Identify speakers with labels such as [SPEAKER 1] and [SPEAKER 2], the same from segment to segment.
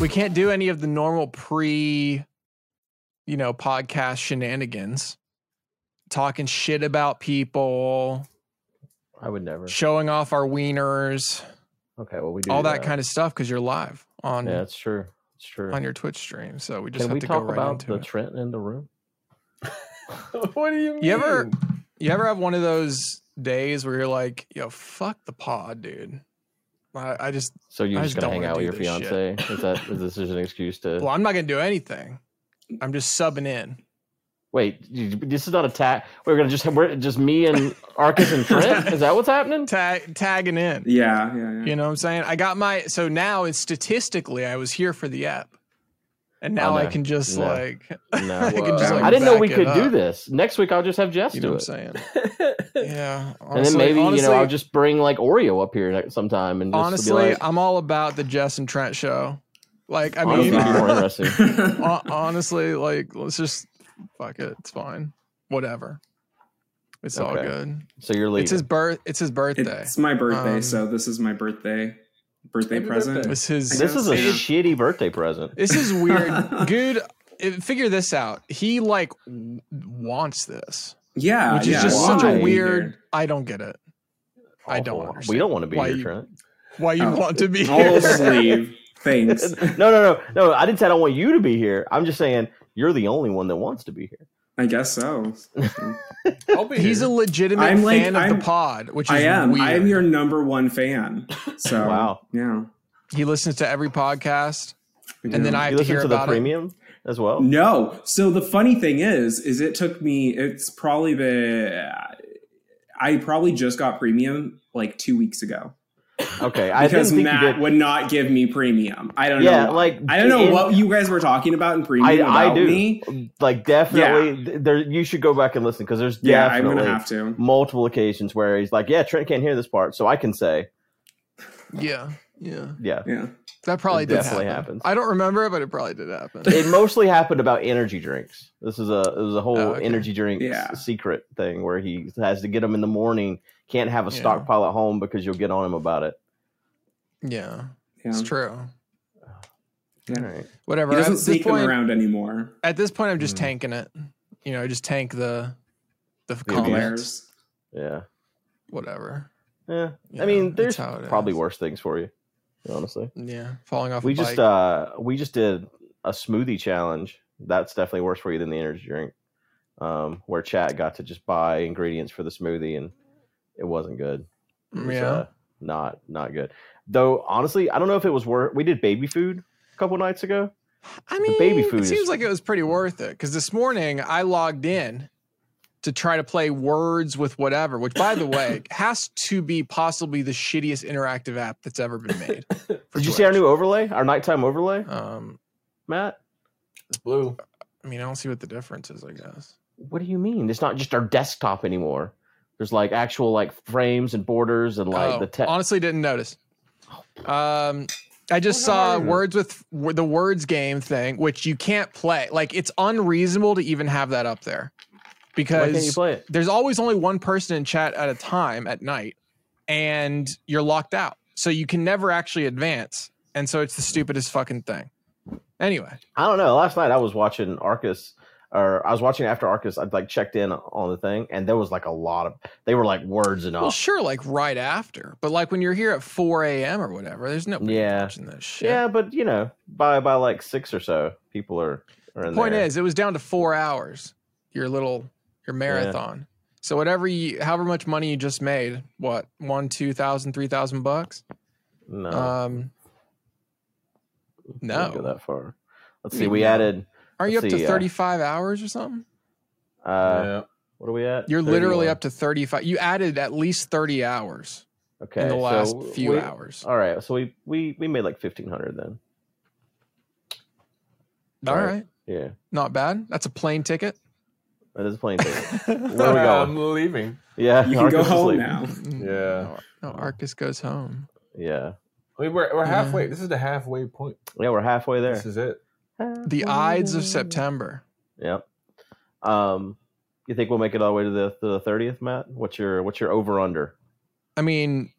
[SPEAKER 1] We can't do any of the normal pre, you know, podcast shenanigans, talking shit about people,
[SPEAKER 2] I would never.
[SPEAKER 1] showing off our wieners,
[SPEAKER 2] Okay, well we do
[SPEAKER 1] all that kind of stuff because you're live on
[SPEAKER 2] Yeah, it's true. It's true.
[SPEAKER 1] on your Twitch stream. So we just
[SPEAKER 2] Can
[SPEAKER 1] have
[SPEAKER 2] we
[SPEAKER 1] to go
[SPEAKER 2] talk
[SPEAKER 1] right
[SPEAKER 2] about
[SPEAKER 1] into
[SPEAKER 2] the
[SPEAKER 1] it.
[SPEAKER 2] Trent in the room?
[SPEAKER 3] what do you mean?
[SPEAKER 1] You ever- You ever have one of those days where you're like, yo, fuck the pod, dude. I, I just,
[SPEAKER 2] So you're
[SPEAKER 1] I
[SPEAKER 2] just
[SPEAKER 1] just
[SPEAKER 2] gonna
[SPEAKER 1] don't
[SPEAKER 2] hang
[SPEAKER 1] wanna
[SPEAKER 2] out with your
[SPEAKER 1] do this
[SPEAKER 2] fiance? Is that is this just an excuse to
[SPEAKER 1] well, I'm not going to do anything. I'm just subbing in.
[SPEAKER 2] wait? You, this is not a tag. We're gonna just we're just me and Arcus and Trent. Is that what's happening?
[SPEAKER 1] Tag, tagging in.
[SPEAKER 3] Yeah, yeah, yeah.
[SPEAKER 1] You know what I'm saying? I got my so now it's statistically I was here for the app. And
[SPEAKER 2] Oh,
[SPEAKER 1] now I
[SPEAKER 2] no.
[SPEAKER 1] can just
[SPEAKER 2] No.
[SPEAKER 1] like
[SPEAKER 2] No,
[SPEAKER 1] I can just
[SPEAKER 3] Wow.
[SPEAKER 1] like
[SPEAKER 2] I didn't know
[SPEAKER 1] back
[SPEAKER 2] we
[SPEAKER 1] it
[SPEAKER 2] could do
[SPEAKER 1] up.
[SPEAKER 2] this. Next week I'll just have Jess
[SPEAKER 1] You know
[SPEAKER 2] do
[SPEAKER 1] what I'm
[SPEAKER 2] it,
[SPEAKER 1] saying? Yeah.
[SPEAKER 2] and then maybe you know I'll just bring like Oreo up here next- sometime and just
[SPEAKER 1] honestly,
[SPEAKER 2] be like,
[SPEAKER 1] I'm all about the Jess and Trent show. Like I
[SPEAKER 2] honestly,
[SPEAKER 1] mean
[SPEAKER 2] it'd be more
[SPEAKER 1] hon-
[SPEAKER 2] interesting.
[SPEAKER 1] honestly, like let's just fuck it. It's fine. Whatever. It's all
[SPEAKER 2] Okay.
[SPEAKER 1] good.
[SPEAKER 2] So you're leaving.
[SPEAKER 1] It's his birth it's his birthday.
[SPEAKER 3] it's my birthday,
[SPEAKER 1] Um,
[SPEAKER 3] so this is my birthday birthday
[SPEAKER 4] Happy
[SPEAKER 3] present.
[SPEAKER 4] birthday.
[SPEAKER 1] It's his
[SPEAKER 2] this is a
[SPEAKER 3] Yeah.
[SPEAKER 2] shitty birthday present.
[SPEAKER 1] This is weird. Dude, it- figure this out. He like w- wants this,
[SPEAKER 3] Yeah,
[SPEAKER 1] which is
[SPEAKER 3] Uh, yeah,
[SPEAKER 1] just
[SPEAKER 3] why?
[SPEAKER 1] such a
[SPEAKER 2] Why?
[SPEAKER 1] weird. I don't get it. I
[SPEAKER 2] Awful.
[SPEAKER 1] don't
[SPEAKER 2] We
[SPEAKER 1] understand
[SPEAKER 2] don't want to be
[SPEAKER 1] why
[SPEAKER 2] here,
[SPEAKER 1] you-
[SPEAKER 2] Trent.
[SPEAKER 1] Why you
[SPEAKER 3] Oh,
[SPEAKER 1] want to be
[SPEAKER 3] I'll
[SPEAKER 1] here?
[SPEAKER 3] sleeve. Thanks.
[SPEAKER 2] no, no, no, no. I didn't say I don't want you to be here. I'm just saying you're the only one that wants to be here.
[SPEAKER 3] I guess so.
[SPEAKER 4] I'll be
[SPEAKER 1] He's
[SPEAKER 4] here.
[SPEAKER 1] a legitimate
[SPEAKER 3] I'm like-
[SPEAKER 1] fan of
[SPEAKER 3] I'm-
[SPEAKER 1] the pod, which is
[SPEAKER 3] I am.
[SPEAKER 1] weird.
[SPEAKER 3] I am your number one fan. So
[SPEAKER 2] Wow.
[SPEAKER 3] yeah.
[SPEAKER 1] He listens to every podcast,
[SPEAKER 3] I do.
[SPEAKER 1] and then I have
[SPEAKER 2] you
[SPEAKER 1] to
[SPEAKER 2] listen
[SPEAKER 1] hear
[SPEAKER 2] to the
[SPEAKER 1] about it.
[SPEAKER 2] premium as well.
[SPEAKER 3] No. So the funny thing is, is it took me. It's probably been. I probably just got premium like two weeks ago
[SPEAKER 2] Okay, I didn't
[SPEAKER 3] because
[SPEAKER 2] think you
[SPEAKER 3] Matt
[SPEAKER 2] did.
[SPEAKER 3] would not give me premium. I don't
[SPEAKER 2] yeah,
[SPEAKER 3] know.
[SPEAKER 2] like
[SPEAKER 3] I don't know
[SPEAKER 2] in-
[SPEAKER 3] what you guys were talking about in premium
[SPEAKER 2] I,
[SPEAKER 3] about
[SPEAKER 2] I do.
[SPEAKER 3] me.
[SPEAKER 2] Like definitely, th- there you should go back and listen because there's
[SPEAKER 3] Yeah, I'm
[SPEAKER 2] definitely
[SPEAKER 3] gonna have to.
[SPEAKER 2] multiple occasions where he's like, "Yeah, Trent can't hear this part, so I can say,
[SPEAKER 1] Yeah, yeah.
[SPEAKER 2] yeah."
[SPEAKER 3] Yeah.
[SPEAKER 1] That probably
[SPEAKER 2] It
[SPEAKER 1] did
[SPEAKER 2] definitely
[SPEAKER 1] happen.
[SPEAKER 2] happens.
[SPEAKER 1] I don't remember it, but it probably did happen.
[SPEAKER 2] It mostly happened about energy drinks. This is a it was a whole
[SPEAKER 1] Oh, okay.
[SPEAKER 2] energy drink
[SPEAKER 3] Yeah.
[SPEAKER 2] s- secret thing where he has to get them in the morning. Can't have a
[SPEAKER 1] Yeah.
[SPEAKER 2] stockpile at home because you'll get on him about it.
[SPEAKER 1] yeah,
[SPEAKER 3] Yeah.
[SPEAKER 1] it's true.
[SPEAKER 3] Yeah.
[SPEAKER 2] All right.
[SPEAKER 1] Whatever.
[SPEAKER 3] He
[SPEAKER 1] At
[SPEAKER 3] doesn't
[SPEAKER 1] this
[SPEAKER 3] sneak them
[SPEAKER 1] point,
[SPEAKER 3] around anymore.
[SPEAKER 1] at this point, I'm just
[SPEAKER 2] Mm.
[SPEAKER 1] tanking it. You know, I just tank the the
[SPEAKER 2] abuse.
[SPEAKER 1] comments,
[SPEAKER 3] Bears.
[SPEAKER 2] Yeah.
[SPEAKER 1] whatever.
[SPEAKER 2] Yeah.
[SPEAKER 1] Yeah,
[SPEAKER 2] I mean,
[SPEAKER 1] that's
[SPEAKER 2] there's
[SPEAKER 1] how it
[SPEAKER 2] probably
[SPEAKER 1] is.
[SPEAKER 2] worse things for you, honestly.
[SPEAKER 1] Yeah, falling off.
[SPEAKER 2] We
[SPEAKER 1] a
[SPEAKER 2] just
[SPEAKER 1] bike.
[SPEAKER 2] uh we just did a smoothie challenge. That's definitely worse for you than the energy drink. Um, where chat got to just buy ingredients for the smoothie and it wasn't good. It was,
[SPEAKER 1] yeah.
[SPEAKER 2] uh, not not good. Though honestly, I don't know if it was worth we did baby food a couple nights ago.
[SPEAKER 1] I
[SPEAKER 2] the
[SPEAKER 1] mean,
[SPEAKER 2] baby food
[SPEAKER 1] It
[SPEAKER 2] is-
[SPEAKER 1] seems like it was pretty worth it because this morning I logged in to try to play words with whatever, which by the way has to be possibly the shittiest interactive app that's ever been made. for
[SPEAKER 2] Did you see our
[SPEAKER 1] Twitch.
[SPEAKER 2] new overlay? Our nighttime overlay,
[SPEAKER 1] Um,
[SPEAKER 2] Matt?
[SPEAKER 4] It's blue.
[SPEAKER 1] I mean, I don't see what the difference is. I guess.
[SPEAKER 2] What do you mean? It's not just our desktop anymore. There's like actual like frames and borders and like
[SPEAKER 1] oh,
[SPEAKER 2] the text.
[SPEAKER 1] honestly, didn't notice. Um, I just
[SPEAKER 2] Well, how
[SPEAKER 1] saw
[SPEAKER 2] are you?
[SPEAKER 1] words with w- the words game thing, which you can't play. Like it's unreasonable to even have that up there
[SPEAKER 2] Why can't you
[SPEAKER 1] because
[SPEAKER 2] play it?
[SPEAKER 1] there's always only one person in chat at a time at night and you're locked out so you can never actually advance and so it's the stupidest fucking thing anyway
[SPEAKER 2] I don't know. Last night I was watching Arcus, or I was watching after Arcus. I'd like checked in on the thing, and there was like a lot of they were like words and all.
[SPEAKER 1] well sure like right after but like when you're here at 4 a.m or whatever there's no
[SPEAKER 2] Yeah.
[SPEAKER 1] watching that shit
[SPEAKER 2] yeah, but you know, by by like six or so, people are. are in
[SPEAKER 1] point
[SPEAKER 2] there.
[SPEAKER 1] is it was down to four hours your little your marathon so whatever you however much money you just made what one two thousand three thousand bucks
[SPEAKER 2] no,
[SPEAKER 1] um
[SPEAKER 2] we didn't go
[SPEAKER 1] no.
[SPEAKER 2] Oh. that far. Let's
[SPEAKER 1] I
[SPEAKER 2] see.
[SPEAKER 1] mean,
[SPEAKER 2] We
[SPEAKER 1] no.
[SPEAKER 2] added.
[SPEAKER 1] are you up
[SPEAKER 2] Let's see,
[SPEAKER 1] to
[SPEAKER 2] uh,
[SPEAKER 1] 35 hours or something
[SPEAKER 2] Uh,
[SPEAKER 4] yeah.
[SPEAKER 2] What are we at?
[SPEAKER 1] You're literally up to 35. You added at least 30 hours
[SPEAKER 2] 31. okay
[SPEAKER 1] in the last
[SPEAKER 2] so
[SPEAKER 1] few
[SPEAKER 2] we-
[SPEAKER 1] hours.
[SPEAKER 2] All right, so we we we made like fifteen hundred then.
[SPEAKER 1] All
[SPEAKER 2] right.
[SPEAKER 1] right.
[SPEAKER 2] Yeah,
[SPEAKER 1] Not bad. That's a plane ticket.
[SPEAKER 2] that is plain. thing.
[SPEAKER 1] no,
[SPEAKER 2] Where are we going?
[SPEAKER 4] I'm leaving.
[SPEAKER 2] Yeah,
[SPEAKER 3] You can
[SPEAKER 2] Marcus
[SPEAKER 3] go
[SPEAKER 2] is
[SPEAKER 3] home
[SPEAKER 2] leaving.
[SPEAKER 3] now.
[SPEAKER 4] Yeah.
[SPEAKER 1] no, Arcus goes home.
[SPEAKER 2] Yeah,
[SPEAKER 4] I mean, we're,
[SPEAKER 1] Yeah.
[SPEAKER 4] we're halfway. This is the halfway point.
[SPEAKER 2] yeah, we're halfway there.
[SPEAKER 4] This is it.
[SPEAKER 1] The Ides of September.
[SPEAKER 2] Yep. Um, you think we'll make it all the way to the to the thirtieth, Matt? What's your what's your over under?
[SPEAKER 1] I mean,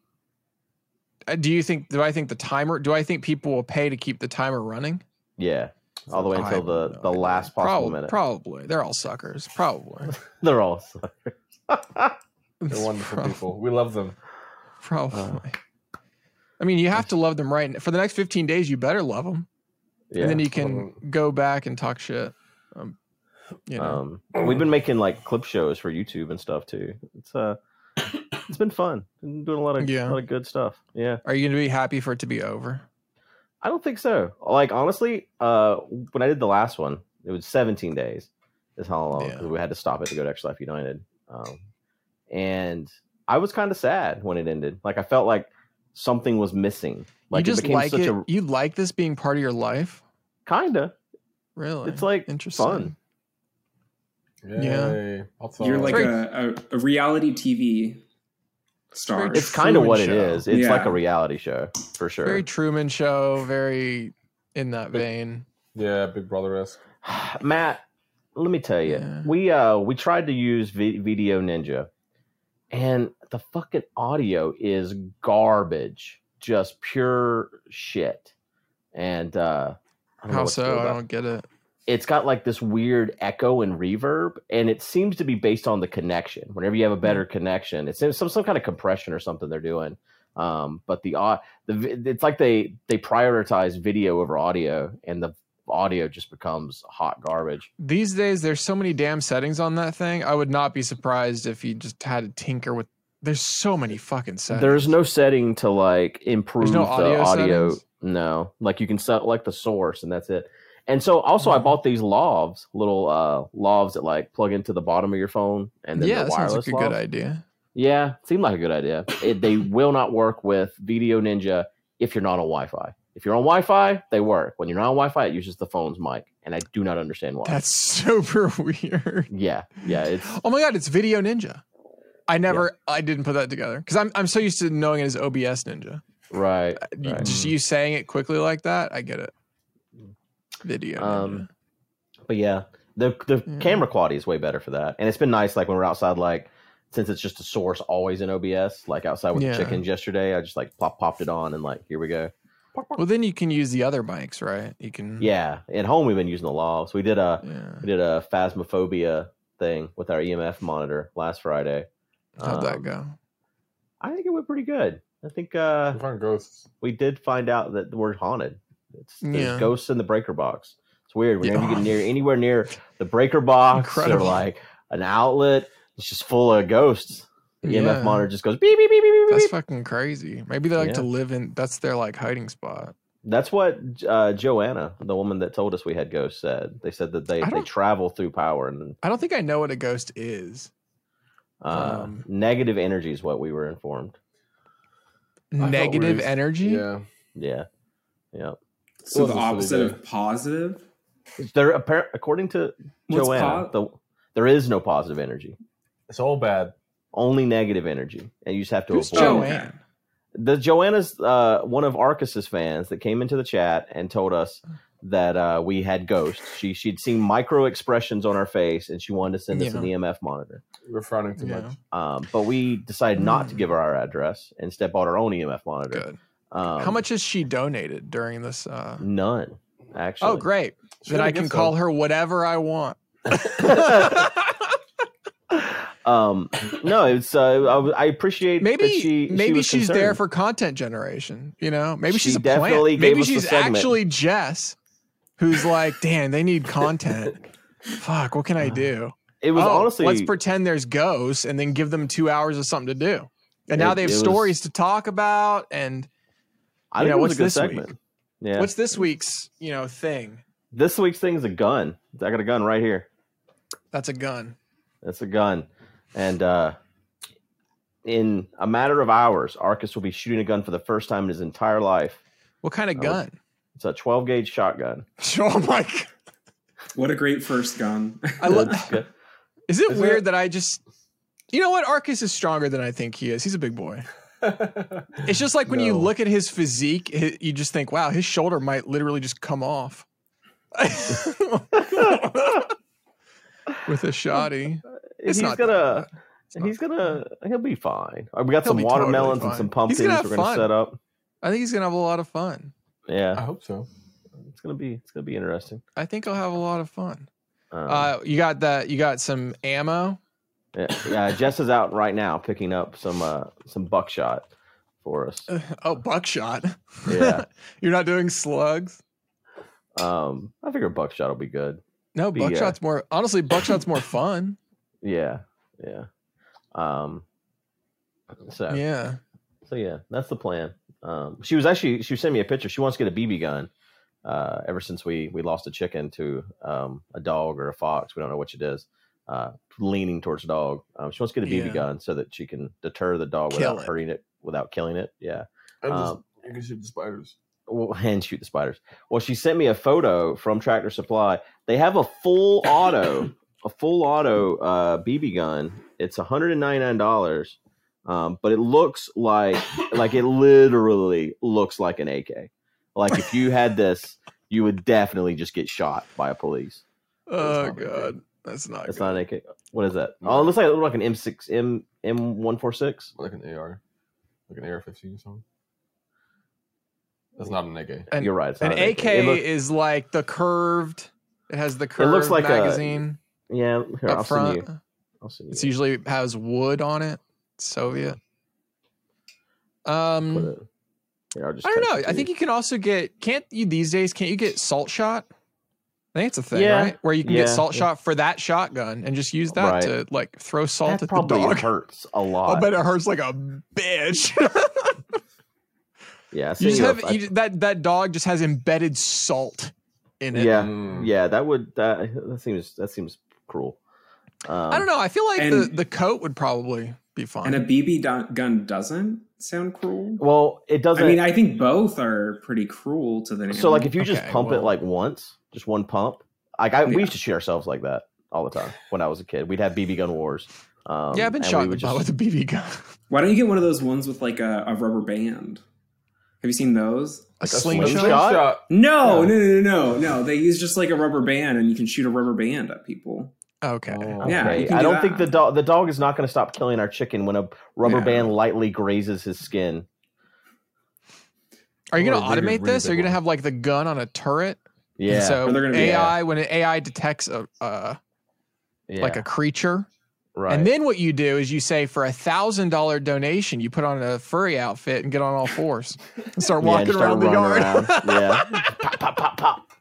[SPEAKER 1] uh, do you think? Do I think the timer? Do I think people will pay to keep the timer running
[SPEAKER 2] Yeah, all the way until
[SPEAKER 1] I-
[SPEAKER 2] the, the last possible
[SPEAKER 1] Probably,
[SPEAKER 2] minute.
[SPEAKER 1] probably. They're all suckers. Probably.
[SPEAKER 2] They're all suckers.
[SPEAKER 4] They're wonderful
[SPEAKER 1] Prob-
[SPEAKER 4] people. We love them.
[SPEAKER 1] Probably. I mean, you have to love them right n- for the next 15 days. You better love them,
[SPEAKER 2] yeah.
[SPEAKER 1] and then you can
[SPEAKER 4] Love
[SPEAKER 1] go back and talk shit. Um, you know,
[SPEAKER 2] um, we've been making like clip shows for YouTube and stuff too. It's uh, it's been fun. Been doing a lot of
[SPEAKER 1] Yeah.
[SPEAKER 2] a lot of good stuff. Yeah.
[SPEAKER 1] are you going to be happy for it to be over?
[SPEAKER 2] I don't think so. Like honestly, uh, when I did the last one, it was 17 days. Is how long
[SPEAKER 1] Yeah.
[SPEAKER 2] 'cause we had to stop it to go to Extra Life United, um, and I was kind of sad when it ended. Like I felt like something was missing. Like
[SPEAKER 1] you just
[SPEAKER 2] it became
[SPEAKER 1] like
[SPEAKER 2] such
[SPEAKER 1] it.
[SPEAKER 2] a
[SPEAKER 1] You like this being part of your life,
[SPEAKER 2] kinda.
[SPEAKER 1] really?
[SPEAKER 2] It's like
[SPEAKER 1] interesting.
[SPEAKER 2] fun.
[SPEAKER 1] Yeah.
[SPEAKER 4] Yay. I'll
[SPEAKER 3] You're
[SPEAKER 4] tell
[SPEAKER 3] like
[SPEAKER 4] you.
[SPEAKER 3] a, a, a reality TV star.
[SPEAKER 1] very
[SPEAKER 2] It's kind of
[SPEAKER 1] Truman
[SPEAKER 2] what it
[SPEAKER 1] Show.
[SPEAKER 2] is. It's like
[SPEAKER 3] Yeah.
[SPEAKER 2] a reality show for sure.
[SPEAKER 1] Very Truman Show. Very in that vein.
[SPEAKER 4] yeah, Big Brother esque.
[SPEAKER 2] Matt, let me tell you,
[SPEAKER 1] Yeah.
[SPEAKER 2] we uh we tried to use v- Video Ninja, and the fucking audio is garbage, just pure shit. And uh, I don't know
[SPEAKER 1] How
[SPEAKER 2] what to do
[SPEAKER 1] so? I
[SPEAKER 2] about-
[SPEAKER 1] don't get it.
[SPEAKER 2] It's got like this weird echo and reverb, and it seems to be based on the connection. Whenever you have a
[SPEAKER 1] Mm-hmm.
[SPEAKER 2] better connection, it's some some kind of compression or something they're doing. Um, but the au- the vi- it's like they they prioritize video over audio, and the audio just becomes hot garbage.
[SPEAKER 1] These days, there's so many damn settings on that thing. I would not be surprised if you just had to tinker with. There's so many fucking settings.
[SPEAKER 2] There's no setting to like improve
[SPEAKER 1] no
[SPEAKER 2] the
[SPEAKER 1] audio
[SPEAKER 2] audio.
[SPEAKER 1] settings?
[SPEAKER 2] No, like you can set like the source and that's it. And so also I
[SPEAKER 1] Mhm.
[SPEAKER 2] bought these lavs, little uh lavs that like plug into the bottom of your phone and then
[SPEAKER 1] yeah,
[SPEAKER 2] the
[SPEAKER 1] that
[SPEAKER 2] wireless
[SPEAKER 1] sounds like a good
[SPEAKER 2] lavs.
[SPEAKER 1] idea.
[SPEAKER 2] Yeah, seemed like a good idea. It, they will not work with Video Ninja if you're not on Wi-Fi. If you're on Wi-Fi, they work. When you're not on Wi-Fi, it uses the phone's mic, and I do not understand why.
[SPEAKER 1] That's super weird.
[SPEAKER 2] yeah, yeah, it's
[SPEAKER 1] Oh my god, it's Video Ninja. I never, I didn't put that together because I'm I'm so used to knowing it as OBS Ninja.
[SPEAKER 2] right.
[SPEAKER 1] You-
[SPEAKER 2] right.
[SPEAKER 1] Just you saying it quickly like that, I get it. Video.
[SPEAKER 2] Um,
[SPEAKER 1] Ninja.
[SPEAKER 2] But yeah, the the
[SPEAKER 1] Yeah.
[SPEAKER 2] camera quality is way better for that, and it's been nice. Like when we're outside, like since it's just a source always in OBS, like outside with
[SPEAKER 1] Yeah.
[SPEAKER 2] the chickens yesterday, I just like pop popped it on and like here we go.
[SPEAKER 1] Well, then you can use the other mics, right? You can.
[SPEAKER 2] Yeah, at home we've been using the law, so we did a
[SPEAKER 1] Yeah.
[SPEAKER 2] we did a phasmophobia thing with our EMF monitor last Friday.
[SPEAKER 1] How'd that
[SPEAKER 2] Um,
[SPEAKER 1] go?
[SPEAKER 2] I think it went pretty good. I think uh,
[SPEAKER 4] We found ghosts.
[SPEAKER 2] we did find out that we're haunted. It's there's
[SPEAKER 1] Yeah.
[SPEAKER 2] ghosts in the breaker box. It's weird. Whenever you
[SPEAKER 1] Yeah.
[SPEAKER 2] get near anywhere near the breaker box
[SPEAKER 1] Incredible.
[SPEAKER 2] or like an outlet, it's just full of ghosts. The EMF
[SPEAKER 1] Yeah.
[SPEAKER 2] monitor just goes beep beep beep beep beep.
[SPEAKER 1] That's
[SPEAKER 2] That's,
[SPEAKER 1] fucking crazy. Maybe they like to live in. That's their like hiding spot.
[SPEAKER 2] That's what uh, Joanna, the woman that told us we had ghosts, said. They said that they,
[SPEAKER 1] I
[SPEAKER 2] they
[SPEAKER 1] don't-
[SPEAKER 2] travel through power and
[SPEAKER 1] I don't think I know what a ghost is.
[SPEAKER 2] uh,
[SPEAKER 1] Um,
[SPEAKER 2] negative energy is what we were informed.
[SPEAKER 4] thought we
[SPEAKER 1] Negative
[SPEAKER 4] were-
[SPEAKER 1] energy.
[SPEAKER 4] Yeah.
[SPEAKER 2] Yeah, yeah.
[SPEAKER 3] so the
[SPEAKER 4] What was this
[SPEAKER 3] opposite
[SPEAKER 4] little
[SPEAKER 3] of positive.
[SPEAKER 2] There appar- according to
[SPEAKER 3] What's
[SPEAKER 2] Joanna,
[SPEAKER 3] po-
[SPEAKER 2] the, there is no positive energy,
[SPEAKER 4] It's all bad.
[SPEAKER 2] only negative energy, and you just have to
[SPEAKER 1] Who's
[SPEAKER 2] avoid. it.
[SPEAKER 1] Joanne?
[SPEAKER 3] okay.
[SPEAKER 2] the Joanna's uh, one of Arcus's fans that came into the chat and told us that uh, we had ghosts. She she'd seen micro expressions on our face and she wanted to send us an EMF monitor.
[SPEAKER 4] We're frowning too
[SPEAKER 1] Yeah.
[SPEAKER 4] much.
[SPEAKER 2] Um, but we decided not to give her our address. Instead, bought our own EMF monitor.
[SPEAKER 1] Good.
[SPEAKER 2] Um,
[SPEAKER 1] How much has she donated during this? Uh...
[SPEAKER 2] None, actually.
[SPEAKER 1] Oh, great. Then I can call her whatever I want.
[SPEAKER 2] um, no, it's uh, I, I appreciate
[SPEAKER 1] maybe
[SPEAKER 2] that she she
[SPEAKER 1] maybe
[SPEAKER 2] was
[SPEAKER 1] she's there
[SPEAKER 2] concerned.
[SPEAKER 1] for content generation. You know, maybe
[SPEAKER 2] She
[SPEAKER 1] she's a
[SPEAKER 2] definitely
[SPEAKER 1] plant.
[SPEAKER 2] gave
[SPEAKER 1] Maybe
[SPEAKER 2] us the
[SPEAKER 1] she's
[SPEAKER 2] segment.
[SPEAKER 1] actually Jess, who's like, "Damn, they need content. Fuck, what can I do?"
[SPEAKER 2] It was
[SPEAKER 1] Oh,
[SPEAKER 2] honestly
[SPEAKER 1] let's pretend there's ghosts and then give them two hours of something to do. And now
[SPEAKER 2] It-
[SPEAKER 1] they have
[SPEAKER 2] it was-
[SPEAKER 1] stories to talk about. And
[SPEAKER 2] I
[SPEAKER 1] you
[SPEAKER 2] think
[SPEAKER 1] know,
[SPEAKER 2] it was
[SPEAKER 1] what's
[SPEAKER 2] a good
[SPEAKER 1] this week?
[SPEAKER 2] segment. Yeah,
[SPEAKER 1] what's this week's you know thing?
[SPEAKER 2] this week's thing is a gun. I got a gun right here.
[SPEAKER 1] That's a gun.
[SPEAKER 2] That's a gun. And uh, in a matter of hours, Arcus will be shooting a gun for the first time in his entire life.
[SPEAKER 1] What kind of
[SPEAKER 2] I was-
[SPEAKER 1] gun?
[SPEAKER 2] It's a 12 gauge shotgun.
[SPEAKER 1] Oh my! God.
[SPEAKER 3] What a great first gun.
[SPEAKER 1] I love.
[SPEAKER 2] It's good.
[SPEAKER 1] Is it
[SPEAKER 4] Is
[SPEAKER 1] weird
[SPEAKER 4] it-
[SPEAKER 1] that I just you know what? Arcus is stronger than I think he is. He's a big boy.
[SPEAKER 4] her.
[SPEAKER 1] It's just like when you
[SPEAKER 4] No.
[SPEAKER 1] look at his physique, hi- you just think, wow, his shoulder might literally just come off. With a shoddy. It's
[SPEAKER 2] he's
[SPEAKER 1] not
[SPEAKER 2] gonna,
[SPEAKER 1] that It's not
[SPEAKER 2] he's
[SPEAKER 1] that
[SPEAKER 2] gonna, he'll be fine. Uh, We got
[SPEAKER 1] He'll
[SPEAKER 2] some
[SPEAKER 1] be totally
[SPEAKER 2] watermelons
[SPEAKER 1] fine.
[SPEAKER 2] and some
[SPEAKER 1] He's
[SPEAKER 2] pumpkins
[SPEAKER 1] gonna have
[SPEAKER 2] we're gonna
[SPEAKER 1] fun.
[SPEAKER 2] set up.
[SPEAKER 1] I think he's gonna have a lot of fun.
[SPEAKER 4] I
[SPEAKER 2] Yeah,
[SPEAKER 4] hope so.
[SPEAKER 2] it's gonna be it's gonna be interesting.
[SPEAKER 1] I think I'll have a lot of fun.
[SPEAKER 2] Um,
[SPEAKER 1] Uh, you got that? You got some ammo?
[SPEAKER 2] yeah, yeah, Jess is out right now picking up some uh some buckshot for us.
[SPEAKER 1] Oh, buckshot.
[SPEAKER 2] Yeah.
[SPEAKER 1] You're not doing slugs.
[SPEAKER 2] Um, I figure buckshot will be good.
[SPEAKER 1] No,
[SPEAKER 2] Be, uh,
[SPEAKER 1] buckshot's more. Honestly, buckshot's more fun.
[SPEAKER 2] Yeah, yeah. Um, so
[SPEAKER 1] Yeah.
[SPEAKER 2] so yeah, that's the plan. Um, she was actually she sent me a picture. She wants to get a BB gun. Uh, ever since we we lost a chicken to um a dog or a fox, we don't know which it is. Uh, leaning towards the dog. Um, she wants to get a BB
[SPEAKER 1] Yeah.
[SPEAKER 2] gun so that she can deter the dog
[SPEAKER 1] Kill
[SPEAKER 2] without
[SPEAKER 1] it.
[SPEAKER 2] hurting it, without killing it. Yeah.
[SPEAKER 4] And just,
[SPEAKER 2] Um,
[SPEAKER 4] you can shoot the spiders.
[SPEAKER 2] well, and shoot the spiders. Well, she sent me a photo from Tractor Supply. They have a full auto, a full auto uh, BB gun. It's one hundred and ninety nine dollars, um, but it looks like like it literally looks like an AK. Like if you had this, you would definitely just get shot by a police.
[SPEAKER 1] Oh
[SPEAKER 2] not very
[SPEAKER 1] god, that's not.
[SPEAKER 2] It's
[SPEAKER 1] good.
[SPEAKER 2] not an AK. What is that? Oh, it looks like it looks like an M six M M one four six.
[SPEAKER 4] Like an AR. Like an AR 15 or something. That's not an AK.
[SPEAKER 1] An-
[SPEAKER 2] You're right. It's
[SPEAKER 1] An
[SPEAKER 2] not
[SPEAKER 1] AK
[SPEAKER 2] It looks-
[SPEAKER 1] is like the curved. It has the curved
[SPEAKER 2] looks like a-
[SPEAKER 1] magazine
[SPEAKER 2] yeah. Here, I'll
[SPEAKER 1] up
[SPEAKER 2] send you.
[SPEAKER 1] front.
[SPEAKER 2] I'll send you.
[SPEAKER 1] It's usually has wood on it. Soviet.
[SPEAKER 2] Put
[SPEAKER 1] Um,
[SPEAKER 2] it- here, I'll just
[SPEAKER 1] I don't
[SPEAKER 2] text
[SPEAKER 1] know. I
[SPEAKER 2] it to you.
[SPEAKER 1] think you can also get. Can't you these days? Can't you get salt shot? I think it's a thing,
[SPEAKER 2] Yeah.
[SPEAKER 1] right? Where you can get
[SPEAKER 2] Yeah.
[SPEAKER 1] salt shot for that shotgun and just use that
[SPEAKER 2] Right.
[SPEAKER 1] to like throw salt
[SPEAKER 2] that
[SPEAKER 1] at the
[SPEAKER 2] probably
[SPEAKER 1] dog.
[SPEAKER 2] hurts a
[SPEAKER 1] I
[SPEAKER 2] lot.
[SPEAKER 1] bet it hurts like a bitch.
[SPEAKER 2] yeah, I
[SPEAKER 1] you
[SPEAKER 2] seen
[SPEAKER 1] just
[SPEAKER 2] you
[SPEAKER 1] have
[SPEAKER 2] up- I-
[SPEAKER 1] you, that that dog just has embedded salt in it.
[SPEAKER 2] yeah,
[SPEAKER 4] Mm.
[SPEAKER 2] yeah. That would that, that seems that seems cruel. Um,
[SPEAKER 1] I don't know. I feel like the,
[SPEAKER 3] And-
[SPEAKER 1] the coat would probably be fine.
[SPEAKER 3] And a BB do- gun doesn't sound cruel.
[SPEAKER 2] Well, it doesn't.
[SPEAKER 3] I mean, I think both are pretty cruel to the.
[SPEAKER 2] so like if you just
[SPEAKER 1] Okay,
[SPEAKER 2] pump it
[SPEAKER 1] well-
[SPEAKER 2] like once, just one pump. Like I,
[SPEAKER 1] Yeah.
[SPEAKER 2] we used to shoot ourselves like that all the time when I was a kid. We'd have BB gun wars. Um,
[SPEAKER 1] yeah, I've been
[SPEAKER 2] and
[SPEAKER 1] shot
[SPEAKER 2] we
[SPEAKER 1] in the
[SPEAKER 2] would
[SPEAKER 1] butt with
[SPEAKER 2] just-
[SPEAKER 1] a BB gun.
[SPEAKER 3] why don't you get one of those ones with like a, a rubber band? Have you seen those?
[SPEAKER 1] A
[SPEAKER 4] Like
[SPEAKER 1] slingshot.
[SPEAKER 3] No,
[SPEAKER 4] Yeah.
[SPEAKER 3] no, no, no, no, no. They use just like a rubber band, and you can shoot a rubber band at people.
[SPEAKER 1] Okay.
[SPEAKER 4] Oh.
[SPEAKER 3] Yeah,
[SPEAKER 2] Okay,
[SPEAKER 3] you can
[SPEAKER 2] I
[SPEAKER 3] do
[SPEAKER 2] don't think
[SPEAKER 3] that.
[SPEAKER 2] the dog the dog is not going to stop killing our chicken when a rubber
[SPEAKER 1] Yeah.
[SPEAKER 2] band lightly grazes his skin.
[SPEAKER 1] Are you
[SPEAKER 4] Or
[SPEAKER 1] going to
[SPEAKER 4] a really,
[SPEAKER 1] automate
[SPEAKER 4] really
[SPEAKER 1] this? Are
[SPEAKER 4] big
[SPEAKER 1] you going
[SPEAKER 4] one.
[SPEAKER 1] to have like the gun on a turret? And
[SPEAKER 2] Yeah,
[SPEAKER 1] So
[SPEAKER 3] Or they're gonna be-
[SPEAKER 1] AI, when an AI detects a uh,
[SPEAKER 2] yeah,
[SPEAKER 1] like a creature,
[SPEAKER 2] right.
[SPEAKER 1] and then what you do is you say for a thousand dollar donation, you put on a furry outfit and get on all fours and start
[SPEAKER 2] Yeah,
[SPEAKER 1] walking
[SPEAKER 2] just start
[SPEAKER 1] around the yard.
[SPEAKER 2] running around. yeah, pop, pop, pop, pop.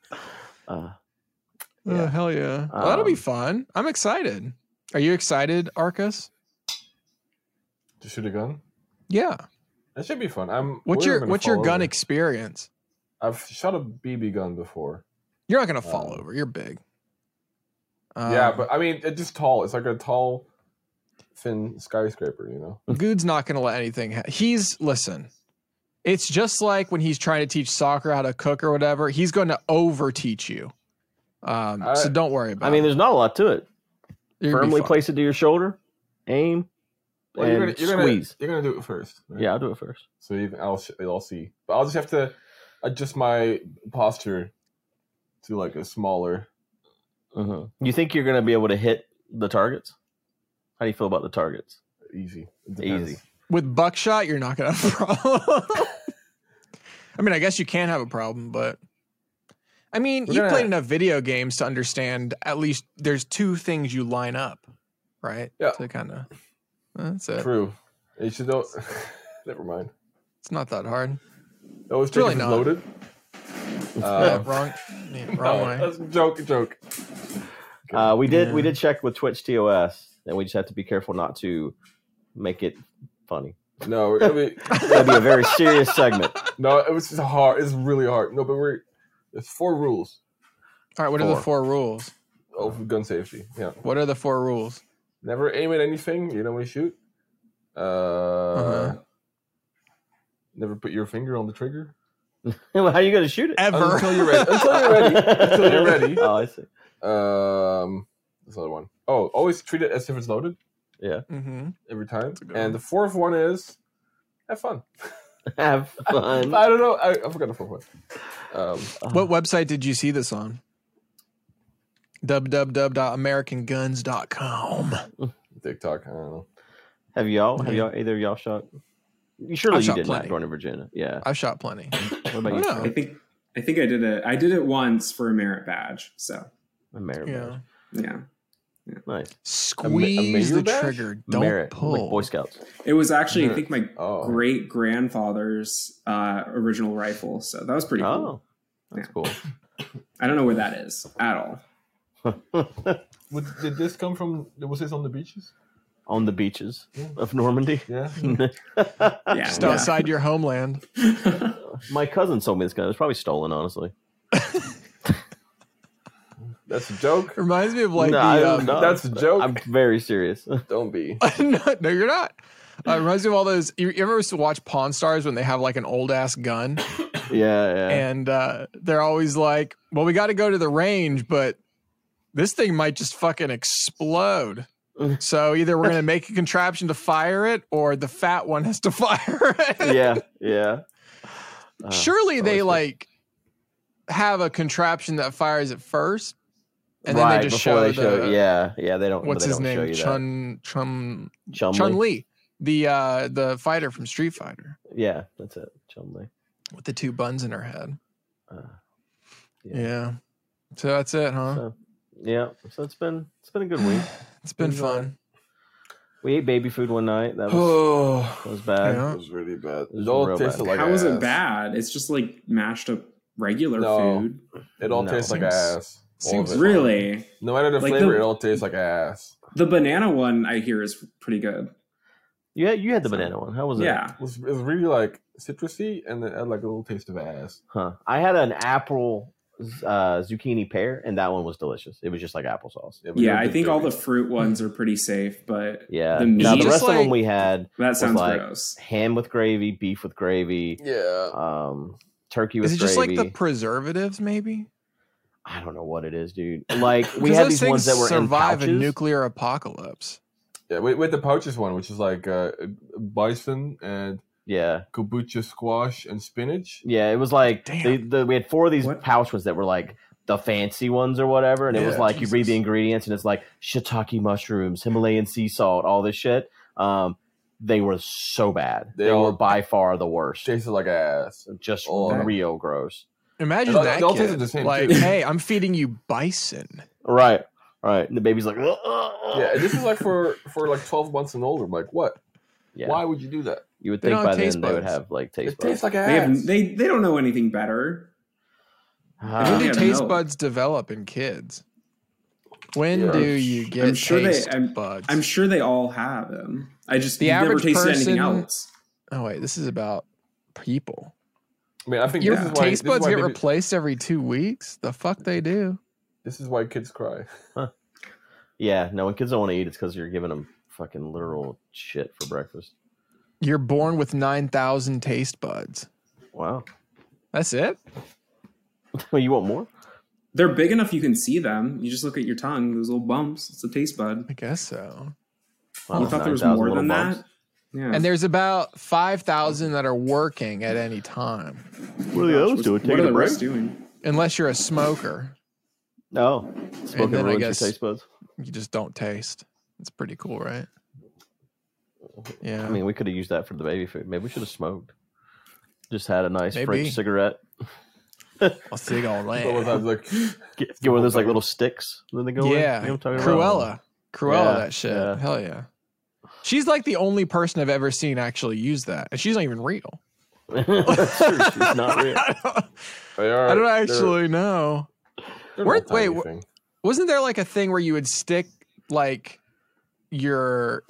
[SPEAKER 2] Uh,
[SPEAKER 1] Oh,
[SPEAKER 2] Yeah.
[SPEAKER 1] hell yeah. Well, that'll be
[SPEAKER 2] Um,
[SPEAKER 1] fun. I'm excited. Are you excited, Arcus?
[SPEAKER 4] To shoot a gun?
[SPEAKER 1] Yeah.
[SPEAKER 4] That should be fun. I'm.
[SPEAKER 1] What's
[SPEAKER 4] we're
[SPEAKER 1] your
[SPEAKER 4] gonna
[SPEAKER 1] what's your
[SPEAKER 4] fall
[SPEAKER 1] gun
[SPEAKER 4] over.
[SPEAKER 1] experience?
[SPEAKER 4] I've shot a BB gun before.
[SPEAKER 1] You're not gonna fall
[SPEAKER 4] Um,
[SPEAKER 1] over. You're big.
[SPEAKER 4] yeah,
[SPEAKER 1] Um,
[SPEAKER 4] but I mean, it's just tall. It's like a tall, thin skyscraper, you know?
[SPEAKER 1] Good's not gonna let anything. Ha- he's listen. It's just like when he's trying to teach soccer how to cook or whatever. He's going to over teach you. Um,
[SPEAKER 4] I-
[SPEAKER 1] so don't worry about.
[SPEAKER 2] I mean,
[SPEAKER 1] it.
[SPEAKER 2] there's not a lot to it.
[SPEAKER 1] You're gonna be
[SPEAKER 2] Firmly
[SPEAKER 1] fine.
[SPEAKER 2] place it to your shoulder, aim,
[SPEAKER 4] Well,
[SPEAKER 2] and
[SPEAKER 4] you're gonna you're
[SPEAKER 2] squeeze.
[SPEAKER 4] gonna you're gonna do it first. right?
[SPEAKER 2] yeah, I'll do it first.
[SPEAKER 4] So you can, I'll sh- I'll see, but I'll just have to adjust my posture to like a smaller.
[SPEAKER 2] Mhm.
[SPEAKER 1] Mm-hmm.
[SPEAKER 2] You think you're gonna be able to hit the targets? How do you feel about the targets?
[SPEAKER 4] Easy. It
[SPEAKER 2] Easy.
[SPEAKER 4] depends.
[SPEAKER 1] with buckshot. You're not gonna have a problem. I mean, I guess you can have a problem, but I mean,
[SPEAKER 4] We're
[SPEAKER 1] you
[SPEAKER 4] gonna-
[SPEAKER 1] played enough video games to understand at least there's two things you line up, right?
[SPEAKER 4] Yeah.
[SPEAKER 1] To kind of that's it.
[SPEAKER 4] True. You should don't. Never mind.
[SPEAKER 1] It's not that hard.
[SPEAKER 4] That was
[SPEAKER 1] It's really
[SPEAKER 4] really
[SPEAKER 1] not.
[SPEAKER 4] loaded.
[SPEAKER 1] Yeah,
[SPEAKER 4] Uh,
[SPEAKER 1] wrong, yeah, wrong
[SPEAKER 4] no,
[SPEAKER 1] way.
[SPEAKER 4] that's a joke. a Joke.
[SPEAKER 2] Uh, we did we
[SPEAKER 1] Yeah.
[SPEAKER 2] did check with Twitch TOS, and we just have to be careful not to make it funny.
[SPEAKER 4] No, we're gonna be,
[SPEAKER 2] That'd be a very serious segment.
[SPEAKER 4] no. It was just hard. It's really hard. No, but we're. It's four rules
[SPEAKER 1] All right, what are the four
[SPEAKER 2] Four.
[SPEAKER 1] rules?
[SPEAKER 4] of gun safety. Yeah.
[SPEAKER 1] What are the four rules?
[SPEAKER 4] Never aim at anything. You know when you shoot. Uh,
[SPEAKER 1] Uh-huh.
[SPEAKER 4] Never put your finger on the trigger
[SPEAKER 2] How are you gonna shoot it?
[SPEAKER 1] Ever.
[SPEAKER 4] until you're ready. Until you're ready. Until you're ready.
[SPEAKER 2] Oh, I see.
[SPEAKER 4] Um, this other one. Oh, always treat it as if it's loaded
[SPEAKER 1] hmm
[SPEAKER 4] every time.
[SPEAKER 1] a good one.
[SPEAKER 4] And the fourth one is have fun.
[SPEAKER 2] Have fun.
[SPEAKER 4] I don't know. I, I forgot the fourth one. Um,
[SPEAKER 1] What website did you see this on? www.americanguns.com.
[SPEAKER 4] TikTok. I don't know.
[SPEAKER 2] Have y'all? Have y'all? Either of y'all shot? Surely
[SPEAKER 1] I've
[SPEAKER 2] you
[SPEAKER 1] shot
[SPEAKER 2] did
[SPEAKER 1] plenty.
[SPEAKER 2] not Northern Virginia. Yeah.
[SPEAKER 1] I've shot plenty.
[SPEAKER 2] What about you?
[SPEAKER 1] No.
[SPEAKER 2] Trey?
[SPEAKER 3] I think I think I did it. I did it once for a merit badge. So
[SPEAKER 2] A merit
[SPEAKER 1] Yeah.
[SPEAKER 2] badge.
[SPEAKER 3] yeah,
[SPEAKER 2] Nice.
[SPEAKER 1] Squeeze the
[SPEAKER 4] mayor badge?
[SPEAKER 1] trigger. Don't
[SPEAKER 2] merit,
[SPEAKER 1] pull.
[SPEAKER 2] Like Boy Scouts.
[SPEAKER 3] it was actually I
[SPEAKER 4] Merit.
[SPEAKER 3] think my
[SPEAKER 4] Oh,
[SPEAKER 3] great grandfather's uh, original rifle. So that was pretty cool.
[SPEAKER 2] Oh, that's
[SPEAKER 3] I don't know where that is at all.
[SPEAKER 2] cool.
[SPEAKER 4] Would, did this come from? Was this on the beaches?
[SPEAKER 2] On the beaches
[SPEAKER 4] Yeah.
[SPEAKER 2] of Normandy.
[SPEAKER 4] Yeah.
[SPEAKER 3] Yeah,
[SPEAKER 1] Just
[SPEAKER 3] yeah.
[SPEAKER 1] outside your homeland.
[SPEAKER 2] My cousin sold me this gun. It was probably stolen, honestly.
[SPEAKER 4] That's a joke.
[SPEAKER 1] Reminds me of like
[SPEAKER 2] No, I
[SPEAKER 1] the.
[SPEAKER 2] don't
[SPEAKER 1] um,
[SPEAKER 2] know.
[SPEAKER 4] That's a joke.
[SPEAKER 2] I'm very serious.
[SPEAKER 4] Don't be.
[SPEAKER 1] no, no, you're not. Uh, it reminds me of all those. You, you ever used to watch Pawn Stars when they have like an old ass gun,
[SPEAKER 2] yeah, yeah.
[SPEAKER 1] and uh, they're always like, "Well, we got to go to the range, but this thing might just fucking explode." So either we're gonna make a contraption to fire it, or the fat one has to fire it.
[SPEAKER 2] yeah, yeah. Uh,
[SPEAKER 1] Surely
[SPEAKER 2] always
[SPEAKER 1] they
[SPEAKER 2] good.
[SPEAKER 1] like have a contraption that fires it first, and then
[SPEAKER 2] right,
[SPEAKER 1] they just show,
[SPEAKER 2] before they
[SPEAKER 1] the
[SPEAKER 2] yeah, yeah. They don't.
[SPEAKER 1] what's
[SPEAKER 2] they
[SPEAKER 1] his
[SPEAKER 2] don't Show
[SPEAKER 1] name
[SPEAKER 2] you
[SPEAKER 1] Chun Chun
[SPEAKER 2] that. Chumley.
[SPEAKER 1] Chun Li, the uh, the fighter from Street Fighter.
[SPEAKER 2] Yeah, that's it. Chumley.
[SPEAKER 1] with the two buns in her head.
[SPEAKER 2] Uh,
[SPEAKER 1] Yeah.
[SPEAKER 2] Yeah.
[SPEAKER 1] So that's it, huh?
[SPEAKER 2] So, yeah. So it's been it's been a good week.
[SPEAKER 1] It's been
[SPEAKER 2] Good
[SPEAKER 1] fun.
[SPEAKER 2] We ate baby food one night. That was
[SPEAKER 4] Oh,
[SPEAKER 2] that was bad.
[SPEAKER 1] Yeah.
[SPEAKER 4] it was really bad.
[SPEAKER 2] was
[SPEAKER 4] It all
[SPEAKER 2] real
[SPEAKER 4] tasted
[SPEAKER 2] bad.
[SPEAKER 4] like
[SPEAKER 3] How is
[SPEAKER 4] ass.
[SPEAKER 3] it bad? It's just like mashed up regular
[SPEAKER 4] No.
[SPEAKER 3] food.
[SPEAKER 4] It all
[SPEAKER 2] No.
[SPEAKER 4] tastes like
[SPEAKER 1] Seems-
[SPEAKER 4] ass. All of
[SPEAKER 1] seems
[SPEAKER 4] it.
[SPEAKER 3] Really,
[SPEAKER 4] No matter the
[SPEAKER 3] Like
[SPEAKER 4] flavor,
[SPEAKER 3] the-
[SPEAKER 4] it all tastes like ass.
[SPEAKER 3] the banana one I hear is pretty good.
[SPEAKER 2] You had you had the banana one. How was it?
[SPEAKER 3] Yeah,
[SPEAKER 4] It was, it was really like citrusy, and it had like a little taste of ass.
[SPEAKER 2] Huh. I had an apple uh, zucchini pear, and that one was delicious. It was just like applesauce.
[SPEAKER 4] but
[SPEAKER 3] yeah.
[SPEAKER 4] it
[SPEAKER 3] I
[SPEAKER 4] did
[SPEAKER 3] think all
[SPEAKER 4] dirty.
[SPEAKER 3] the fruit ones are pretty safe, but
[SPEAKER 2] Yeah.
[SPEAKER 3] The
[SPEAKER 2] now
[SPEAKER 3] meat-
[SPEAKER 2] the
[SPEAKER 1] Just
[SPEAKER 2] rest of them
[SPEAKER 1] like-
[SPEAKER 2] we had
[SPEAKER 3] that sounds
[SPEAKER 2] like-
[SPEAKER 3] gross.
[SPEAKER 2] ham with gravy, beef with gravy,
[SPEAKER 4] yeah.
[SPEAKER 2] um, turkey with
[SPEAKER 1] Is it just like
[SPEAKER 2] gravy.
[SPEAKER 1] the preservatives, maybe?
[SPEAKER 2] I don't know what it is, dude. Like we
[SPEAKER 1] 'Cause
[SPEAKER 2] had
[SPEAKER 1] those
[SPEAKER 2] these ones
[SPEAKER 1] things
[SPEAKER 2] that were
[SPEAKER 1] survive
[SPEAKER 2] in
[SPEAKER 1] a
[SPEAKER 2] pouches.
[SPEAKER 1] nuclear apocalypse.
[SPEAKER 4] Yeah, with, with the pouches one, which is like uh, bison and
[SPEAKER 2] yeah,
[SPEAKER 4] kombucha squash and spinach.
[SPEAKER 2] yeah. It was like
[SPEAKER 1] Damn.
[SPEAKER 2] the, the, we had four of these
[SPEAKER 3] What?
[SPEAKER 2] pouch ones that were like the fancy ones or whatever, and it was
[SPEAKER 1] Yeah,
[SPEAKER 2] like you read
[SPEAKER 1] Jesus.
[SPEAKER 2] the ingredients and it's like shiitake mushrooms, Himalayan sea salt, all this shit. Um, they were so bad.
[SPEAKER 4] They
[SPEAKER 2] They,
[SPEAKER 4] all-
[SPEAKER 2] were by far the worst.
[SPEAKER 4] Tasted like ass.
[SPEAKER 2] Just
[SPEAKER 4] all of 'em.
[SPEAKER 2] real gross.
[SPEAKER 1] Imagine
[SPEAKER 4] They all-
[SPEAKER 1] that.
[SPEAKER 4] they all
[SPEAKER 1] kid.
[SPEAKER 4] taste the same,
[SPEAKER 1] like,
[SPEAKER 4] too.
[SPEAKER 1] hey, I'm feeding you bison.
[SPEAKER 2] Right, right. And the baby's like, "Ugh, ugh, ugh."
[SPEAKER 4] Yeah, this is like for for like twelve months and older. I'm like, what?
[SPEAKER 2] yeah.
[SPEAKER 4] Why would you do that?
[SPEAKER 2] You would
[SPEAKER 1] They
[SPEAKER 2] think
[SPEAKER 1] don't have
[SPEAKER 2] by then
[SPEAKER 1] taste
[SPEAKER 2] they would
[SPEAKER 1] buds.
[SPEAKER 2] have like taste
[SPEAKER 4] It
[SPEAKER 2] buds.
[SPEAKER 4] tastes like
[SPEAKER 3] They
[SPEAKER 4] ass.
[SPEAKER 3] have they they don't know anything better.
[SPEAKER 2] Ah.
[SPEAKER 3] I
[SPEAKER 1] when do
[SPEAKER 3] don't
[SPEAKER 1] taste
[SPEAKER 3] know.
[SPEAKER 1] buds develop in kids? When
[SPEAKER 4] Yeah.
[SPEAKER 1] do you get
[SPEAKER 3] I'm sure they-
[SPEAKER 1] taste
[SPEAKER 3] I'm-
[SPEAKER 1] buds?
[SPEAKER 3] I'm sure they all have them. I just
[SPEAKER 1] The
[SPEAKER 3] you've never
[SPEAKER 1] average
[SPEAKER 3] tasted
[SPEAKER 1] person-
[SPEAKER 3] anything else.
[SPEAKER 1] oh wait, this is about people.
[SPEAKER 4] I mean, I think
[SPEAKER 1] Your
[SPEAKER 4] this is why
[SPEAKER 1] taste
[SPEAKER 4] this is
[SPEAKER 1] buds
[SPEAKER 4] why
[SPEAKER 1] get
[SPEAKER 4] baby-
[SPEAKER 1] replaced every two weeks. The fuck they do.
[SPEAKER 4] This is why kids cry.
[SPEAKER 2] Yeah, no, when kids don't want to eat, it's because you're giving them fucking literal shit for breakfast.
[SPEAKER 1] You're born with 9,000 taste buds.
[SPEAKER 2] Wow.
[SPEAKER 1] That's it?
[SPEAKER 2] Well, you want more?
[SPEAKER 3] They're big enough you can see them. You just look at your tongue; those little bumps. It's a taste bud.
[SPEAKER 1] I guess so.
[SPEAKER 2] Wow,
[SPEAKER 3] you thought there was
[SPEAKER 2] 9,000
[SPEAKER 3] more
[SPEAKER 2] little
[SPEAKER 3] than
[SPEAKER 2] bumps.
[SPEAKER 3] that? Yeah.
[SPEAKER 1] And there's about 5,000 that are working at any time,
[SPEAKER 2] What are the others doing?
[SPEAKER 3] What
[SPEAKER 2] Taking
[SPEAKER 3] are
[SPEAKER 2] a
[SPEAKER 3] the
[SPEAKER 2] break?
[SPEAKER 3] rest doing?
[SPEAKER 1] unless you're a smoker.
[SPEAKER 2] No.
[SPEAKER 1] And
[SPEAKER 2] Smoking
[SPEAKER 1] then I
[SPEAKER 2] ruins
[SPEAKER 1] guess-
[SPEAKER 2] your taste buds.
[SPEAKER 1] You just don't taste. It's pretty cool, right? Yeah.
[SPEAKER 2] I mean, we could have used that for the baby food. Maybe we should have smoked. Just had a nice
[SPEAKER 1] Maybe.
[SPEAKER 2] French cigarette.
[SPEAKER 1] I'll see all
[SPEAKER 4] So was I
[SPEAKER 1] that.
[SPEAKER 4] like,
[SPEAKER 2] Get, get one of those like little sticks. Then they go. in.
[SPEAKER 1] Yeah.
[SPEAKER 2] You know what I'm talking
[SPEAKER 1] Cruella.
[SPEAKER 2] About?
[SPEAKER 1] Cruella,
[SPEAKER 2] Yeah,
[SPEAKER 1] that shit.
[SPEAKER 2] yeah.
[SPEAKER 1] Hell yeah. She's like the only person I've ever seen actually use that. And she's not even real.
[SPEAKER 2] That's true. She's not real.
[SPEAKER 1] I don't-
[SPEAKER 4] they are,
[SPEAKER 1] I don't
[SPEAKER 4] they're-
[SPEAKER 1] actually know.
[SPEAKER 4] they're
[SPEAKER 1] Where-
[SPEAKER 4] an old-timey
[SPEAKER 1] wait, wh-
[SPEAKER 4] thing.
[SPEAKER 1] wasn't there like a thing where you would stick like your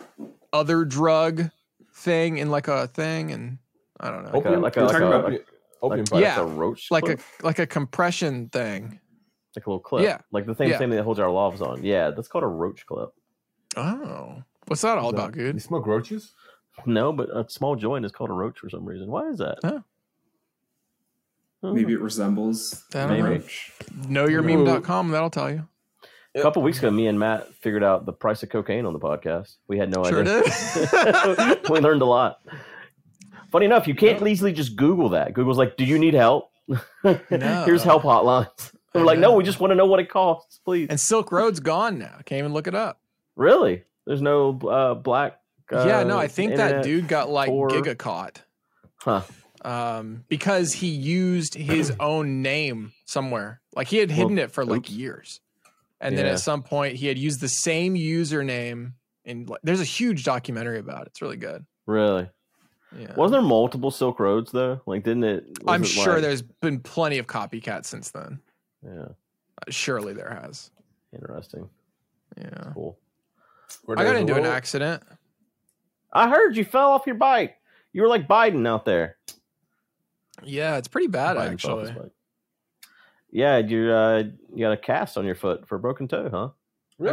[SPEAKER 1] other drug thing in like a thing and I don't know.
[SPEAKER 2] Okay,
[SPEAKER 4] opium,
[SPEAKER 2] like a-
[SPEAKER 4] you're
[SPEAKER 2] like
[SPEAKER 4] talking
[SPEAKER 2] a-
[SPEAKER 4] about
[SPEAKER 2] like-
[SPEAKER 4] opium
[SPEAKER 2] Like,
[SPEAKER 4] pipe.
[SPEAKER 1] Yeah.
[SPEAKER 2] Like a roach.
[SPEAKER 1] Like a
[SPEAKER 2] clip?
[SPEAKER 1] like a compression thing.
[SPEAKER 2] like a little clip.
[SPEAKER 1] Yeah.
[SPEAKER 2] Like the same
[SPEAKER 1] Yeah.
[SPEAKER 2] thing that holds our lobs on. Yeah, that's called a roach clip.
[SPEAKER 1] Oh. What's that all
[SPEAKER 4] Is that-
[SPEAKER 1] about,
[SPEAKER 4] You
[SPEAKER 1] dude?
[SPEAKER 4] smoke roaches?
[SPEAKER 2] No, but a small joint is called a roach for some reason. Why is that?
[SPEAKER 1] Huh.
[SPEAKER 2] Hmm.
[SPEAKER 3] Maybe it resembles
[SPEAKER 1] I don't
[SPEAKER 2] Maybe.
[SPEAKER 1] know. Knowyourmeme.com, that'll tell you.
[SPEAKER 2] A couple weeks ago, me and Matt figured out the price of cocaine on the podcast. We had no
[SPEAKER 1] sure
[SPEAKER 2] idea.
[SPEAKER 1] did.
[SPEAKER 2] we learned a lot. Funny enough, you can't easily just Google that. Google's like, "Do you need help? Here's help hotlines." And we're like, "No, we just want to know what it costs, please."
[SPEAKER 1] and Silk Road's gone now. Can't even look it up.
[SPEAKER 2] really? There's no uh, black
[SPEAKER 1] yeah,
[SPEAKER 2] uh,
[SPEAKER 1] no, I think
[SPEAKER 2] internet
[SPEAKER 1] that dude got like
[SPEAKER 2] or-
[SPEAKER 1] giga caught
[SPEAKER 2] Huh.
[SPEAKER 1] um, because he used his own name somewhere. Like he had hidden
[SPEAKER 2] Well,
[SPEAKER 1] it for like
[SPEAKER 2] oops.
[SPEAKER 1] years, and then
[SPEAKER 2] Yeah.
[SPEAKER 1] at some point he had used the same username. And like, there's a huge documentary about it. It's really good.
[SPEAKER 2] Really?
[SPEAKER 1] Yeah.
[SPEAKER 2] Wasn't there multiple Silk Roads though? Like, didn't it?
[SPEAKER 1] I'm
[SPEAKER 2] wasn't,
[SPEAKER 1] sure
[SPEAKER 2] like-
[SPEAKER 1] there's been plenty of copycats since then.
[SPEAKER 2] Yeah.
[SPEAKER 1] Uh, Surely there has.
[SPEAKER 2] Interesting.
[SPEAKER 1] Yeah.
[SPEAKER 2] Cool.
[SPEAKER 4] Where
[SPEAKER 1] I got
[SPEAKER 4] there's a
[SPEAKER 1] into an
[SPEAKER 4] little-
[SPEAKER 1] accident.
[SPEAKER 2] I heard you fell off your bike. You were like Biden out there.
[SPEAKER 1] Yeah, it's pretty bad
[SPEAKER 2] Biden fell off his
[SPEAKER 1] actually.
[SPEAKER 2] bike. Yeah, you uh, you got a cast on your foot for a broken toe,
[SPEAKER 1] I
[SPEAKER 2] huh?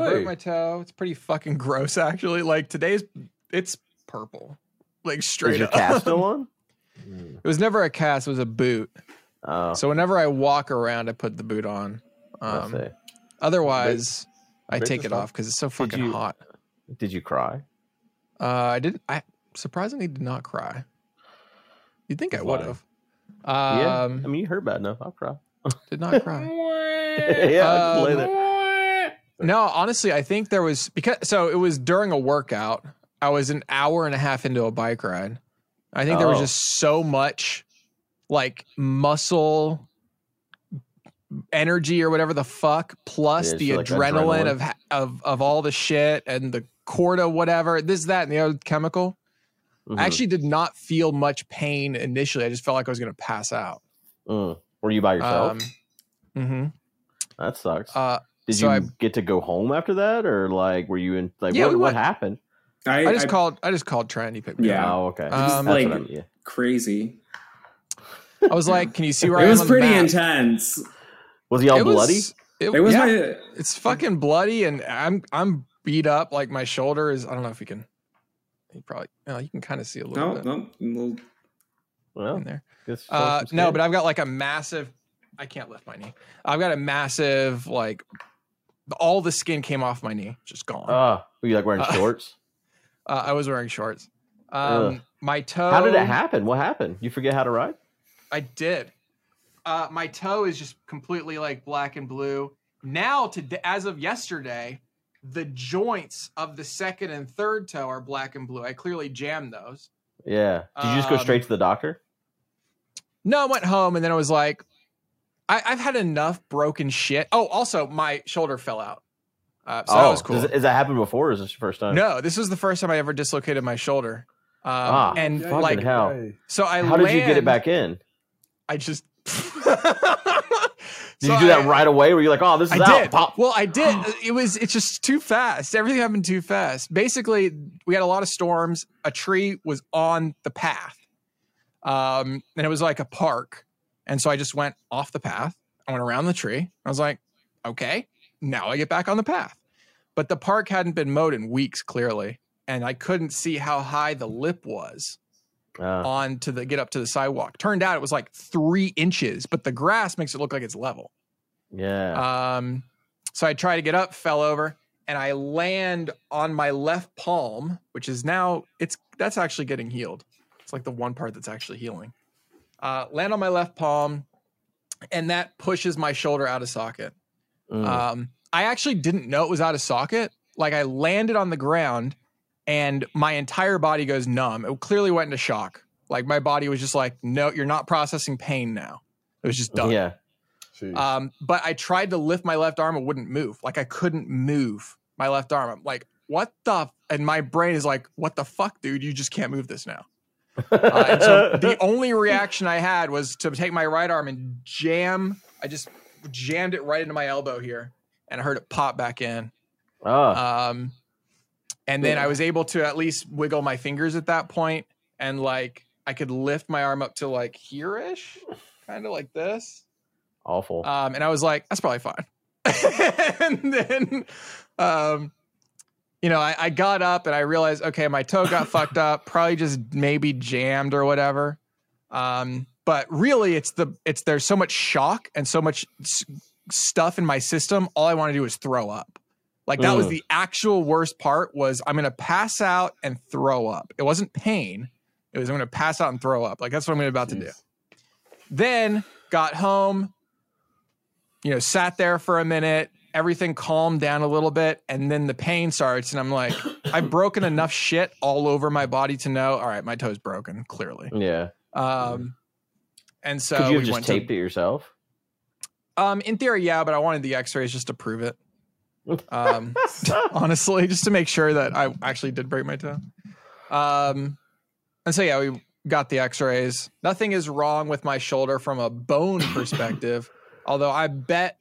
[SPEAKER 4] Really?
[SPEAKER 1] broke my toe. It's pretty fucking gross actually. Like today's it's purple. Like
[SPEAKER 2] Is
[SPEAKER 1] straight
[SPEAKER 2] your
[SPEAKER 1] up.
[SPEAKER 2] cast still on?
[SPEAKER 4] Mm.
[SPEAKER 1] It was never a cast, it was a boot.
[SPEAKER 2] Oh,
[SPEAKER 1] So whenever I walk around, I put the boot on.
[SPEAKER 2] I
[SPEAKER 1] Um,
[SPEAKER 2] see.
[SPEAKER 1] otherwise, I
[SPEAKER 4] Break
[SPEAKER 1] take
[SPEAKER 4] this
[SPEAKER 1] it
[SPEAKER 4] up.
[SPEAKER 1] off because it's so fucking
[SPEAKER 2] you-
[SPEAKER 1] hot.
[SPEAKER 2] Did you cry?
[SPEAKER 1] Uh, I didn't. I surprisingly did not cry. You'd think I would
[SPEAKER 4] Why?
[SPEAKER 1] have.
[SPEAKER 2] yeah. I
[SPEAKER 1] Um,
[SPEAKER 2] mean, you heard bad enough. I'll cry.
[SPEAKER 1] did not cry. eh,
[SPEAKER 2] yeah, I
[SPEAKER 1] um,
[SPEAKER 2] just lay there.
[SPEAKER 1] No, honestly, I think there was because so it was during a workout. I was an hour and a half into a bike ride. I think there was
[SPEAKER 2] Oh.
[SPEAKER 1] just so much like muscle energy or whatever the fuck plus
[SPEAKER 2] Yeah,
[SPEAKER 1] the
[SPEAKER 2] just like
[SPEAKER 1] adrenaline,
[SPEAKER 2] adrenaline.
[SPEAKER 1] of ha- of of all the shit and the corda whatever this that and the other chemical
[SPEAKER 2] Mhm.
[SPEAKER 1] i actually did not feel much pain initially i just felt like i was going to pass out
[SPEAKER 2] Mm. Were you by yourself?
[SPEAKER 1] Um, mhm.
[SPEAKER 2] that sucks.
[SPEAKER 1] Uh,
[SPEAKER 2] Did
[SPEAKER 1] so
[SPEAKER 2] you
[SPEAKER 1] I-
[SPEAKER 2] get to go home after that, or like were you in? Like,
[SPEAKER 1] Yeah,
[SPEAKER 2] what,
[SPEAKER 1] we
[SPEAKER 2] what
[SPEAKER 1] went-
[SPEAKER 2] happened?
[SPEAKER 3] I,
[SPEAKER 1] I just
[SPEAKER 3] I-
[SPEAKER 1] called. I just called Trent. He picked me
[SPEAKER 3] Yeah.
[SPEAKER 1] up.
[SPEAKER 2] Oh, okay.
[SPEAKER 1] Um,
[SPEAKER 2] That's what
[SPEAKER 3] like-
[SPEAKER 2] I'm- yeah.
[SPEAKER 3] crazy.
[SPEAKER 1] I was like, "Can you see where I
[SPEAKER 3] It
[SPEAKER 1] am
[SPEAKER 3] was
[SPEAKER 1] on the
[SPEAKER 3] pretty
[SPEAKER 1] map?"
[SPEAKER 3] intense.
[SPEAKER 2] Was he all
[SPEAKER 1] It was-
[SPEAKER 2] bloody?
[SPEAKER 1] It,
[SPEAKER 3] It was
[SPEAKER 1] yeah,
[SPEAKER 3] my oh,
[SPEAKER 1] It's fucking bloody, and I'm I'm beat up. Like my shoulder is. I don't know if you can. You probably. No, you can kind of see a little
[SPEAKER 3] no,
[SPEAKER 1] bit
[SPEAKER 3] no, oh, little-
[SPEAKER 2] Well,
[SPEAKER 1] in there.
[SPEAKER 2] guess you saw
[SPEAKER 1] Uh,
[SPEAKER 2] some
[SPEAKER 1] no,
[SPEAKER 2] skin.
[SPEAKER 1] but I've got like a massive. I can't lift my knee. I've got a massive like. All the skin came off my knee, just gone. Uh,
[SPEAKER 2] Ah, were you like wearing
[SPEAKER 1] Uh,
[SPEAKER 2] shorts?
[SPEAKER 1] I was wearing shorts. Um, my toe.
[SPEAKER 2] How did it happen? What happened? You forget how to ride?
[SPEAKER 1] I did. Uh, my toe is just completely like black and blue. Now, to as of yesterday, the joints of the second and third toe are black and blue. I clearly jammed those.
[SPEAKER 2] Yeah. Did you just go
[SPEAKER 1] Um,
[SPEAKER 2] straight to the doctor?
[SPEAKER 1] No, I went home and then I was like, I, I've had enough broken shit. Oh, also, my shoulder fell out. Uh, so that was cool.
[SPEAKER 2] Oh, Does, has that happened before? Or is this your first time?
[SPEAKER 1] no, this was the first time I ever dislocated my shoulder. Um,
[SPEAKER 2] Ah,
[SPEAKER 1] and
[SPEAKER 4] Fucking
[SPEAKER 1] like,
[SPEAKER 2] hell.
[SPEAKER 1] so I
[SPEAKER 2] how did you get it
[SPEAKER 1] land-
[SPEAKER 2] back in?
[SPEAKER 1] I just. did
[SPEAKER 2] Did you do that right away? Were you like, oh, this is
[SPEAKER 1] I
[SPEAKER 2] out?
[SPEAKER 1] did.
[SPEAKER 2] Pop.
[SPEAKER 1] Well, I did. It was. It's just too fast. Everything happened too fast. Basically, we had a lot of storms. A tree was on the path, um, and it was like a park. And so I just went off the path. I went around the tree. I was like, okay, now I get back on the path. But the park hadn't been mowed in weeks, clearly, and I couldn't see how high the lip was
[SPEAKER 2] Uh,
[SPEAKER 1] on to the get up to the sidewalk. Turned out it was like three inches, but the grass makes it look like it's level.
[SPEAKER 2] yeah.
[SPEAKER 1] Um, so I try to get up, fell over, and I land on my left palm, which is now it's that's actually getting healed. It's like the one part that's actually healing. Uh, land on my left palm, and that pushes my shoulder out of socket.
[SPEAKER 2] Mm.
[SPEAKER 1] Um, I actually didn't know it was out of socket. Like I landed on the ground, and my entire body goes numb. It clearly went into shock. Like my body was just like, no, you're not processing pain now. It was just done.
[SPEAKER 2] yeah.
[SPEAKER 4] Jeez.
[SPEAKER 1] Um, but I tried to lift my left arm, it wouldn't move. Like I couldn't move my left arm. I'm like, what the? f-" And my brain is like, what the fuck, dude? You just can't move this now. Uh, and so the only reaction I had was to take my right arm and jam. I just jammed it right into my elbow here, and I heard it pop back in.
[SPEAKER 2] Ah,
[SPEAKER 1] Um, and then I was able to at least wiggle my fingers at that point, and like I could lift my arm up to like here ish, kind of like this.
[SPEAKER 2] awful.
[SPEAKER 1] Um, and I was like, that's probably fine. and then, um, you know, I, I got up and I realized, okay, my toe got fucked up, probably just maybe jammed or whatever. Um, but really, it's the it's there's so much shock and so much s- stuff in my system. All I want to do is throw up. Like that was
[SPEAKER 2] Mm.
[SPEAKER 1] the actual worst part was I'm gonna pass out and throw up. It wasn't pain. It was I'm gonna pass out and throw up. Like that's what I'm about to do.
[SPEAKER 4] Jeez.
[SPEAKER 1] Then got home, you know, sat there for a minute, everything calmed down a little bit, and then the pain starts, and I'm like, I've broken enough shit all over my body to know, all right, my toe's broken, clearly.
[SPEAKER 2] Yeah.
[SPEAKER 1] Um, and
[SPEAKER 2] Could
[SPEAKER 1] so
[SPEAKER 2] you
[SPEAKER 1] we
[SPEAKER 2] have just
[SPEAKER 1] went to,
[SPEAKER 2] taped it yourself?
[SPEAKER 1] um, in theory, yeah, but I wanted the X-rays just to prove it. Um, honestly, just to make sure that I actually did break my toe. Um, and so yeah, we got the X-rays. Nothing is wrong with my shoulder from a bone perspective, although I bet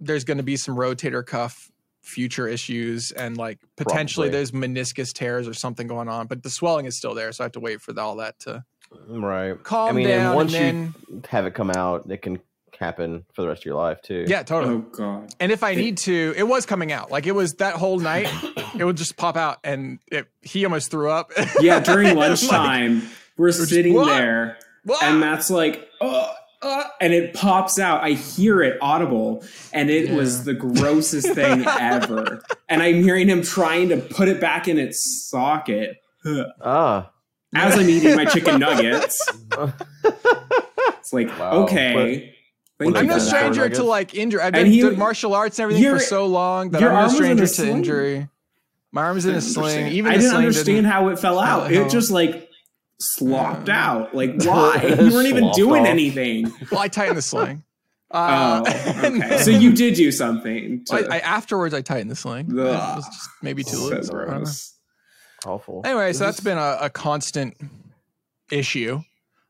[SPEAKER 1] there's going to be some rotator cuff future issues and like potentially
[SPEAKER 2] Probably.
[SPEAKER 1] there's meniscus tears or something going on. But the swelling is still there, so I have to wait for the- all that to
[SPEAKER 2] right.
[SPEAKER 1] calm
[SPEAKER 2] I mean,
[SPEAKER 1] down.
[SPEAKER 2] and
[SPEAKER 1] And
[SPEAKER 2] once
[SPEAKER 1] then,
[SPEAKER 2] you have it come out, it can happen for the rest of your life too.
[SPEAKER 1] yeah, totally.
[SPEAKER 3] Oh god.
[SPEAKER 1] And if I need to, it was coming out. Like it was that whole night, it would just pop out, and it, he almost threw up.
[SPEAKER 3] Yeah, during
[SPEAKER 1] I'm like,
[SPEAKER 3] lunchtime, we're
[SPEAKER 1] just,
[SPEAKER 3] sitting
[SPEAKER 1] "What?"
[SPEAKER 3] there
[SPEAKER 1] "Wah!"
[SPEAKER 3] and Matt's like, oh, uh, and it pops out. I hear it audible, and it was the grossest thing ever. And I'm hearing him trying to put it back in its socket
[SPEAKER 2] Ah.
[SPEAKER 3] as I'm eating my chicken nuggets. It's like,
[SPEAKER 4] Wow.
[SPEAKER 3] okay,
[SPEAKER 2] Well,
[SPEAKER 3] thank
[SPEAKER 1] I'm no
[SPEAKER 3] you for
[SPEAKER 2] Like that.
[SPEAKER 1] stranger
[SPEAKER 2] Like
[SPEAKER 1] to
[SPEAKER 2] it.
[SPEAKER 1] like injury. I've
[SPEAKER 3] And
[SPEAKER 1] done,
[SPEAKER 3] he-
[SPEAKER 1] done martial arts and everything
[SPEAKER 3] your-
[SPEAKER 1] for so long that
[SPEAKER 3] your
[SPEAKER 1] I'm
[SPEAKER 3] arm
[SPEAKER 1] no
[SPEAKER 3] was in
[SPEAKER 1] stranger
[SPEAKER 3] a
[SPEAKER 1] to
[SPEAKER 3] sling.
[SPEAKER 1] injury. My arm's in a sling. Even
[SPEAKER 3] I
[SPEAKER 1] the
[SPEAKER 3] didn't
[SPEAKER 1] sling
[SPEAKER 3] understand
[SPEAKER 1] didn't-
[SPEAKER 3] how it fell out.
[SPEAKER 1] Yeah.
[SPEAKER 3] It just like slopped out. Like why? You weren't even
[SPEAKER 2] Slopped
[SPEAKER 3] doing
[SPEAKER 2] off.
[SPEAKER 3] anything.
[SPEAKER 1] Well, I tightened the sling.
[SPEAKER 3] Oh,
[SPEAKER 1] Uh, and
[SPEAKER 3] okay.
[SPEAKER 1] then-
[SPEAKER 3] so you did do something. To,
[SPEAKER 1] I, I- afterwards, I tightened the sling. It
[SPEAKER 3] Ugh.
[SPEAKER 1] was just maybe too
[SPEAKER 3] so
[SPEAKER 1] loose. I don't know.
[SPEAKER 3] gross.
[SPEAKER 2] Awful.
[SPEAKER 1] Anyway, uh, so that's been a, a constant issue.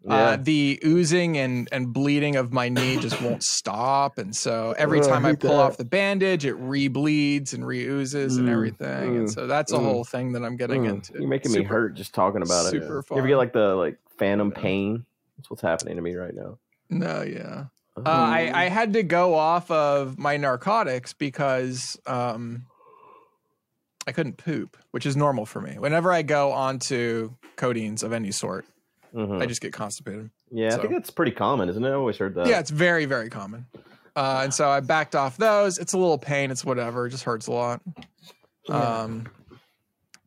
[SPEAKER 1] Uh,
[SPEAKER 2] Yeah.
[SPEAKER 1] the oozing and, and bleeding of my knee just won't stop. And so every
[SPEAKER 2] Ugh, Oh, I
[SPEAKER 1] time I
[SPEAKER 2] hate
[SPEAKER 1] pull
[SPEAKER 2] that.
[SPEAKER 1] off the bandage, it re bleeds and re oozes and
[SPEAKER 2] Mm,
[SPEAKER 1] everything. and
[SPEAKER 2] mm,
[SPEAKER 1] so that's a
[SPEAKER 2] mm.
[SPEAKER 1] whole thing that I'm getting
[SPEAKER 2] Mm,
[SPEAKER 1] into.
[SPEAKER 2] You're making me
[SPEAKER 1] Super-
[SPEAKER 2] hurt just talking about it.
[SPEAKER 1] super
[SPEAKER 2] You ever
[SPEAKER 1] fun.
[SPEAKER 2] get like the like phantom pain? That's what's happening to me right now.
[SPEAKER 1] No,
[SPEAKER 2] Uh-huh.
[SPEAKER 1] yeah. Uh,
[SPEAKER 2] mm.
[SPEAKER 1] I, I had to go off of my narcotics because um, I couldn't poop, which is normal for me. Whenever I go onto codeines of any sort,
[SPEAKER 2] Mhm.
[SPEAKER 1] I just get constipated.
[SPEAKER 2] yeah, I think
[SPEAKER 1] so-
[SPEAKER 2] that's pretty common, isn't it? I always heard that.
[SPEAKER 1] yeah, it's very, very common. Uh, and so I backed off those. It's a little pain. It's whatever. It just hurts a lot. Um,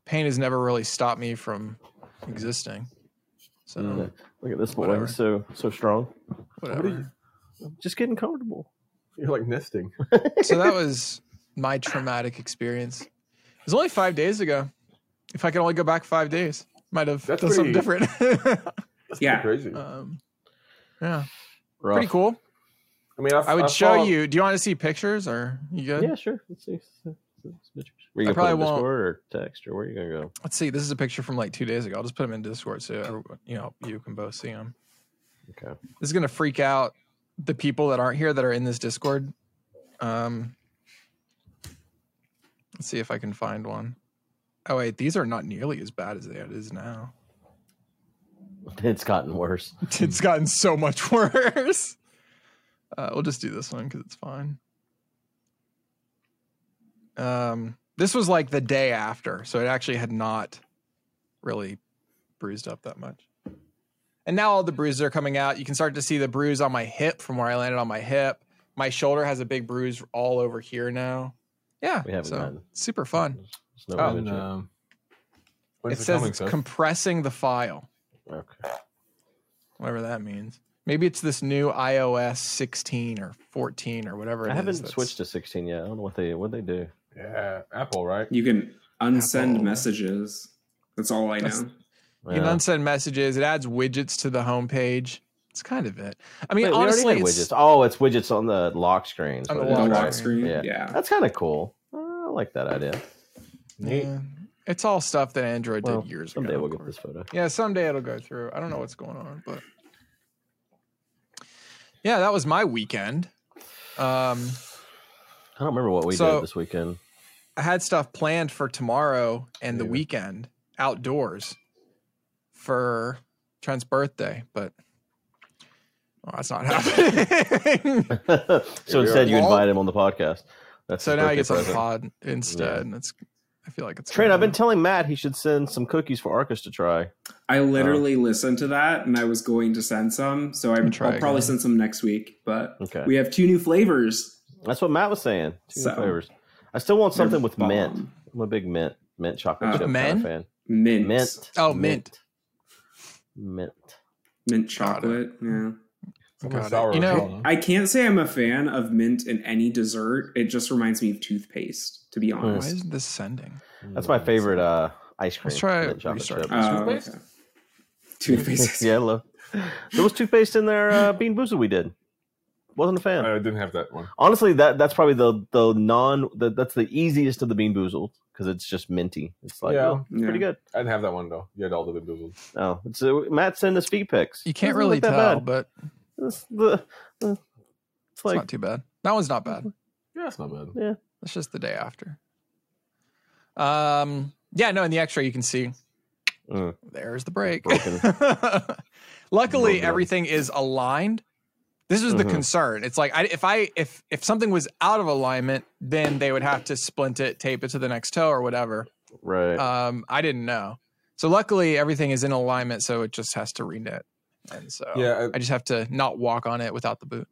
[SPEAKER 1] pain has never really stopped me from existing. So
[SPEAKER 2] Mm. Look at this boy.
[SPEAKER 1] um, Whatever.
[SPEAKER 2] He's so so strong.
[SPEAKER 1] whatever.
[SPEAKER 2] Just getting comfortable.
[SPEAKER 4] You're like nesting.
[SPEAKER 1] so that was my traumatic experience. It was only five days ago. If I could only go back five days, might have
[SPEAKER 4] That's
[SPEAKER 1] done something
[SPEAKER 4] pretty-
[SPEAKER 1] different.
[SPEAKER 4] That's
[SPEAKER 3] Yeah.
[SPEAKER 4] pretty crazy.
[SPEAKER 1] um, yeah,
[SPEAKER 2] Rough.
[SPEAKER 1] pretty cool.
[SPEAKER 4] I mean, I've,
[SPEAKER 1] I would
[SPEAKER 4] I've
[SPEAKER 1] show
[SPEAKER 4] saw-
[SPEAKER 1] you. Do you want to see pictures or you good?
[SPEAKER 2] Yeah, sure. Let's see. Some- some pictures. Where you
[SPEAKER 1] I
[SPEAKER 2] gonna put
[SPEAKER 1] probably
[SPEAKER 2] it
[SPEAKER 1] won't-
[SPEAKER 2] Discord or text or where are you gonna go?
[SPEAKER 1] Let's see. This is a picture from like two days ago. I'll just put them in Discord so everyone, you know you can both see them.
[SPEAKER 2] Okay.
[SPEAKER 1] This is gonna freak out the people that aren't here that are in this Discord. Um, let's see if I can find one. Oh wait, these are not nearly as bad as they it is now.
[SPEAKER 2] It's gotten worse.
[SPEAKER 1] It's gotten so much worse. Uh, we'll just do this one because it's fine. Um, this was like the day after, so it actually had not really bruised up that much. And now all the bruises are coming out. You can start to see the bruise on my hip from where I landed on my hip. My shoulder has a big bruise all over here now. Yeah,
[SPEAKER 2] We haven't
[SPEAKER 1] so
[SPEAKER 2] gotten.
[SPEAKER 1] super fun.
[SPEAKER 2] There's no
[SPEAKER 4] Oh,
[SPEAKER 2] image yet.
[SPEAKER 4] no. When's
[SPEAKER 1] It says
[SPEAKER 4] coming,
[SPEAKER 1] it's
[SPEAKER 4] sir?
[SPEAKER 1] compressing the file.
[SPEAKER 2] Okay.
[SPEAKER 1] whatever that means. Maybe it's this new iOS 16 or 14 or whatever. it
[SPEAKER 2] I
[SPEAKER 1] is
[SPEAKER 2] haven't
[SPEAKER 1] that's-
[SPEAKER 2] switched to 16 yet. I don't know what they what they do.
[SPEAKER 4] yeah, Apple, right?
[SPEAKER 3] You can unsend
[SPEAKER 1] Apple.
[SPEAKER 3] messages. That's all I
[SPEAKER 1] That's-
[SPEAKER 3] know.
[SPEAKER 1] You can
[SPEAKER 2] Yeah.
[SPEAKER 1] unsend messages. It adds widgets to the homepage. It's kind of it. I
[SPEAKER 2] Wait,
[SPEAKER 1] mean,
[SPEAKER 2] we already
[SPEAKER 1] honestly,
[SPEAKER 2] had
[SPEAKER 1] it's-
[SPEAKER 2] widgets. Oh, it's widgets on the lock screen. is
[SPEAKER 1] On
[SPEAKER 2] what
[SPEAKER 1] the
[SPEAKER 2] it is,
[SPEAKER 3] The
[SPEAKER 1] lock
[SPEAKER 2] right?
[SPEAKER 3] lock
[SPEAKER 1] screen.
[SPEAKER 3] screen.
[SPEAKER 2] Yeah.
[SPEAKER 3] Yeah.
[SPEAKER 2] That's kind of cool. Uh, I like that idea.
[SPEAKER 4] Neat.
[SPEAKER 1] yeah, it's all stuff that Android
[SPEAKER 2] Well,
[SPEAKER 1] did years ago.
[SPEAKER 2] Someday
[SPEAKER 1] of
[SPEAKER 2] we'll get
[SPEAKER 1] course.
[SPEAKER 2] this photo.
[SPEAKER 1] Yeah, someday it'll go through. I don't know what's going on, but yeah, that was my weekend. Um,
[SPEAKER 2] I don't remember what we
[SPEAKER 1] So-
[SPEAKER 2] did this weekend.
[SPEAKER 1] I had stuff planned for tomorrow and the
[SPEAKER 4] Yeah.
[SPEAKER 1] weekend outdoors for Trent's birthday, but well, that's not happening.
[SPEAKER 2] so
[SPEAKER 4] are.
[SPEAKER 2] instead, you
[SPEAKER 1] Well-
[SPEAKER 2] invite him on the podcast. That's
[SPEAKER 1] so
[SPEAKER 2] his
[SPEAKER 1] now he
[SPEAKER 2] birthday
[SPEAKER 1] gets on the
[SPEAKER 2] present.
[SPEAKER 1] pod instead, and it's I feel like it's
[SPEAKER 2] Trent,
[SPEAKER 1] gonna
[SPEAKER 2] I've been
[SPEAKER 1] be-
[SPEAKER 2] telling Matt he should send some cookies for Arcus to try.
[SPEAKER 3] I literally listened to that, and I was going to send some. So I'm,
[SPEAKER 1] me
[SPEAKER 3] I'll
[SPEAKER 1] try
[SPEAKER 3] probably
[SPEAKER 1] again.
[SPEAKER 3] send some next week. But
[SPEAKER 2] Okay,
[SPEAKER 3] we have two new flavors.
[SPEAKER 2] that's what Matt was saying. Two
[SPEAKER 3] So-
[SPEAKER 2] flavors. I still want something
[SPEAKER 3] They're
[SPEAKER 2] with
[SPEAKER 3] bomb.
[SPEAKER 2] mint. I'm a big mint mint chocolate
[SPEAKER 3] Uh,
[SPEAKER 2] chip
[SPEAKER 1] men?
[SPEAKER 2] kind of fan.
[SPEAKER 3] Um, mint, mint,
[SPEAKER 2] Mint.
[SPEAKER 1] Oh, mint.
[SPEAKER 2] Mint.
[SPEAKER 3] mint
[SPEAKER 1] Got it.
[SPEAKER 3] chocolate. Yeah,
[SPEAKER 1] Got
[SPEAKER 4] Something
[SPEAKER 1] it.
[SPEAKER 4] sour.
[SPEAKER 1] You
[SPEAKER 4] as
[SPEAKER 1] know-
[SPEAKER 4] well, huh?
[SPEAKER 3] I can't say I'm a fan of mint in any dessert. It just reminds me of toothpaste, to be
[SPEAKER 1] Why
[SPEAKER 3] honest.
[SPEAKER 1] isn't this sending?
[SPEAKER 4] Mm.
[SPEAKER 2] That's my favorite uh, ice cream.
[SPEAKER 1] Let's try
[SPEAKER 2] mint chocolate
[SPEAKER 1] restart.
[SPEAKER 2] chip.
[SPEAKER 3] Oh, okay.
[SPEAKER 4] Toothpaste?
[SPEAKER 3] Toothpaste.
[SPEAKER 2] yeah, I love. There was toothpaste in there. Uh, Bean Boozled we did. Wasn't a fan.
[SPEAKER 4] I didn't have that one.
[SPEAKER 2] Honestly, that that's probably the the non the, that's the easiest of the Bean Boozled because it's just minty. It's like
[SPEAKER 4] Yeah.
[SPEAKER 2] oh, it's pretty
[SPEAKER 3] Yeah.
[SPEAKER 2] good.
[SPEAKER 4] I didn't have that one though. You had all the bamboozled.
[SPEAKER 2] Oh, it's, uh, Matt sent us feed pics.
[SPEAKER 1] You can't
[SPEAKER 2] Doesn't
[SPEAKER 1] really
[SPEAKER 2] look that
[SPEAKER 1] tell,
[SPEAKER 2] bad.
[SPEAKER 1] but
[SPEAKER 2] It's, the, uh, it's
[SPEAKER 1] it's
[SPEAKER 2] like
[SPEAKER 1] not too bad. That one's not bad.
[SPEAKER 4] Yeah, it's not bad.
[SPEAKER 1] It's just the day after. Um. Yeah. No. In the X-ray, you can see.
[SPEAKER 4] Uh,
[SPEAKER 2] Mm.
[SPEAKER 1] There's the break.
[SPEAKER 2] Broken.
[SPEAKER 1] Luckily,
[SPEAKER 2] Broken.
[SPEAKER 1] everything is aligned. This was the
[SPEAKER 4] Mm-hmm.
[SPEAKER 2] Mhm.
[SPEAKER 1] concern. It's like I, if I if if something was out of alignment, then they would have to splint it, tape it to the next toe or whatever.
[SPEAKER 2] right.
[SPEAKER 1] Um, I didn't know. So luckily, everything is in alignment, so it just has to reknit. And so
[SPEAKER 4] Yeah,
[SPEAKER 1] I just have to not walk on it without the boot.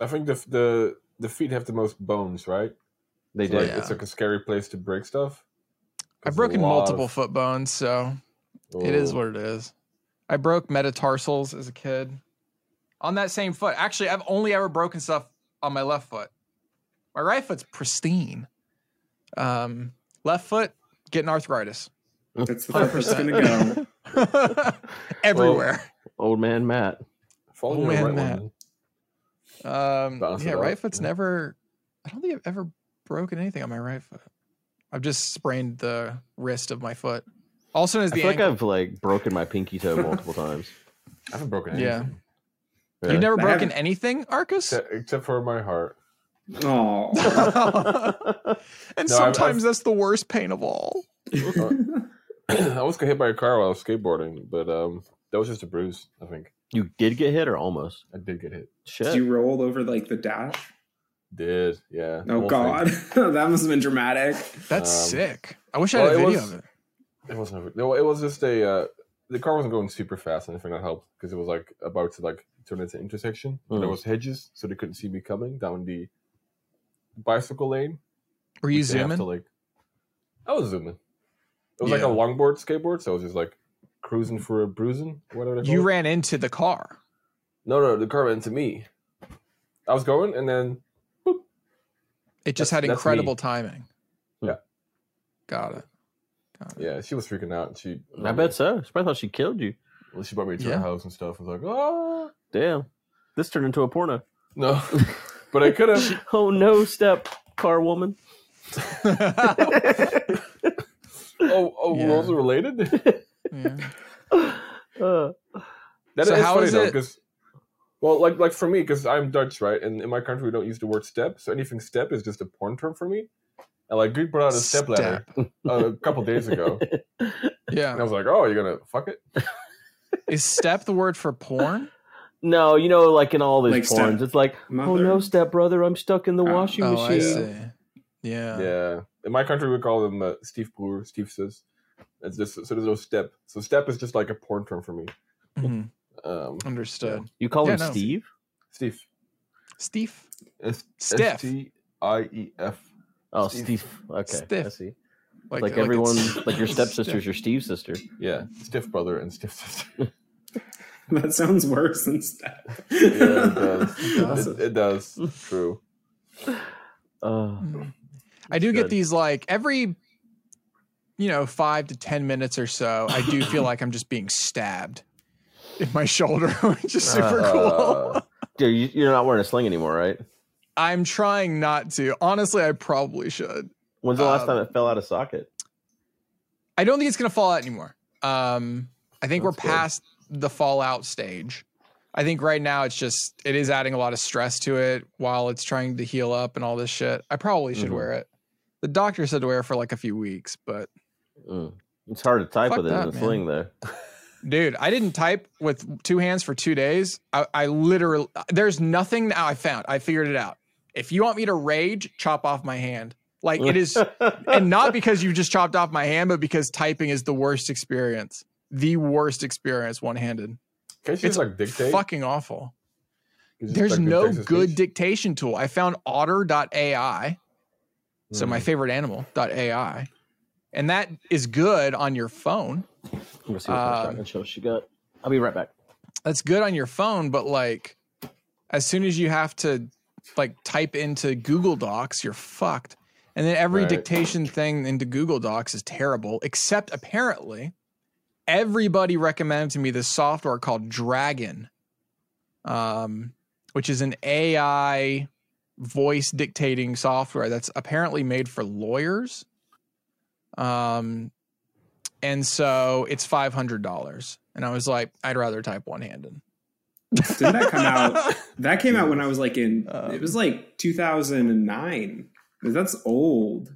[SPEAKER 4] I, I think the the the feet have the most bones, right?
[SPEAKER 2] they
[SPEAKER 4] So,
[SPEAKER 2] did.
[SPEAKER 4] like, It's like a scary place to break stuff.
[SPEAKER 1] I've
[SPEAKER 4] There's a
[SPEAKER 1] broken
[SPEAKER 4] lot
[SPEAKER 1] multiple
[SPEAKER 4] of-
[SPEAKER 1] foot bones, so It is
[SPEAKER 4] Oh.
[SPEAKER 1] what it is. I broke metatarsals as a kid on that same foot. Actually, I've only ever broken stuff on my left foot. My right foot's pristine. Um, left foot getting arthritis
[SPEAKER 3] That's the first it's gonna go.
[SPEAKER 1] everywhere.
[SPEAKER 2] Old man Matt.
[SPEAKER 4] Follow
[SPEAKER 1] Oh,
[SPEAKER 4] your
[SPEAKER 1] man,
[SPEAKER 4] right
[SPEAKER 1] Matt.
[SPEAKER 4] one.
[SPEAKER 1] um,
[SPEAKER 4] Bounce it
[SPEAKER 1] yeah,
[SPEAKER 4] up,
[SPEAKER 1] right foot's
[SPEAKER 4] yeah.
[SPEAKER 1] never. I don't think I've ever broken anything on my right foot. I've just sprained the wrist of my foot. Also known as
[SPEAKER 2] I
[SPEAKER 1] the
[SPEAKER 2] feel like
[SPEAKER 1] ankle.
[SPEAKER 2] I've like broken my pinky toe multiple times.
[SPEAKER 4] I haven't broken
[SPEAKER 1] Yeah.
[SPEAKER 4] anything.
[SPEAKER 2] Yeah.
[SPEAKER 1] You've never
[SPEAKER 3] I
[SPEAKER 1] broken
[SPEAKER 3] haven't-
[SPEAKER 1] anything, Arcus?
[SPEAKER 4] Except, except for my heart.
[SPEAKER 3] Oh.
[SPEAKER 1] And
[SPEAKER 4] No, I've- I've-
[SPEAKER 1] sometimes that's the worst pain of all.
[SPEAKER 4] Uh, I almost got hit by a car while I was skateboarding, but um, that was just a bruise. I think
[SPEAKER 2] you did get hit or almost?
[SPEAKER 4] I did get hit.
[SPEAKER 2] Shit.
[SPEAKER 3] Did you roll over like the dash?
[SPEAKER 4] Did yeah. the
[SPEAKER 3] Oh
[SPEAKER 4] whole
[SPEAKER 3] god.
[SPEAKER 4] thing.
[SPEAKER 3] that must have been dramatic.
[SPEAKER 1] That's
[SPEAKER 4] Um,
[SPEAKER 1] sick. I wish I
[SPEAKER 4] well,
[SPEAKER 1] had a
[SPEAKER 4] it
[SPEAKER 1] video
[SPEAKER 4] was-
[SPEAKER 1] of it.
[SPEAKER 4] It wasn't. No, it was just a. Uh, the car wasn't going super fast, and I think that helped because it was like about to like turn into an intersection. But
[SPEAKER 1] Hmm.
[SPEAKER 4] There
[SPEAKER 2] Mm.
[SPEAKER 4] was hedges, so they couldn't see me coming down the bicycle lane.
[SPEAKER 1] Were you
[SPEAKER 4] which they have
[SPEAKER 1] zooming?
[SPEAKER 4] To, like, I was zooming. It was like a
[SPEAKER 1] Yeah.
[SPEAKER 4] longboard skateboard, so I was just like cruising for a bruising, whatever. they
[SPEAKER 1] you
[SPEAKER 4] call it.
[SPEAKER 1] ran into the car.
[SPEAKER 4] No, no, the car ran into me. I was going, and then
[SPEAKER 1] It just
[SPEAKER 4] That's-
[SPEAKER 1] had
[SPEAKER 4] that's me.
[SPEAKER 1] incredible timing.
[SPEAKER 4] Yeah.
[SPEAKER 1] Got it. Got it.
[SPEAKER 4] yeah, she was freaking out. And she,
[SPEAKER 2] I bet so. She probably thought she killed you.
[SPEAKER 4] Well, she brought me to
[SPEAKER 1] Yeah.
[SPEAKER 4] her house and stuff. I was like, oh
[SPEAKER 2] Damn. This turned into a porno.
[SPEAKER 4] no, but I could have.
[SPEAKER 2] Oh no, step car woman.
[SPEAKER 4] Oh, oh,
[SPEAKER 1] Yeah.
[SPEAKER 4] worlds related. that
[SPEAKER 1] Yeah.
[SPEAKER 2] Uh,
[SPEAKER 4] is
[SPEAKER 1] So how
[SPEAKER 4] funny
[SPEAKER 1] is
[SPEAKER 4] though,
[SPEAKER 1] it-
[SPEAKER 4] because well, like like for me, because I'm Dutch, right? And in my country, we don't use the word step, so anything step is just a porn term for me. And like, dude brought out a step ladder uh, a couple days ago, and I
[SPEAKER 1] Yeah.
[SPEAKER 4] was like, oh, you're gonna fuck it?
[SPEAKER 1] Is step the word for porn?
[SPEAKER 2] no, you know, like in all these
[SPEAKER 3] Like
[SPEAKER 2] like
[SPEAKER 3] step-
[SPEAKER 2] porns, it's like, oh
[SPEAKER 3] Mother.
[SPEAKER 2] no, step brother, I'm stuck in the
[SPEAKER 3] Oh,
[SPEAKER 2] washing
[SPEAKER 1] oh, I
[SPEAKER 2] machine.
[SPEAKER 1] see. Yeah.
[SPEAKER 4] Yeah. In my country, we call them uh, Steve Brewer, Steve says. It's just so there's no step. So step is just like a porn term for me.
[SPEAKER 1] Mhm.
[SPEAKER 4] Um,
[SPEAKER 1] Understood.
[SPEAKER 2] You call
[SPEAKER 1] Yeah,
[SPEAKER 2] him
[SPEAKER 1] no.
[SPEAKER 2] Steve?
[SPEAKER 4] Steve.
[SPEAKER 1] Steve.
[SPEAKER 4] S- E
[SPEAKER 1] Steph.
[SPEAKER 4] S-T-I-E-F.
[SPEAKER 2] Oh,
[SPEAKER 4] Steve.
[SPEAKER 2] Steve. Okay, I
[SPEAKER 1] Stiff.
[SPEAKER 2] see.
[SPEAKER 1] Like,
[SPEAKER 2] Like, everyone,
[SPEAKER 1] it's-
[SPEAKER 2] like your stepsister's
[SPEAKER 1] Stiff.
[SPEAKER 2] your Steve's sister.
[SPEAKER 4] Yeah, stiff brother and stiff sister. yeah,
[SPEAKER 3] That sounds worse than step.
[SPEAKER 4] it does.
[SPEAKER 1] does.
[SPEAKER 4] It, it does. True.
[SPEAKER 2] Uh,
[SPEAKER 1] Mm. I do get
[SPEAKER 2] Good.
[SPEAKER 1] these like every you know, 5 to 10 minutes or so, I do feel like I'm just being stabbed in my shoulder, which is super cool.
[SPEAKER 4] Uh,
[SPEAKER 2] dude, you, you're not wearing a sling anymore, right?
[SPEAKER 1] I'm trying not to. Honestly, I probably should.
[SPEAKER 2] When's the last
[SPEAKER 1] Um,
[SPEAKER 2] time it fell out of socket?
[SPEAKER 1] I don't think it's gonna fall out anymore. Um, I think
[SPEAKER 2] That's
[SPEAKER 1] we're
[SPEAKER 2] good.
[SPEAKER 1] past the fallout stage. I think right now it's just it is adding a lot of stress to it while it's trying to heal up and all this shit. I probably should
[SPEAKER 2] Mhm.
[SPEAKER 1] wear it. The doctor said to wear it for like a few weeks, but
[SPEAKER 2] Mm. It's hard to type
[SPEAKER 1] Fuck
[SPEAKER 2] with it in
[SPEAKER 1] that,
[SPEAKER 2] a
[SPEAKER 1] man.
[SPEAKER 2] sling, though.
[SPEAKER 1] dude, I didn't type with two hands for two days. I, I literally there's nothing now I found. I figured it out. If you want me to rage, chop off my hand. Like it is and not because you just chopped off my hand, but because typing is the worst experience. The worst experience one handed.
[SPEAKER 4] Can't you
[SPEAKER 1] it's
[SPEAKER 4] just like dictate?
[SPEAKER 1] Fucking awful.
[SPEAKER 4] You just,
[SPEAKER 1] There's
[SPEAKER 4] like, do
[SPEAKER 1] no
[SPEAKER 4] text to
[SPEAKER 1] good
[SPEAKER 4] speech?
[SPEAKER 1] dictation tool. I found otter.ai. So
[SPEAKER 4] Hmm.
[SPEAKER 1] my favorite animal.ai. And that is good on your phone.
[SPEAKER 2] I'm gonna see what kind of
[SPEAKER 1] Um,
[SPEAKER 2] shotgun shells she got. I'll be right back.
[SPEAKER 1] that's good on your phone, but like as soon as you have to like type into Google Docs, you're fucked. And then every
[SPEAKER 4] Right.
[SPEAKER 1] dictation thing into Google Docs is terrible, except apparently everybody recommended to me this software called Dragon, um, which is an AI voice dictating software that's apparently made for lawyers. Um, and so it's $500. And I was like, I'd rather type one handed.
[SPEAKER 3] Didn't that come out? That came out when I was like in.
[SPEAKER 1] Um,
[SPEAKER 3] it was like 2009. That's old.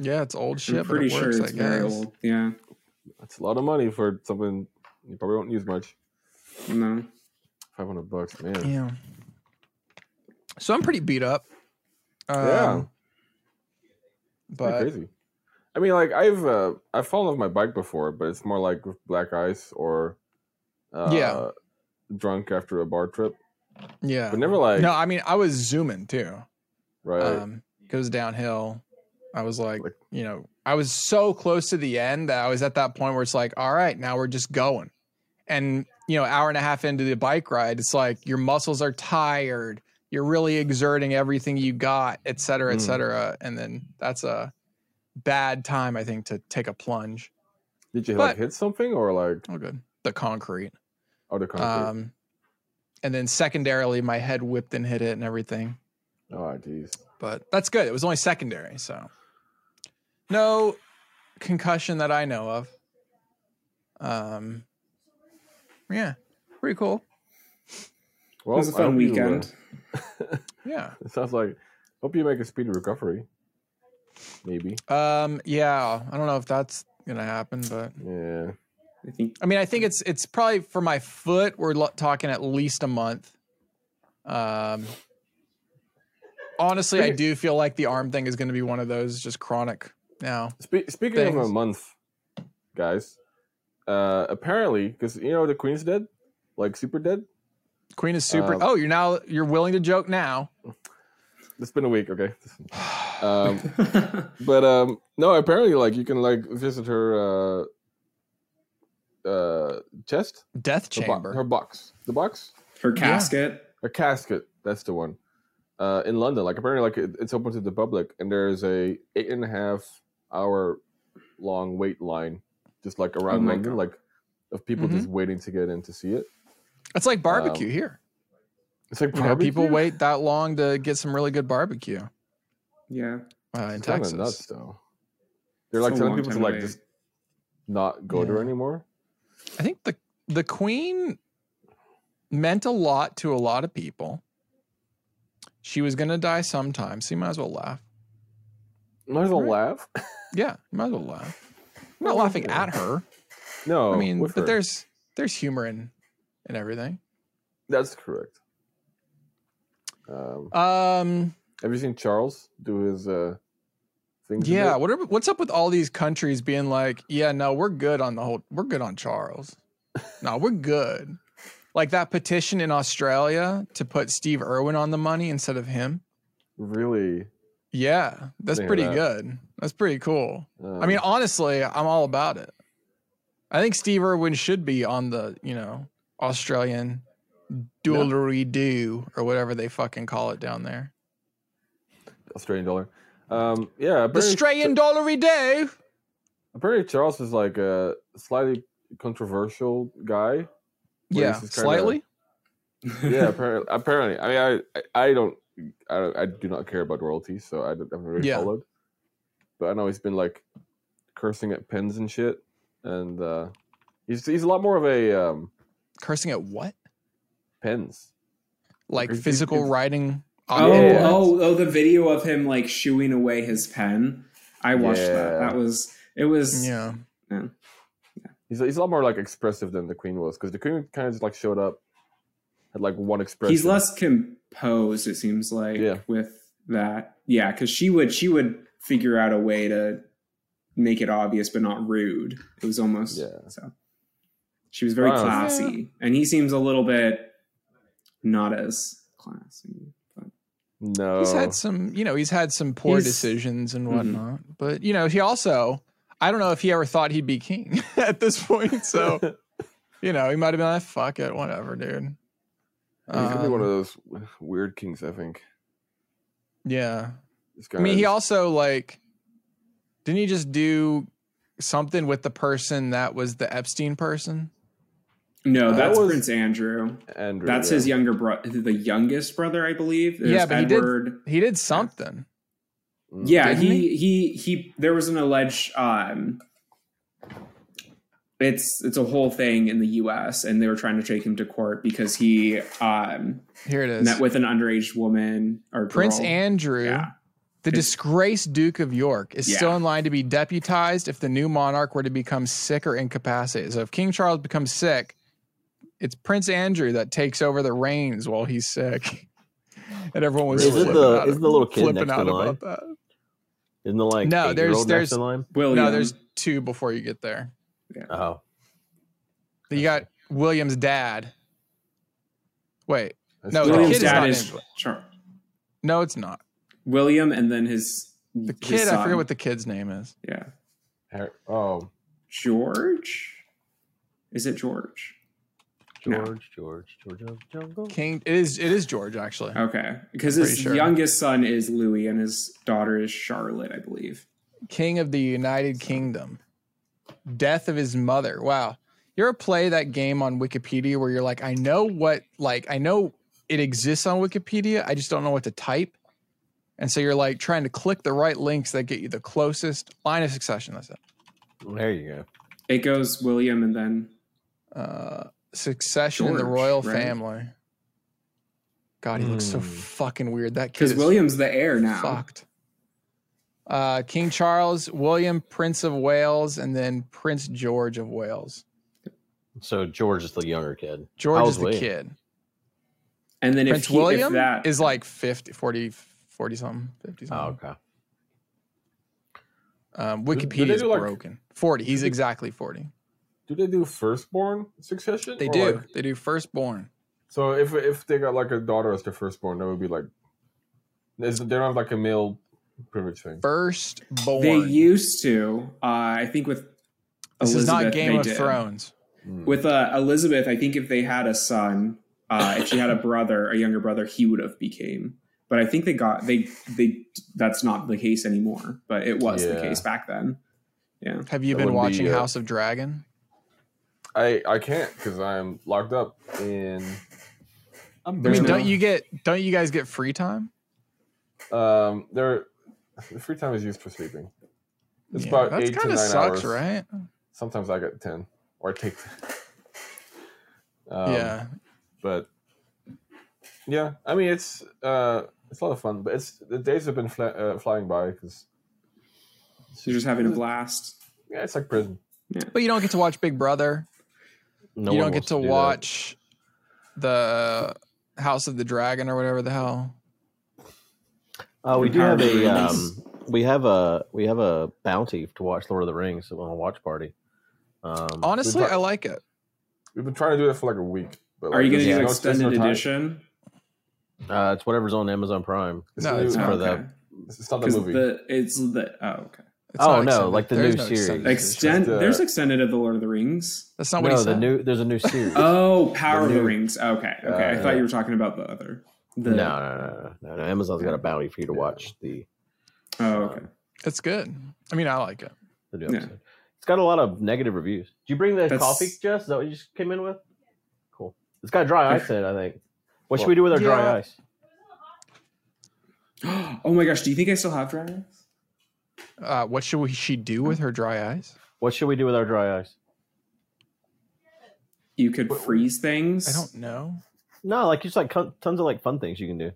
[SPEAKER 1] Yeah, it's old shit.
[SPEAKER 3] I'm
[SPEAKER 1] but
[SPEAKER 3] pretty
[SPEAKER 1] it
[SPEAKER 3] sure
[SPEAKER 1] works,
[SPEAKER 3] it's
[SPEAKER 1] I
[SPEAKER 3] very
[SPEAKER 1] guess.
[SPEAKER 3] old. Yeah.
[SPEAKER 4] That's a lot of money for something you probably won't use much.
[SPEAKER 3] No.
[SPEAKER 4] Five hundred bucks, man.
[SPEAKER 1] Yeah. So I'm pretty beat up. Um,
[SPEAKER 4] Yeah. Pretty
[SPEAKER 1] But
[SPEAKER 4] crazy. I mean, like I've uh, I've fallen off my bike before, but it's more like with black ice or uh,
[SPEAKER 1] Yeah.
[SPEAKER 4] drunk after a bar trip,
[SPEAKER 1] yeah.
[SPEAKER 4] but never like
[SPEAKER 1] no, I mean, I was zooming too.
[SPEAKER 4] right.
[SPEAKER 1] Um, goes downhill. I was like,
[SPEAKER 4] Like-
[SPEAKER 1] you know, I was so close to the end that I was at that point where it's like, all right, now we're just going. And, you know, hour and a half into the bike ride, it's like your muscles are tired. You're really exerting everything you got, et cetera, et
[SPEAKER 4] Mm.
[SPEAKER 1] cetera. And then that's a bad time, I think, to take a plunge.
[SPEAKER 4] Did you
[SPEAKER 1] but-
[SPEAKER 4] like hit something or like
[SPEAKER 1] Oh, good. The concrete.
[SPEAKER 4] out of concrete?
[SPEAKER 1] Um, and then secondarily, my head whipped and hit it and everything.
[SPEAKER 4] oh, jeez.
[SPEAKER 1] But that's good. It was only secondary, so no concussion that I know of. Um, yeah, pretty cool.
[SPEAKER 4] Well,
[SPEAKER 3] it was a
[SPEAKER 4] I
[SPEAKER 3] fun
[SPEAKER 4] hope you, uh,
[SPEAKER 3] weekend.
[SPEAKER 1] Yeah.
[SPEAKER 4] it sounds like hope you make a speedy recovery. Maybe.
[SPEAKER 1] Um, yeah. I don't know if that's gonna happen, but
[SPEAKER 4] Yeah.
[SPEAKER 3] I think.
[SPEAKER 1] I mean, I think it's it's probably for my foot. We're lo- talking at least a month. Um, honestly, I
[SPEAKER 4] Pretty-
[SPEAKER 1] do feel like the arm thing is going to be one of those just chronic now.
[SPEAKER 4] Spe- speaking of a
[SPEAKER 1] Things.
[SPEAKER 4] month, guys. Uh, apparently, because you know the Queen's dead, like super dead.
[SPEAKER 1] Queen is super.
[SPEAKER 4] Uh,
[SPEAKER 1] oh, you're now you're willing to joke now.
[SPEAKER 4] It's been a week, okay. Um, but um, no, apparently, like you can like visit her uh, uh, chest,
[SPEAKER 1] Death
[SPEAKER 4] her, bo-
[SPEAKER 1] chamber.
[SPEAKER 4] her box, the box,
[SPEAKER 3] Her casket.
[SPEAKER 4] a casket. That's the one. Uh, in London, like apparently, like it, it's open to the public, and there's a eight and a half hour long wait line, just like
[SPEAKER 1] Oh
[SPEAKER 4] around
[SPEAKER 3] my
[SPEAKER 4] London,
[SPEAKER 3] God.
[SPEAKER 4] like of people
[SPEAKER 1] Mm-hmm.
[SPEAKER 4] just waiting to get in to see it.
[SPEAKER 1] it's like barbecue here.
[SPEAKER 4] It's like
[SPEAKER 1] You know, people
[SPEAKER 4] Um, barbecue?
[SPEAKER 1] wait that long to get some really good barbecue
[SPEAKER 3] Yeah.
[SPEAKER 1] uh, in
[SPEAKER 4] It's kinda
[SPEAKER 1] Texas.
[SPEAKER 4] nuts, though. They're
[SPEAKER 3] It's
[SPEAKER 4] like
[SPEAKER 3] a
[SPEAKER 4] telling
[SPEAKER 3] long
[SPEAKER 4] people to
[SPEAKER 3] time
[SPEAKER 4] like
[SPEAKER 3] away.
[SPEAKER 4] just not go there
[SPEAKER 1] Yeah.
[SPEAKER 4] anymore.
[SPEAKER 1] I think the the Queen meant a lot to a lot of people. She was going to die sometime, so you might as well laugh.
[SPEAKER 4] Might as well
[SPEAKER 1] Right.
[SPEAKER 4] laugh.
[SPEAKER 1] Yeah, you might as well laugh. I'm not laughing at her.
[SPEAKER 4] No,
[SPEAKER 1] I mean,
[SPEAKER 4] Oh, with
[SPEAKER 1] but
[SPEAKER 4] her.
[SPEAKER 1] there's there's humor in in everything.
[SPEAKER 4] That's correct. Um,
[SPEAKER 1] Um,
[SPEAKER 4] have you seen Charles do his uh, things?
[SPEAKER 1] yeah. What are, what's up with all these countries being like? Yeah, no, we're good on the whole. We're good on Charles. no, we're good. Like that petition in Australia to put Steve Irwin on the money instead of him.
[SPEAKER 4] Really?
[SPEAKER 1] Yeah, that's
[SPEAKER 4] Hear
[SPEAKER 1] pretty
[SPEAKER 4] that.
[SPEAKER 1] good. That's pretty cool.
[SPEAKER 4] Um,
[SPEAKER 1] I mean, honestly, I'm all about it. I think Steve Irwin should be on the, you know, Australian doodlery do or whatever they fucking call it down there.
[SPEAKER 4] Australian dollar. Um, yeah,
[SPEAKER 1] The
[SPEAKER 4] apparently,
[SPEAKER 1] Australian dollary do.
[SPEAKER 4] apparently Charles is like a slightly controversial guy. Well,
[SPEAKER 1] Yeah,
[SPEAKER 4] this is kinda-
[SPEAKER 1] slightly. Oh,
[SPEAKER 4] Yeah, apparently. apparently. I mean, I, I, I don't, I, don't- I do not care about royalties, so I don't, I haven't really
[SPEAKER 1] Yeah.
[SPEAKER 4] followed. But I know he's been like cursing at pens and shit, and uh, he's he's a lot more of a um,
[SPEAKER 1] Cursing at what?
[SPEAKER 4] pens.
[SPEAKER 1] Like
[SPEAKER 4] It's- it's-
[SPEAKER 1] physical
[SPEAKER 4] it's-
[SPEAKER 1] writing.
[SPEAKER 3] Oh,
[SPEAKER 4] Yeah.
[SPEAKER 3] oh, oh! The video of him like shooing away his pen. I watched that.
[SPEAKER 4] Yeah.
[SPEAKER 3] That was. It was.
[SPEAKER 1] Yeah.
[SPEAKER 4] He's, he's a lot more like expressive than the queen was because the queen kind of just like showed up, had like one expression.
[SPEAKER 3] He's less composed. It seems like.
[SPEAKER 4] Yeah.
[SPEAKER 3] With that, yeah, because she would she would figure out a way to make it obvious but not rude. It was almost.
[SPEAKER 4] Yeah.
[SPEAKER 3] So. She was very
[SPEAKER 4] Wow.
[SPEAKER 3] classy, and he seems a little bit not as classy. But
[SPEAKER 4] No,
[SPEAKER 1] He's had some, you know, he's had some poor
[SPEAKER 3] He's-
[SPEAKER 1] decisions and
[SPEAKER 3] Mhm.
[SPEAKER 1] whatnot. But, you know, he also, I don't know if he ever thought he'd be king at this point. So you know, he might have been like, fuck it, whatever, dude.
[SPEAKER 4] He's gonna be one
[SPEAKER 1] Um,
[SPEAKER 4] of those weird kings, I think.
[SPEAKER 1] Yeah.
[SPEAKER 4] This
[SPEAKER 1] I mean, he
[SPEAKER 4] is-
[SPEAKER 1] also like didn't he just do something with the person that was the Epstein person?
[SPEAKER 3] No,
[SPEAKER 4] That
[SPEAKER 3] that's
[SPEAKER 4] was-
[SPEAKER 3] Prince Andrew.
[SPEAKER 4] Andrew,
[SPEAKER 3] That's his younger brother, the youngest brother, I believe. There's
[SPEAKER 1] Yeah, but he did-
[SPEAKER 3] Edward.
[SPEAKER 1] He did something.
[SPEAKER 4] Mm.
[SPEAKER 3] Yeah,
[SPEAKER 1] Didn't
[SPEAKER 3] he, he he There was an alleged. Um, it's it's a whole thing in the U.S. and they were trying to take him to court because he um,
[SPEAKER 1] Here it is.
[SPEAKER 3] met with an underage woman or
[SPEAKER 1] Prince
[SPEAKER 3] girl.
[SPEAKER 1] Andrew,
[SPEAKER 3] Yeah.
[SPEAKER 1] the disgraced Duke of York, is still
[SPEAKER 3] Yeah.
[SPEAKER 1] in line to be deputized if the new monarch were to become sick or incapacitated. So if King Charles becomes sick, it's Prince Andrew that takes over the reins while he's sick. And everyone was
[SPEAKER 4] Is it
[SPEAKER 1] flipping
[SPEAKER 2] the-
[SPEAKER 1] out,
[SPEAKER 2] is it the little kid
[SPEAKER 1] flipping
[SPEAKER 2] next
[SPEAKER 1] out
[SPEAKER 2] in line?
[SPEAKER 1] about that.
[SPEAKER 2] Isn't there like
[SPEAKER 1] No,
[SPEAKER 2] no?
[SPEAKER 1] there's-
[SPEAKER 2] There's
[SPEAKER 1] there's-
[SPEAKER 2] there's in line.
[SPEAKER 3] William.
[SPEAKER 1] No, there's two before you get there.
[SPEAKER 2] Oh,
[SPEAKER 1] You got William's dad. Wait,
[SPEAKER 4] That's
[SPEAKER 1] no,
[SPEAKER 4] Tom.
[SPEAKER 1] the
[SPEAKER 3] William's
[SPEAKER 1] kid is
[SPEAKER 3] dad
[SPEAKER 1] not
[SPEAKER 3] is
[SPEAKER 1] named-
[SPEAKER 3] Char-
[SPEAKER 1] no, it's not.
[SPEAKER 3] William, and then his
[SPEAKER 1] The
[SPEAKER 3] his
[SPEAKER 1] kid, I
[SPEAKER 3] son.
[SPEAKER 1] forget what the kid's name is.
[SPEAKER 3] yeah
[SPEAKER 4] Har- Oh,
[SPEAKER 3] George. Is it George? No.
[SPEAKER 2] George, George, George of the Jungle.
[SPEAKER 1] King. It is. It is George actually.
[SPEAKER 3] Okay, because
[SPEAKER 1] Pretty
[SPEAKER 3] his
[SPEAKER 1] sure.
[SPEAKER 3] youngest son is Louis and his daughter is Charlotte, I believe.
[SPEAKER 1] King of the United Kingdom. Death of his mother. Wow. You ever play that game on Wikipedia where you're like, I know what, like, I know it exists on Wikipedia. I just don't know what to type. And so you're like trying to click the right links that get you the closest line of succession. That's it.
[SPEAKER 2] There you go.
[SPEAKER 3] It goes William and then
[SPEAKER 1] Uh, succession in the
[SPEAKER 3] George,
[SPEAKER 1] royal
[SPEAKER 3] right?
[SPEAKER 1] family. God, he looks so
[SPEAKER 2] Hmm.
[SPEAKER 1] fucking weird. That kid
[SPEAKER 3] because
[SPEAKER 1] is
[SPEAKER 3] William's the heir now.
[SPEAKER 1] fucked. Uh, King Charles, William, Prince of Wales, and then Prince George of Wales.
[SPEAKER 2] So George is the younger kid.
[SPEAKER 1] George
[SPEAKER 2] How
[SPEAKER 1] is
[SPEAKER 2] old's
[SPEAKER 1] the
[SPEAKER 2] William?
[SPEAKER 1] kid.
[SPEAKER 3] And then
[SPEAKER 1] Prince
[SPEAKER 3] if, he,
[SPEAKER 1] William
[SPEAKER 3] if that
[SPEAKER 1] is like 50, 40, 40 something, 50
[SPEAKER 2] Oh,
[SPEAKER 1] something.
[SPEAKER 2] okay.
[SPEAKER 1] Um,
[SPEAKER 4] Did- did they
[SPEAKER 1] Wikipedia is
[SPEAKER 4] do, like-
[SPEAKER 1] broken. 40. He's
[SPEAKER 4] Did-
[SPEAKER 1] exactly 40.
[SPEAKER 4] do they do firstborn succession?
[SPEAKER 1] They
[SPEAKER 4] Or,
[SPEAKER 1] do.
[SPEAKER 4] like-
[SPEAKER 1] they do firstborn.
[SPEAKER 4] so if if they got like a daughter as their firstborn, that would be like is- they don't have like a male privilege thing.
[SPEAKER 1] Firstborn.
[SPEAKER 3] they used to, uh, I think with
[SPEAKER 1] this
[SPEAKER 3] Elizabeth,
[SPEAKER 1] is not
[SPEAKER 3] they
[SPEAKER 1] Game of
[SPEAKER 3] did.
[SPEAKER 1] Thrones.
[SPEAKER 4] Mm.
[SPEAKER 3] With uh, Elizabeth, I think if they had a son, uh, if she had a brother, a younger brother, he would have became. But I think they got they they that's not the case anymore. But it was the
[SPEAKER 4] Yeah.
[SPEAKER 3] case back then.
[SPEAKER 1] Have you
[SPEAKER 4] That
[SPEAKER 1] been
[SPEAKER 4] would be,
[SPEAKER 1] watching
[SPEAKER 4] uh,
[SPEAKER 1] House of Dragon?
[SPEAKER 4] I I can't because I'm locked up in. I'm
[SPEAKER 1] I mean,
[SPEAKER 3] There's
[SPEAKER 1] don't
[SPEAKER 3] no-
[SPEAKER 1] you get don't you guys get free time?
[SPEAKER 4] Um, there, the free time is used for sleeping. It's
[SPEAKER 1] Yeah,
[SPEAKER 4] about
[SPEAKER 1] that's
[SPEAKER 4] eight to
[SPEAKER 1] kinda
[SPEAKER 4] nine
[SPEAKER 1] sucks,
[SPEAKER 4] hours.
[SPEAKER 1] right?
[SPEAKER 4] Sometimes I get ten or I take. 10. Um,
[SPEAKER 1] yeah.
[SPEAKER 4] but yeah, I mean it's uh it's a lot of fun, but it's the days have been fla- uh, flying by because
[SPEAKER 3] So you're just having a blast.
[SPEAKER 4] yeah, it's like prison.
[SPEAKER 1] But you don't get to watch Big Brother.
[SPEAKER 2] No
[SPEAKER 1] you don't
[SPEAKER 2] one
[SPEAKER 1] get
[SPEAKER 2] wants
[SPEAKER 1] to
[SPEAKER 2] do that.
[SPEAKER 1] watch the uh, House of the Dragon or whatever the hell.
[SPEAKER 2] Uh, we do have a
[SPEAKER 3] Power
[SPEAKER 2] um, we have a we have a bounty to watch Lord of the Rings on a watch party. Um,
[SPEAKER 1] Honestly,
[SPEAKER 4] talk-
[SPEAKER 1] I like it.
[SPEAKER 4] We've been trying to do that for like a week. But
[SPEAKER 3] Are you going
[SPEAKER 4] going
[SPEAKER 3] to do
[SPEAKER 4] to
[SPEAKER 3] extended edition?
[SPEAKER 2] uh, it's whatever's on Amazon Prime.
[SPEAKER 1] No, it's
[SPEAKER 2] For
[SPEAKER 3] Oh,
[SPEAKER 2] the-
[SPEAKER 3] okay.
[SPEAKER 4] it's not the
[SPEAKER 3] 'Cause
[SPEAKER 4] movie.
[SPEAKER 3] the it's the oh okay.
[SPEAKER 1] It's
[SPEAKER 2] Oh,
[SPEAKER 1] not
[SPEAKER 2] no,
[SPEAKER 1] extended.
[SPEAKER 2] like the
[SPEAKER 1] There is
[SPEAKER 2] new
[SPEAKER 1] no extended
[SPEAKER 2] series.
[SPEAKER 1] edition.
[SPEAKER 3] Extend
[SPEAKER 4] the-
[SPEAKER 3] there's extended of the Lord of the Rings.
[SPEAKER 1] That's not what
[SPEAKER 2] no,
[SPEAKER 1] he
[SPEAKER 2] the
[SPEAKER 1] said.
[SPEAKER 2] new there's a new series.
[SPEAKER 3] Oh, Power
[SPEAKER 4] The
[SPEAKER 3] of the
[SPEAKER 4] new-
[SPEAKER 3] Rings. Okay, okay. I
[SPEAKER 4] Uh,
[SPEAKER 3] thought you were talking about the other. The,
[SPEAKER 2] no, no, no, no, no, no. Amazon's got a bounty for you to watch the
[SPEAKER 3] Oh, okay.
[SPEAKER 2] um,
[SPEAKER 1] it's good. I mean, I like it.
[SPEAKER 2] the new
[SPEAKER 3] Yeah.
[SPEAKER 2] episode. It's got a lot of negative reviews. Did you bring the
[SPEAKER 3] That's-
[SPEAKER 2] coffee, Jess? Is that what you just came in with? Cool. It's got dry ice in it, I think. What should
[SPEAKER 4] Well,
[SPEAKER 2] we do with our
[SPEAKER 1] yeah.
[SPEAKER 2] dry ice?
[SPEAKER 3] Oh my gosh, do you think I still have dry ice?
[SPEAKER 1] Uh, what should we, she do with her dry eyes?
[SPEAKER 2] What should we do with our dry ice?
[SPEAKER 3] You could freeze things.
[SPEAKER 1] I don't know.
[SPEAKER 2] No, like just like con- tons of like fun things you can do. You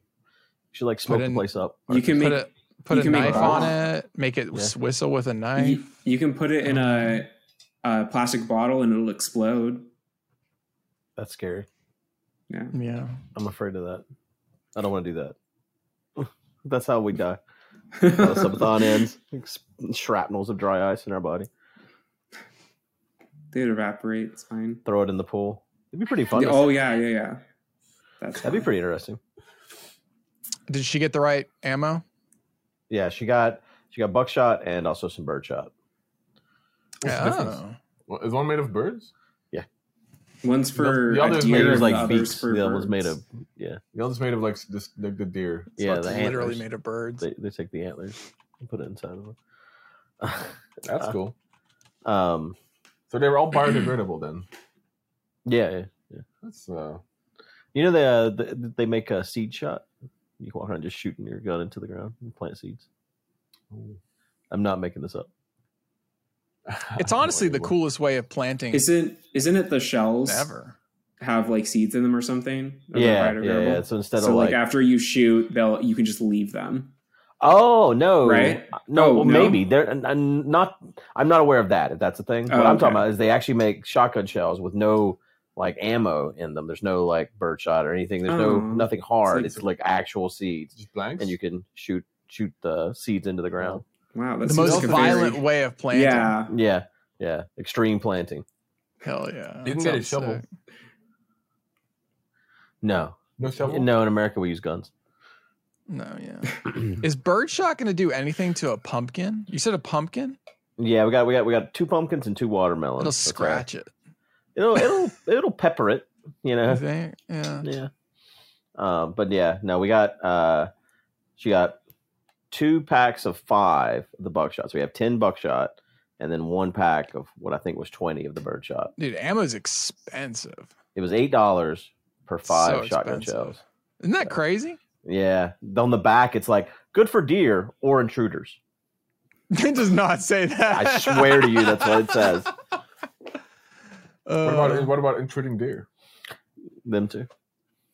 [SPEAKER 2] should like smoke
[SPEAKER 1] in-
[SPEAKER 2] the place up.
[SPEAKER 3] You can
[SPEAKER 1] Put
[SPEAKER 3] make
[SPEAKER 1] a put
[SPEAKER 3] you
[SPEAKER 1] a
[SPEAKER 3] can make
[SPEAKER 1] knife
[SPEAKER 3] balls.
[SPEAKER 1] on it. Make it
[SPEAKER 2] Oh. Yeah.
[SPEAKER 1] whistle with a knife.
[SPEAKER 3] you, you can put it in a, a plastic bottle and it'll explode.
[SPEAKER 2] That's scary.
[SPEAKER 3] Yeah.
[SPEAKER 1] yeah.
[SPEAKER 2] I'm afraid of that. I don't want to do that. That's how we die. How the subathon ends. Ex- Shrapnels of dry ice in our body.
[SPEAKER 3] They'd evaporate. It's fine.
[SPEAKER 2] Throw it in the pool. It'd be pretty fun. to-
[SPEAKER 3] Oh yeah, yeah, yeah. That's
[SPEAKER 2] That'd be pretty interesting.
[SPEAKER 1] Did she get the right ammo?
[SPEAKER 2] Yeah, she got she got buckshot and also some birdshot.
[SPEAKER 4] What's the difference?
[SPEAKER 1] Oh.
[SPEAKER 4] Well, Is one made of birds?
[SPEAKER 3] One's for
[SPEAKER 4] The
[SPEAKER 3] a
[SPEAKER 4] other's
[SPEAKER 3] deer,
[SPEAKER 4] made
[SPEAKER 2] It
[SPEAKER 3] and
[SPEAKER 4] of
[SPEAKER 2] was
[SPEAKER 3] the
[SPEAKER 2] like
[SPEAKER 3] others
[SPEAKER 2] beaks.
[SPEAKER 3] for
[SPEAKER 2] The other one's made
[SPEAKER 3] birds.
[SPEAKER 2] of yeah,
[SPEAKER 4] The other's made of like this, like the deer.
[SPEAKER 2] yeah.
[SPEAKER 1] It's
[SPEAKER 2] The
[SPEAKER 1] literally
[SPEAKER 2] antlers.
[SPEAKER 1] made of birds.
[SPEAKER 2] They, they take the antlers and put it inside of them.
[SPEAKER 4] That's
[SPEAKER 2] Uh,
[SPEAKER 4] cool.
[SPEAKER 2] um,
[SPEAKER 4] So they were all biodegradable then.
[SPEAKER 2] yeah, yeah.
[SPEAKER 4] That's uh,
[SPEAKER 2] You know they uh, th- they make a seed shot. You can walk around just shooting your gun into the ground and plant seeds. I'm not making this up.
[SPEAKER 1] It's honestly the coolest way of planting
[SPEAKER 3] Isn't isn't it the shells
[SPEAKER 1] ever.
[SPEAKER 3] have like seeds in them or something? Or they're
[SPEAKER 2] Yeah, yeah,
[SPEAKER 3] biodegradable?
[SPEAKER 2] yeah. So instead
[SPEAKER 3] So
[SPEAKER 2] of
[SPEAKER 3] like,
[SPEAKER 2] like,
[SPEAKER 3] after you shoot, they'll you can just leave them.
[SPEAKER 2] oh no,
[SPEAKER 3] Right?
[SPEAKER 2] No,
[SPEAKER 3] Oh,
[SPEAKER 2] well,
[SPEAKER 3] no?
[SPEAKER 2] maybe they're and- and not. I'm not aware of that. If that's a thing,
[SPEAKER 3] Oh,
[SPEAKER 2] what I'm talking
[SPEAKER 3] okay.
[SPEAKER 2] about is they actually make shotgun shells with no like ammo in them. There's no like birdshot or anything. There's no
[SPEAKER 3] Oh.
[SPEAKER 2] nothing hard.
[SPEAKER 4] It's
[SPEAKER 2] It's like actual seeds,
[SPEAKER 4] Just blanks.
[SPEAKER 2] and you can shoot shoot the seeds into the ground.
[SPEAKER 3] Wow, that's
[SPEAKER 1] the most
[SPEAKER 3] like a
[SPEAKER 1] violent
[SPEAKER 3] very-
[SPEAKER 1] way of planting.
[SPEAKER 3] Yeah,
[SPEAKER 2] Yeah, yeah. Extreme planting.
[SPEAKER 1] Hell yeah.
[SPEAKER 4] You
[SPEAKER 1] That
[SPEAKER 4] can get a
[SPEAKER 1] sounds
[SPEAKER 4] shovel.
[SPEAKER 1] sick.
[SPEAKER 2] No,
[SPEAKER 4] no shovel.
[SPEAKER 2] no. In America, we use guns.
[SPEAKER 1] No, yeah. Is birdshot going to do anything to a pumpkin? You said a pumpkin?
[SPEAKER 2] Yeah, we got we got we got two pumpkins and two watermelons.
[SPEAKER 1] It'll
[SPEAKER 2] That's right.
[SPEAKER 1] scratch it.
[SPEAKER 2] It'll it'll it'll pepper it. You
[SPEAKER 1] You
[SPEAKER 2] know.
[SPEAKER 1] think? Yeah.
[SPEAKER 2] yeah. Um, but yeah, no, we got uh, she got two packs of five of the buckshot. So we have ten buckshot, and then one pack of what I think was twenty of the birdshot.
[SPEAKER 1] Dude, ammo's expensive.
[SPEAKER 2] It was eight dollars per five
[SPEAKER 1] So
[SPEAKER 2] shotgun
[SPEAKER 1] expensive.
[SPEAKER 2] shells.
[SPEAKER 1] Isn't that crazy?
[SPEAKER 2] Yeah, on the back it's like good for deer or intruders.
[SPEAKER 1] It does not say that.
[SPEAKER 2] I swear to you, that's what it says.
[SPEAKER 4] What about
[SPEAKER 1] Uh,
[SPEAKER 4] what about intruding deer?
[SPEAKER 2] Them too.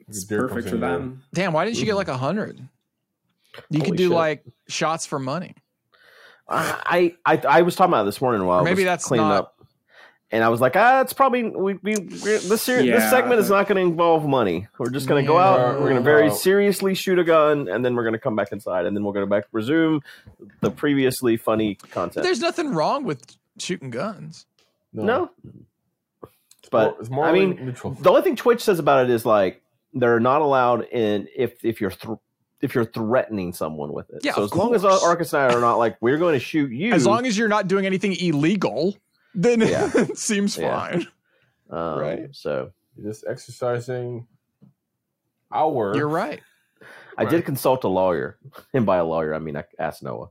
[SPEAKER 3] it's
[SPEAKER 4] Deer comes
[SPEAKER 3] perfect
[SPEAKER 4] in
[SPEAKER 3] for
[SPEAKER 4] there.
[SPEAKER 3] them.
[SPEAKER 1] damn, why didn't you get like a hundred? You
[SPEAKER 2] Holy
[SPEAKER 1] could do
[SPEAKER 2] shit.
[SPEAKER 1] like shots for money.
[SPEAKER 2] I, I I was talking about this morning while
[SPEAKER 1] Or maybe
[SPEAKER 2] I was
[SPEAKER 1] that's
[SPEAKER 2] cleaning
[SPEAKER 1] not-
[SPEAKER 2] up, and I was like, ah, it's probably we, we we're, this ser- this
[SPEAKER 3] Yeah.
[SPEAKER 2] segment is not going to involve money. We're just going to go out. We're going to very
[SPEAKER 4] No.
[SPEAKER 2] seriously shoot a gun, and then we're going to come back inside, and then we're going to back resume the previously funny
[SPEAKER 1] But
[SPEAKER 2] content.
[SPEAKER 1] there's nothing wrong with shooting guns.
[SPEAKER 2] no,
[SPEAKER 4] It's
[SPEAKER 2] but,
[SPEAKER 4] more- it's more
[SPEAKER 2] I mean,
[SPEAKER 4] neutral.
[SPEAKER 2] the only thing Twitch says about it is like they're not allowed in if if you're thr if you're threatening someone with it.
[SPEAKER 1] Yeah,
[SPEAKER 2] so
[SPEAKER 1] of
[SPEAKER 2] as long as
[SPEAKER 1] course.
[SPEAKER 2] Arcus and I are not like we're going to shoot you,
[SPEAKER 1] As long as you're not doing anything illegal, then
[SPEAKER 2] Yeah.
[SPEAKER 1] it seems
[SPEAKER 2] Yeah.
[SPEAKER 1] fine.
[SPEAKER 2] um,
[SPEAKER 1] right.
[SPEAKER 2] So
[SPEAKER 4] You're just exercising our.
[SPEAKER 1] You're right.
[SPEAKER 2] I
[SPEAKER 4] Right.
[SPEAKER 2] did consult a lawyer, and by a lawyer I mean I asked Noah.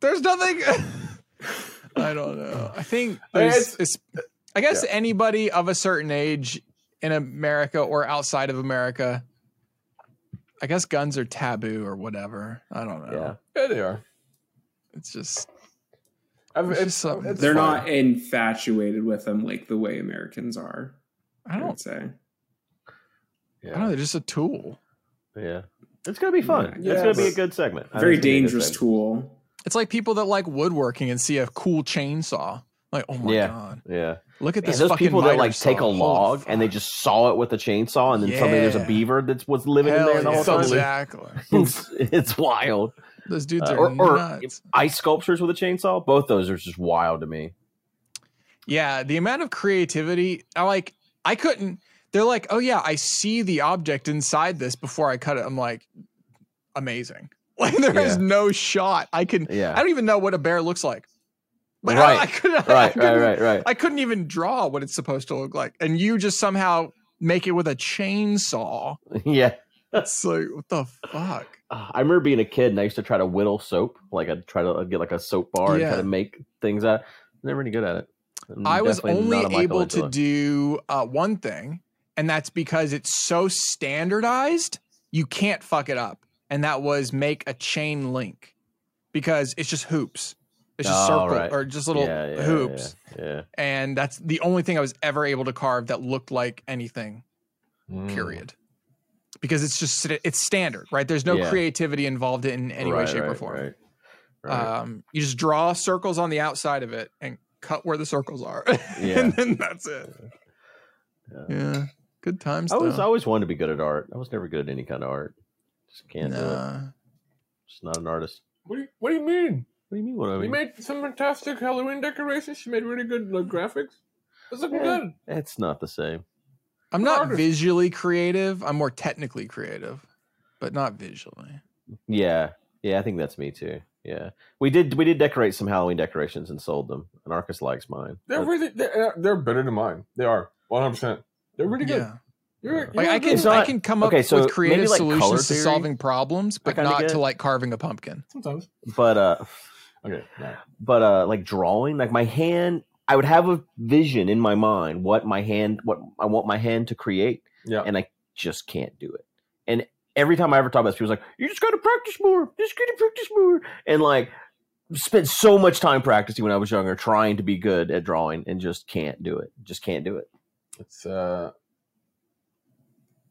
[SPEAKER 1] There's nothing. I don't know. I think
[SPEAKER 4] It's-
[SPEAKER 1] there's, it's, I guess anybody of a certain age in America or outside of America, I guess guns are taboo or whatever. I don't know.
[SPEAKER 2] Yeah,
[SPEAKER 4] Yeah, they are.
[SPEAKER 1] It's just
[SPEAKER 4] I mean,
[SPEAKER 1] It's
[SPEAKER 4] it's,
[SPEAKER 1] just something.
[SPEAKER 4] it's
[SPEAKER 3] They're
[SPEAKER 4] fine.
[SPEAKER 3] not infatuated with them like the way Americans are.
[SPEAKER 1] I
[SPEAKER 3] I
[SPEAKER 1] don't.
[SPEAKER 3] would say.
[SPEAKER 1] I don't know. They're just a tool.
[SPEAKER 2] yeah. It's gonna be fun.
[SPEAKER 3] Yeah,
[SPEAKER 2] it's gonna be a
[SPEAKER 4] it's-
[SPEAKER 2] good segment. I think it's gonna be a
[SPEAKER 3] Very
[SPEAKER 2] good
[SPEAKER 3] dangerous
[SPEAKER 2] segment.
[SPEAKER 3] tool.
[SPEAKER 1] It's like people that like woodworking and see a cool chainsaw. Like, oh my
[SPEAKER 2] Yeah.
[SPEAKER 1] god,
[SPEAKER 2] Yeah,
[SPEAKER 1] look at
[SPEAKER 2] Man,
[SPEAKER 1] this.
[SPEAKER 2] those
[SPEAKER 1] fucking
[SPEAKER 2] people that
[SPEAKER 1] miter
[SPEAKER 2] like take a
[SPEAKER 1] saw. Holy
[SPEAKER 2] log and they
[SPEAKER 1] fuck.
[SPEAKER 2] just saw it with a chainsaw, and then suddenly there's a
[SPEAKER 1] Yeah.
[SPEAKER 2] beaver that was living
[SPEAKER 1] Hell
[SPEAKER 2] in there the
[SPEAKER 1] yeah.
[SPEAKER 2] whole time.
[SPEAKER 1] Exactly.
[SPEAKER 2] It's, it's wild.
[SPEAKER 1] Those dudes
[SPEAKER 2] Uh,
[SPEAKER 1] are
[SPEAKER 2] or, or
[SPEAKER 1] nuts.
[SPEAKER 2] ice sculptures with a chainsaw. Both those are just wild to me.
[SPEAKER 1] Yeah, the amount of creativity, I like, I couldn't. They're like, oh yeah, I see the object inside this before I cut it. I'm like, amazing. Like there is
[SPEAKER 2] Yeah.
[SPEAKER 1] no shot. I can. I
[SPEAKER 2] Yeah,
[SPEAKER 1] don't even know what a bear looks like. But
[SPEAKER 2] Right.
[SPEAKER 1] I, I couldn't. I
[SPEAKER 2] right, right,
[SPEAKER 1] couldn't-
[SPEAKER 2] right, right.
[SPEAKER 1] I couldn't even draw what it's supposed to look like, and you just somehow make it with a chainsaw.
[SPEAKER 2] yeah.
[SPEAKER 1] It's like what the fuck.
[SPEAKER 2] Uh, I remember being a kid and I used to try to whittle soap. Like I'd try to I'd get like a soap bar and try
[SPEAKER 1] Yeah.
[SPEAKER 2] to make things out. Never any good at it. I'm
[SPEAKER 1] I was
[SPEAKER 2] Mm, definitely
[SPEAKER 1] only
[SPEAKER 2] not a
[SPEAKER 1] able
[SPEAKER 2] Michelangelo.
[SPEAKER 1] to do uh, one thing, and that's because it's so standardized, you can't fuck it up. And that was make a chain link because it's just hoops. It's just
[SPEAKER 2] Oh,
[SPEAKER 1] circle
[SPEAKER 2] right.
[SPEAKER 1] or just little
[SPEAKER 2] Yeah, yeah,
[SPEAKER 1] hoops.
[SPEAKER 2] Yeah, yeah.
[SPEAKER 1] And that's the only thing I was ever able to carve that looked like anything,
[SPEAKER 4] Mm.
[SPEAKER 1] period. Because it's just it's standard, right? There's no
[SPEAKER 2] Yeah.
[SPEAKER 1] creativity involved in any way,
[SPEAKER 2] Right,
[SPEAKER 1] shape, or
[SPEAKER 2] right,
[SPEAKER 1] form.
[SPEAKER 2] right, right.
[SPEAKER 1] Um, you just draw circles on the outside of it and cut where the circles are,
[SPEAKER 2] Yeah.
[SPEAKER 1] and then that's it.
[SPEAKER 2] Yeah.
[SPEAKER 1] Yeah, good times.
[SPEAKER 2] I was I
[SPEAKER 1] though.
[SPEAKER 2] always wanted to be good at art. I was never good at any kind of art. Just can't do it.
[SPEAKER 1] Nah.
[SPEAKER 2] Just not an artist.
[SPEAKER 4] What do you What do you mean?
[SPEAKER 2] What do you mean? What do I
[SPEAKER 4] You
[SPEAKER 2] mean?
[SPEAKER 4] made some fantastic Halloween decorations. She made really good like, graphics. It's looking
[SPEAKER 2] Yeah.
[SPEAKER 4] good.
[SPEAKER 2] It's not the same.
[SPEAKER 1] I'm not
[SPEAKER 4] artist.
[SPEAKER 1] visually creative. I'm more technically creative, but not visually.
[SPEAKER 2] Yeah, yeah. I think that's me too. Yeah, we did. We did decorate some Halloween decorations and sold them. And Arcus likes mine.
[SPEAKER 4] They're
[SPEAKER 2] But
[SPEAKER 4] really they're, they're better than mine. They are one hundred percent. They're really good.
[SPEAKER 1] Yeah.
[SPEAKER 4] You're, you're
[SPEAKER 1] Like I
[SPEAKER 4] good.
[SPEAKER 1] can,
[SPEAKER 2] It's not-
[SPEAKER 1] I can come up
[SPEAKER 2] okay, so
[SPEAKER 1] with creative
[SPEAKER 2] maybe, like, color
[SPEAKER 1] solutions to
[SPEAKER 2] theory
[SPEAKER 1] solving problems, but
[SPEAKER 2] kinda
[SPEAKER 1] not
[SPEAKER 2] get.
[SPEAKER 1] to like carving a pumpkin.
[SPEAKER 4] sometimes.
[SPEAKER 2] but uh,
[SPEAKER 4] Okay, no.
[SPEAKER 2] but uh, like drawing, like my hand, I would have a vision in my mind what my hand, what I want my hand to create,
[SPEAKER 4] yeah.
[SPEAKER 2] and I just can't do it. And every time I ever talk about this, people's like, "You just got to practice more. Just got to practice more." And like, spent so much time practicing when I was younger, trying to be good at drawing, and just can't do it. Just can't do it.
[SPEAKER 4] It's uh,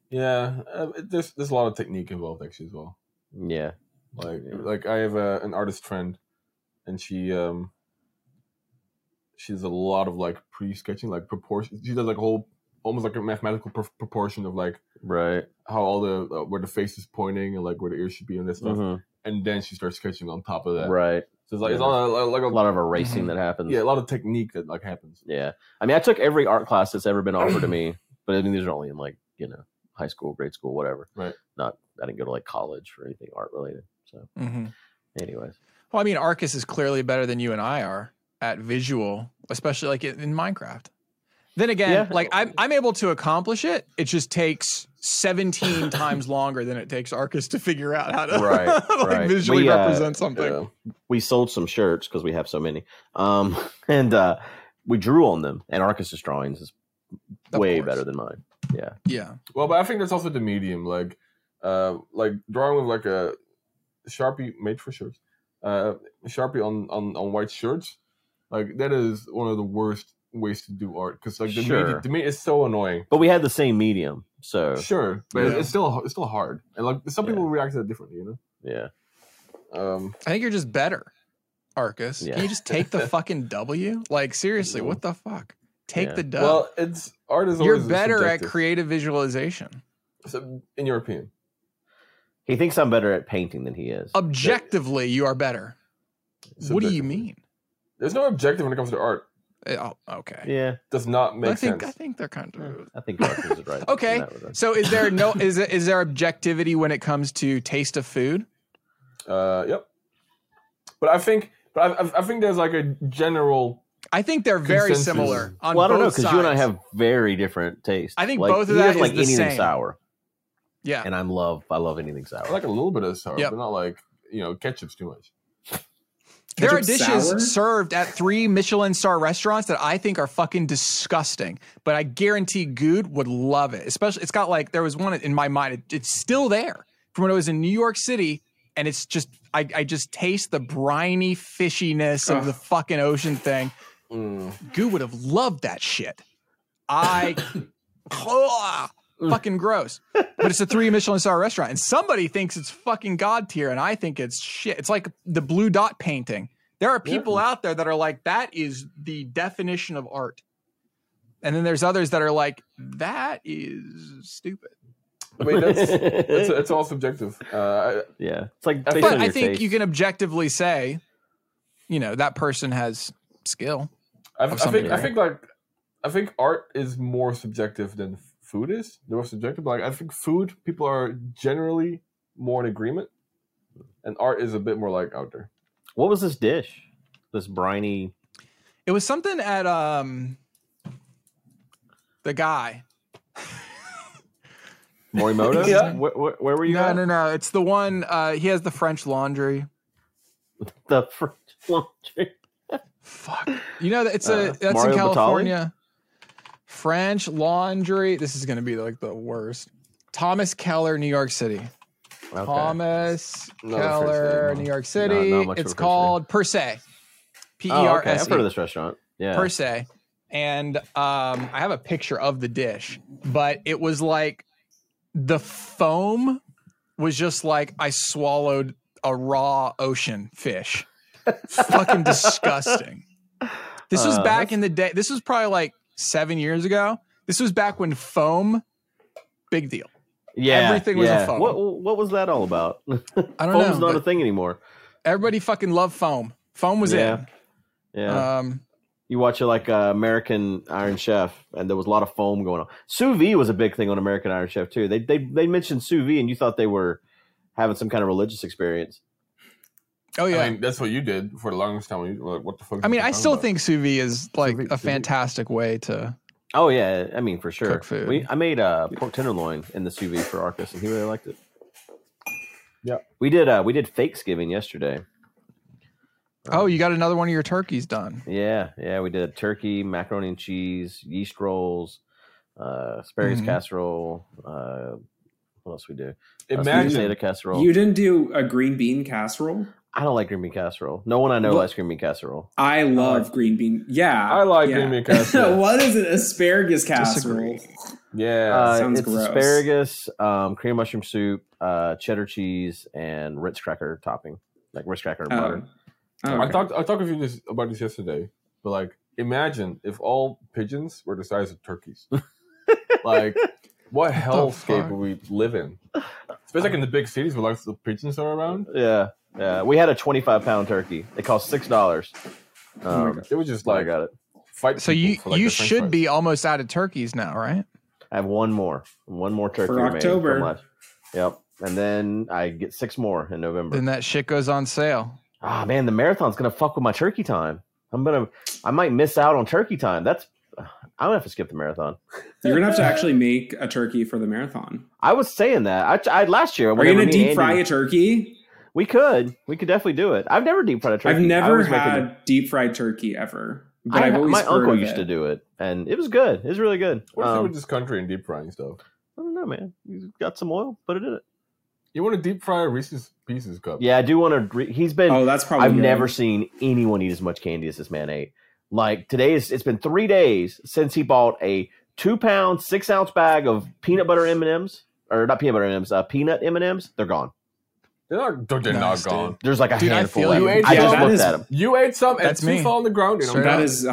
[SPEAKER 4] yeah. Uh, it- there's there's a lot of technique involved actually as well.
[SPEAKER 2] Yeah.
[SPEAKER 4] Like
[SPEAKER 2] Yeah.
[SPEAKER 4] like I have a, an artist friend, and she um, she does a lot of like pre sketching, like proportion. She does like a whole almost like a mathematical pro- proportion of like
[SPEAKER 2] Right.
[SPEAKER 4] how all the uh, where the face is pointing and like where the ears should be and this stuff,
[SPEAKER 2] Mhm.
[SPEAKER 4] and then she starts sketching on top of that.
[SPEAKER 2] Right.
[SPEAKER 4] So it's like it's
[SPEAKER 2] Yeah.
[SPEAKER 4] all uh, like a,
[SPEAKER 2] A lot of erasing
[SPEAKER 1] Mhm.
[SPEAKER 2] that happens.
[SPEAKER 4] yeah, a lot of technique that like happens.
[SPEAKER 2] Yeah. I mean, I took every art class that's ever been offered to me, but I mean, these are only in like, you know, high school, grade school, whatever.
[SPEAKER 4] Right.
[SPEAKER 2] Not, I didn't go to like college for anything art related. So,
[SPEAKER 1] hmm
[SPEAKER 2] anyways.
[SPEAKER 1] Well, I mean, Arcus is clearly better than you and I are at visual, especially like in in Minecraft. Then again,
[SPEAKER 2] Yeah.
[SPEAKER 1] like I'm, I'm able to accomplish it. It just takes 17 times longer than it takes Arcus to figure out how to
[SPEAKER 2] Right,
[SPEAKER 1] like
[SPEAKER 2] right.
[SPEAKER 1] visually
[SPEAKER 2] We, uh,
[SPEAKER 1] represent something.
[SPEAKER 4] Yeah.
[SPEAKER 2] We sold some shirts because we have so many. Um, and, uh, we drew on them, and Arcus's drawings is
[SPEAKER 1] Of
[SPEAKER 2] way
[SPEAKER 1] course.
[SPEAKER 2] better than mine. Yeah.
[SPEAKER 1] Yeah.
[SPEAKER 4] Well, but I think that's also the medium. Like, uh, like drawing with like a sharpie made for shirts, uh, sharpie on on on white shirts. Like that is one of the worst ways to do art because like the
[SPEAKER 2] Sure.
[SPEAKER 4] medium to me is so annoying.
[SPEAKER 2] But we had the same medium. So,
[SPEAKER 4] Sure, but
[SPEAKER 1] Yeah.
[SPEAKER 4] it's still it's still hard, and like some people react to that differently, you
[SPEAKER 2] yeah.
[SPEAKER 4] know. Um,
[SPEAKER 1] I think you're just better, Arcus.
[SPEAKER 2] Yeah.
[SPEAKER 1] Can you just take the fucking W? Like, seriously, what the fuck? Take
[SPEAKER 2] Yeah.
[SPEAKER 1] the W.
[SPEAKER 4] well, it's art is
[SPEAKER 1] you're
[SPEAKER 4] always
[SPEAKER 1] better
[SPEAKER 4] subjective.
[SPEAKER 1] at creative visualization.
[SPEAKER 4] So, in your opinion,
[SPEAKER 2] He thinks I'm better at painting than he is.
[SPEAKER 1] Objectively, you are better. What do you
[SPEAKER 4] subjectively.
[SPEAKER 1] mean?
[SPEAKER 4] There's no objective when it comes to art.
[SPEAKER 1] Eh, Oh, okay.
[SPEAKER 2] yeah.
[SPEAKER 4] Does not make
[SPEAKER 1] I think I
[SPEAKER 4] sense.
[SPEAKER 1] think they're kind of.
[SPEAKER 2] I think Arcus is right.
[SPEAKER 1] Okay.
[SPEAKER 2] in that regard.
[SPEAKER 1] So is there no is there- is there objectivity when it comes to taste of food?
[SPEAKER 4] Uh, yep. But I think, but I- I, I think there's like a general.
[SPEAKER 1] I think they're very
[SPEAKER 4] Consensus.
[SPEAKER 1] similar on
[SPEAKER 2] well, I don't know
[SPEAKER 1] both
[SPEAKER 2] because you and I
[SPEAKER 1] sides.
[SPEAKER 2] have very different tastes.
[SPEAKER 1] I think
[SPEAKER 2] Like,
[SPEAKER 1] both of
[SPEAKER 2] he
[SPEAKER 1] that
[SPEAKER 2] doesn't
[SPEAKER 1] is
[SPEAKER 2] like
[SPEAKER 1] the
[SPEAKER 2] anything
[SPEAKER 1] same.
[SPEAKER 2] sour,
[SPEAKER 1] yeah.
[SPEAKER 2] and I'm love. I love anything
[SPEAKER 4] I
[SPEAKER 2] sour.
[SPEAKER 4] like a little bit of sour,
[SPEAKER 1] Yep.
[SPEAKER 4] but not like you know ketchup's too much.
[SPEAKER 1] There are
[SPEAKER 3] Ketchup
[SPEAKER 1] dishes
[SPEAKER 3] sour?
[SPEAKER 1] served at three Michelin star restaurants that I think are fucking disgusting, but I guarantee Good would love it. Especially, it's got like there was one in my mind. It, it's still there from when I was in New York City, and it's just I, I just taste the briny fishiness of
[SPEAKER 3] Ugh.
[SPEAKER 1] the fucking ocean thing.
[SPEAKER 4] Mm.
[SPEAKER 1] Goo would have loved that shit. I Ugh, fucking gross. But it's a three Michelin star restaurant, and somebody thinks it's fucking god tier, and I think it's shit. It's like the blue dot painting. There are people out there that are like, that is the definition of art. And then there's others that are like, that is stupid.
[SPEAKER 4] I mean, that's that's, that's all subjective. Uh,
[SPEAKER 2] yeah, it's like
[SPEAKER 4] But
[SPEAKER 2] based
[SPEAKER 1] But
[SPEAKER 2] on
[SPEAKER 1] I
[SPEAKER 2] your
[SPEAKER 1] think
[SPEAKER 2] taste.
[SPEAKER 1] you can objectively say, you know, that person has skill.
[SPEAKER 4] I, I,
[SPEAKER 1] Of
[SPEAKER 4] I
[SPEAKER 1] something,
[SPEAKER 4] think I think like I think art is more subjective than f- food is. They're more subjective. Like I think food people are generally more in agreement, and art is a bit more like out there.
[SPEAKER 2] What was this dish? This briny.
[SPEAKER 1] It was something at um the guy.
[SPEAKER 2] Morimoto?
[SPEAKER 4] Yeah.
[SPEAKER 2] Where, where, where were you
[SPEAKER 1] No,
[SPEAKER 2] at?
[SPEAKER 1] no, no. It's the one uh he has the French laundry.
[SPEAKER 2] The French laundry.
[SPEAKER 1] Fuck. You know that it's a
[SPEAKER 2] Uh,
[SPEAKER 1] that's
[SPEAKER 2] Mario
[SPEAKER 1] in
[SPEAKER 2] Batali?
[SPEAKER 1] California. French laundry. This is gonna be like the worst. Thomas Keller, New York City.
[SPEAKER 2] Okay.
[SPEAKER 1] Thomas
[SPEAKER 4] Not a French
[SPEAKER 1] Keller,
[SPEAKER 4] name, huh?
[SPEAKER 1] New York City.
[SPEAKER 2] not much of a
[SPEAKER 1] it's
[SPEAKER 2] French
[SPEAKER 1] called Per se. P E
[SPEAKER 2] Oh,
[SPEAKER 1] R
[SPEAKER 2] okay. I've
[SPEAKER 1] S
[SPEAKER 2] heard of
[SPEAKER 1] E.
[SPEAKER 2] this restaurant. Yeah.
[SPEAKER 1] per se. And um, I have a picture of the dish, but it was like the foam was just like I swallowed a raw ocean fish. Fucking disgusting. This was
[SPEAKER 2] Uh,
[SPEAKER 1] back in the day. This was probably like seven years ago. This was back when foam, big deal.
[SPEAKER 2] yeah.
[SPEAKER 1] everything was a
[SPEAKER 2] yeah.
[SPEAKER 1] phone.
[SPEAKER 2] What, what was that all about?
[SPEAKER 1] I don't
[SPEAKER 2] Phone's
[SPEAKER 1] know.
[SPEAKER 2] not a
[SPEAKER 1] but
[SPEAKER 2] thing anymore.
[SPEAKER 1] everybody fucking loved foam. Foam was
[SPEAKER 2] Yeah,
[SPEAKER 1] in.
[SPEAKER 2] Yeah.
[SPEAKER 1] Um,
[SPEAKER 2] You watch it like uh, American Iron Chef, and there was a lot of foam going on. Sous vide was a big thing on American Iron Chef too. They they they mentioned sous vide, and you thought they were having some kind of religious experience.
[SPEAKER 1] Oh yeah.
[SPEAKER 4] I mean, that's what you did for the longest time. You were like, what the fuck? is
[SPEAKER 1] I
[SPEAKER 4] he talking
[SPEAKER 1] still
[SPEAKER 4] about?
[SPEAKER 1] think sous vide is like
[SPEAKER 4] vide-
[SPEAKER 1] a
[SPEAKER 4] sous vide.
[SPEAKER 1] fantastic way to.
[SPEAKER 2] Oh yeah, I mean for sure.
[SPEAKER 1] Cook food.
[SPEAKER 2] We I made uh, pork tenderloin in the sous vide for Arcus, and he really liked it.
[SPEAKER 4] Yeah.
[SPEAKER 2] we did. Uh, we did Fakesgiving yesterday.
[SPEAKER 4] Um,
[SPEAKER 1] Oh, you got another one of your turkeys done.
[SPEAKER 2] Yeah, yeah, we did turkey, macaroni and cheese, yeast rolls, uh, asparagus
[SPEAKER 1] Mhm.
[SPEAKER 2] casserole. Uh, what else we do? Uh, sweet potato
[SPEAKER 4] Imagine
[SPEAKER 2] casserole.
[SPEAKER 3] You didn't do a green bean casserole?
[SPEAKER 2] I don't like green bean casserole. No one I know
[SPEAKER 3] Look-
[SPEAKER 2] likes green bean casserole.
[SPEAKER 3] I love green bean. Yeah.
[SPEAKER 4] I like
[SPEAKER 3] yeah.
[SPEAKER 4] green bean casserole.
[SPEAKER 3] what is an asparagus casserole?
[SPEAKER 1] Disagree.
[SPEAKER 4] yeah,
[SPEAKER 2] Uh,
[SPEAKER 3] sounds
[SPEAKER 2] it's
[SPEAKER 3] gross.
[SPEAKER 2] asparagus, um, cream mushroom soup, uh, cheddar cheese, and Ritz cracker topping, like Ritz cracker and
[SPEAKER 3] Oh.
[SPEAKER 2] butter.
[SPEAKER 3] Oh,
[SPEAKER 4] I
[SPEAKER 3] okay.
[SPEAKER 4] talked I talked with you this about this yesterday, but like imagine if all pigeons were the size of turkeys. like what hellscape
[SPEAKER 1] fuck?
[SPEAKER 4] would we live in? Especially like in the big cities where lots of pigeons are around.
[SPEAKER 2] Yeah, yeah. We had a twenty-five pound turkey. It cost six dollars.
[SPEAKER 3] Oh my
[SPEAKER 2] Um,
[SPEAKER 4] It was just
[SPEAKER 2] so I
[SPEAKER 4] like
[SPEAKER 2] got it.
[SPEAKER 4] fight.
[SPEAKER 1] So
[SPEAKER 4] people
[SPEAKER 1] you
[SPEAKER 4] for, like,
[SPEAKER 1] you
[SPEAKER 4] their french
[SPEAKER 1] should
[SPEAKER 4] fries.
[SPEAKER 1] be almost out of turkeys now, right?
[SPEAKER 2] I have one more, one more turkey
[SPEAKER 3] For
[SPEAKER 2] remaining
[SPEAKER 3] October.
[SPEAKER 2] from last- Yep, and then I get six more in November.
[SPEAKER 1] Then that shit goes on sale.
[SPEAKER 2] Ah man, the marathon's gonna fuck with my turkey time. I'm gonna, I might miss out on turkey time. That's, I'm gonna have to skip the marathon.
[SPEAKER 3] You're gonna have to actually make a turkey for the marathon.
[SPEAKER 2] I was saying that. I, I last year.
[SPEAKER 3] Are you
[SPEAKER 2] whenever
[SPEAKER 3] gonna
[SPEAKER 2] me and
[SPEAKER 3] deep fry
[SPEAKER 2] Andy-
[SPEAKER 3] a turkey?
[SPEAKER 2] We could. We could definitely do it. I've never deep fried a turkey.
[SPEAKER 3] I've
[SPEAKER 2] I
[SPEAKER 3] never
[SPEAKER 2] always make a-
[SPEAKER 3] had deep fried turkey ever, but
[SPEAKER 2] I-
[SPEAKER 3] I, have always
[SPEAKER 2] my
[SPEAKER 3] heard
[SPEAKER 2] uncle
[SPEAKER 3] of
[SPEAKER 2] used
[SPEAKER 3] it.
[SPEAKER 2] to do it, and it was good. It was really good.
[SPEAKER 4] What's
[SPEAKER 2] Um,
[SPEAKER 4] um, with this country and deep frying stuff?
[SPEAKER 2] I don't know, man. You got some oil, put it in it.
[SPEAKER 4] You want to deep fry a Reese's Pieces cup?
[SPEAKER 2] Yeah, I do want to. Re- he's been.
[SPEAKER 3] Oh, that's probably.
[SPEAKER 2] I've
[SPEAKER 3] good.
[SPEAKER 2] never seen anyone eat as much candy as this man ate. Like today is. It's been three days since he bought a two pound six ounce bag of peanut butter M and M's, or not peanut butter M and M's, uh, peanut M and M's. They're gone.
[SPEAKER 4] they're not. They're, they're
[SPEAKER 1] Nice,
[SPEAKER 4] not gone.
[SPEAKER 2] There's like a
[SPEAKER 1] Dude, I
[SPEAKER 2] handful.
[SPEAKER 1] feel
[SPEAKER 2] left.
[SPEAKER 4] you. You ate
[SPEAKER 2] I just
[SPEAKER 3] some.
[SPEAKER 2] looked
[SPEAKER 3] That
[SPEAKER 2] at him.
[SPEAKER 3] is-
[SPEAKER 4] You ate some and
[SPEAKER 1] That's
[SPEAKER 4] two
[SPEAKER 1] me.
[SPEAKER 4] fell on the ground. And
[SPEAKER 1] Straight
[SPEAKER 4] I'm
[SPEAKER 3] Oh, That
[SPEAKER 1] up.
[SPEAKER 4] done.
[SPEAKER 3] is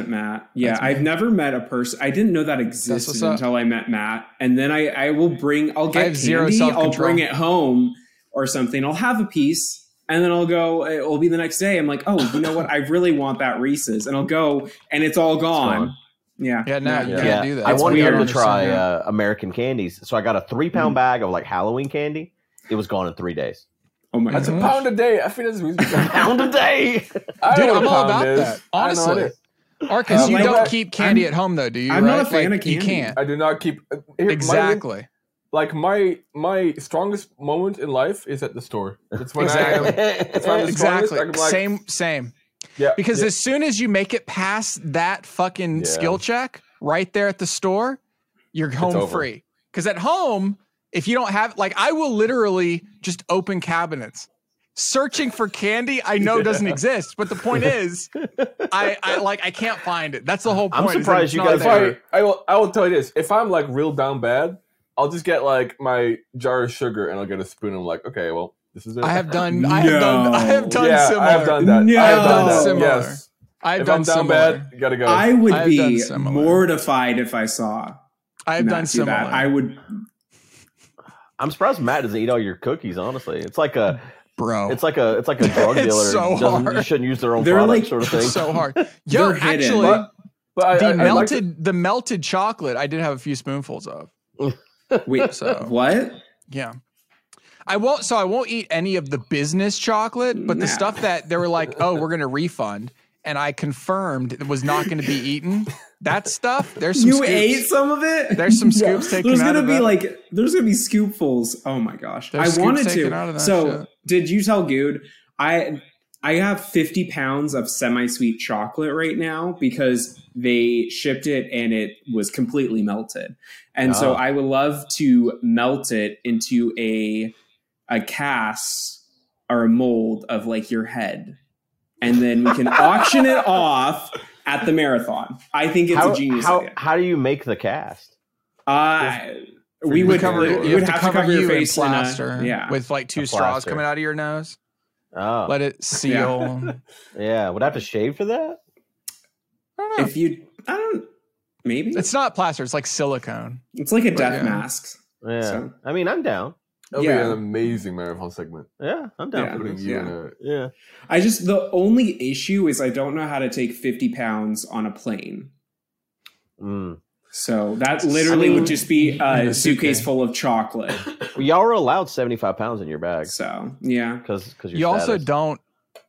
[SPEAKER 3] 100% Matt. Yeah,
[SPEAKER 1] That's Matt.
[SPEAKER 3] I've never met a person. I didn't know that
[SPEAKER 1] what's
[SPEAKER 3] existed
[SPEAKER 1] up.
[SPEAKER 3] until I met Matt. And then I, I will bring, I'll get
[SPEAKER 1] have zero
[SPEAKER 3] candy, I'll
[SPEAKER 1] self-control.
[SPEAKER 3] bring it home or something. I'll have a piece and then I'll go, it will be the next day. I'm like, oh, you know what? I really want that Reese's. And I'll go and it's all gone.
[SPEAKER 2] gone.
[SPEAKER 3] Yeah.
[SPEAKER 1] Yeah, no, you
[SPEAKER 4] Yeah.
[SPEAKER 1] can't
[SPEAKER 2] yeah,
[SPEAKER 1] do that.
[SPEAKER 2] I
[SPEAKER 1] It's
[SPEAKER 2] wanted
[SPEAKER 3] weird.
[SPEAKER 2] him to try
[SPEAKER 1] Yeah.
[SPEAKER 2] uh, American candies, so I got a three pound bag of like Halloween candy. It was gone in three days.
[SPEAKER 3] Oh my
[SPEAKER 4] That's a
[SPEAKER 3] God.
[SPEAKER 1] Mhm.
[SPEAKER 4] pound a day. I think that's reasonable.
[SPEAKER 2] Pound a day.
[SPEAKER 4] I
[SPEAKER 1] Dude,
[SPEAKER 4] know what
[SPEAKER 1] I'm
[SPEAKER 4] a
[SPEAKER 1] all
[SPEAKER 4] pound
[SPEAKER 1] about
[SPEAKER 4] is.
[SPEAKER 1] that.
[SPEAKER 4] I know what it
[SPEAKER 1] Honestly,
[SPEAKER 4] is.
[SPEAKER 1] Arcus,
[SPEAKER 3] Uh,
[SPEAKER 1] you
[SPEAKER 3] like,
[SPEAKER 1] don't
[SPEAKER 4] but
[SPEAKER 1] keep candy
[SPEAKER 3] I'm-
[SPEAKER 1] at home though, do you?
[SPEAKER 3] I'm not a
[SPEAKER 1] right?
[SPEAKER 3] fan
[SPEAKER 1] Like,
[SPEAKER 3] of
[SPEAKER 1] You
[SPEAKER 3] candy.
[SPEAKER 1] can't.
[SPEAKER 4] I do not keep uh, here, my-
[SPEAKER 1] Exactly.
[SPEAKER 4] like my my strongest moment in life is at the store. It's when I am. It's when I'm the
[SPEAKER 1] Exactly.
[SPEAKER 4] strongest. I can be like,
[SPEAKER 1] same. Same.
[SPEAKER 4] Yeah,
[SPEAKER 1] Because
[SPEAKER 4] yeah.
[SPEAKER 1] as soon as you make it past that fucking
[SPEAKER 4] Yeah.
[SPEAKER 1] skill check right there at the store, you're home
[SPEAKER 4] over.
[SPEAKER 1] free. Because at home, if you don't have, like, I will literally just open cabinets searching for candy I know doesn't exist. But the point is, I, I like, I can't find it. That's the whole
[SPEAKER 2] I'm
[SPEAKER 1] point. is that
[SPEAKER 2] surprised
[SPEAKER 1] it's
[SPEAKER 2] you
[SPEAKER 1] not
[SPEAKER 2] guys
[SPEAKER 4] if
[SPEAKER 1] there.
[SPEAKER 2] Fair.
[SPEAKER 4] I, I will I will tell you this. If I'm like real down bad, I'll just get like my jar of sugar and I'll get a spoon. I'm like, okay, well, this is it.
[SPEAKER 1] I have done, I have done, I have done
[SPEAKER 4] yeah,
[SPEAKER 1] similar.
[SPEAKER 4] I have done that. I have done
[SPEAKER 1] No.
[SPEAKER 4] that.
[SPEAKER 1] Similar.
[SPEAKER 4] Yes.
[SPEAKER 1] I've
[SPEAKER 4] if
[SPEAKER 1] done
[SPEAKER 4] I'm down
[SPEAKER 1] similar.
[SPEAKER 4] bad, you gotta go.
[SPEAKER 3] I would
[SPEAKER 1] I've done
[SPEAKER 3] be
[SPEAKER 1] similar.
[SPEAKER 3] mortified if I saw
[SPEAKER 1] I've
[SPEAKER 3] Matt
[SPEAKER 1] done
[SPEAKER 3] do
[SPEAKER 1] similar.
[SPEAKER 3] that. I would.
[SPEAKER 2] I'm surprised Matt doesn't eat all your cookies. Honestly, it's like a,
[SPEAKER 1] Bro,
[SPEAKER 2] it's like a, it's like a drug
[SPEAKER 1] Oh. It's
[SPEAKER 2] dealer.
[SPEAKER 1] so
[SPEAKER 2] doesn't, You
[SPEAKER 1] hard.
[SPEAKER 2] shouldn't use their own
[SPEAKER 3] They're
[SPEAKER 2] product,
[SPEAKER 3] like-
[SPEAKER 2] sort of thing.
[SPEAKER 1] so hard. Yo,
[SPEAKER 3] They're hidden.
[SPEAKER 1] actually,
[SPEAKER 4] But- but I,
[SPEAKER 1] the
[SPEAKER 4] I, I like
[SPEAKER 1] melted the melted chocolate I did have a few spoonfuls of.
[SPEAKER 3] Wait,
[SPEAKER 1] So-
[SPEAKER 3] what?
[SPEAKER 1] Yeah. I won't so I won't eat any of the business chocolate, but the
[SPEAKER 3] Nah.
[SPEAKER 1] stuff that they were like, "Oh, we're going to refund." And I confirmed it was not going to be eaten. That stuff, there's some
[SPEAKER 3] You
[SPEAKER 1] scoops.
[SPEAKER 3] ate some of it?
[SPEAKER 1] There's some scoops taken
[SPEAKER 3] There's
[SPEAKER 1] out
[SPEAKER 3] gonna
[SPEAKER 1] of
[SPEAKER 3] be
[SPEAKER 1] that.
[SPEAKER 3] like there's gonna be scoopfuls. Oh my gosh.
[SPEAKER 1] There's scoops
[SPEAKER 3] I wanted
[SPEAKER 1] taken
[SPEAKER 3] to.
[SPEAKER 1] out of that
[SPEAKER 3] so
[SPEAKER 1] shit.
[SPEAKER 3] did you tell Good? I I have 50 pounds of semi-sweet chocolate right now because they shipped it and it was completely melted. And
[SPEAKER 2] Oh.
[SPEAKER 3] so
[SPEAKER 1] Ah.
[SPEAKER 3] I would love to melt it into a a cast or a mold of like your head. And then we can auction it off at the marathon. I think it's
[SPEAKER 2] How,
[SPEAKER 3] a genius
[SPEAKER 2] how,
[SPEAKER 3] idea.
[SPEAKER 2] how do you make the cast?
[SPEAKER 3] Uh, we
[SPEAKER 4] You
[SPEAKER 3] would cover.
[SPEAKER 4] cover- you
[SPEAKER 3] You,
[SPEAKER 1] you
[SPEAKER 3] would
[SPEAKER 1] have, to cover,
[SPEAKER 3] your
[SPEAKER 1] you
[SPEAKER 3] face
[SPEAKER 1] in
[SPEAKER 3] in a-
[SPEAKER 1] plaster
[SPEAKER 3] yeah.
[SPEAKER 1] with like two
[SPEAKER 2] A
[SPEAKER 1] straws
[SPEAKER 2] plaster.
[SPEAKER 1] coming out of your nose.
[SPEAKER 2] Oh,
[SPEAKER 1] Let it seal.
[SPEAKER 2] yeah. Would I have to shave for that?
[SPEAKER 1] I don't know.
[SPEAKER 3] if you, I don't. Maybe it's,
[SPEAKER 1] It's not plaster, it's like silicone.
[SPEAKER 3] like a
[SPEAKER 1] but
[SPEAKER 3] death
[SPEAKER 1] yeah.
[SPEAKER 3] mask.
[SPEAKER 2] Yeah.
[SPEAKER 3] So-
[SPEAKER 2] I mean, I'm down.
[SPEAKER 4] that'd be
[SPEAKER 3] yeah.
[SPEAKER 4] an amazing marathon segment.
[SPEAKER 2] Yeah, I'm down
[SPEAKER 3] Yeah.
[SPEAKER 2] for
[SPEAKER 4] Putting
[SPEAKER 2] this.
[SPEAKER 4] you in
[SPEAKER 3] Yeah.
[SPEAKER 4] a
[SPEAKER 2] Yeah.
[SPEAKER 3] I just the only issue is I don't know how to take fifty pounds on a plane.
[SPEAKER 2] Mm.
[SPEAKER 3] So that literally would just be
[SPEAKER 1] And
[SPEAKER 3] a
[SPEAKER 1] a
[SPEAKER 3] suitcase
[SPEAKER 1] suitcase.
[SPEAKER 3] full of chocolate.
[SPEAKER 2] Well, y'all are allowed 75 pounds in your bag
[SPEAKER 3] So yeah,
[SPEAKER 2] because because
[SPEAKER 1] You also don't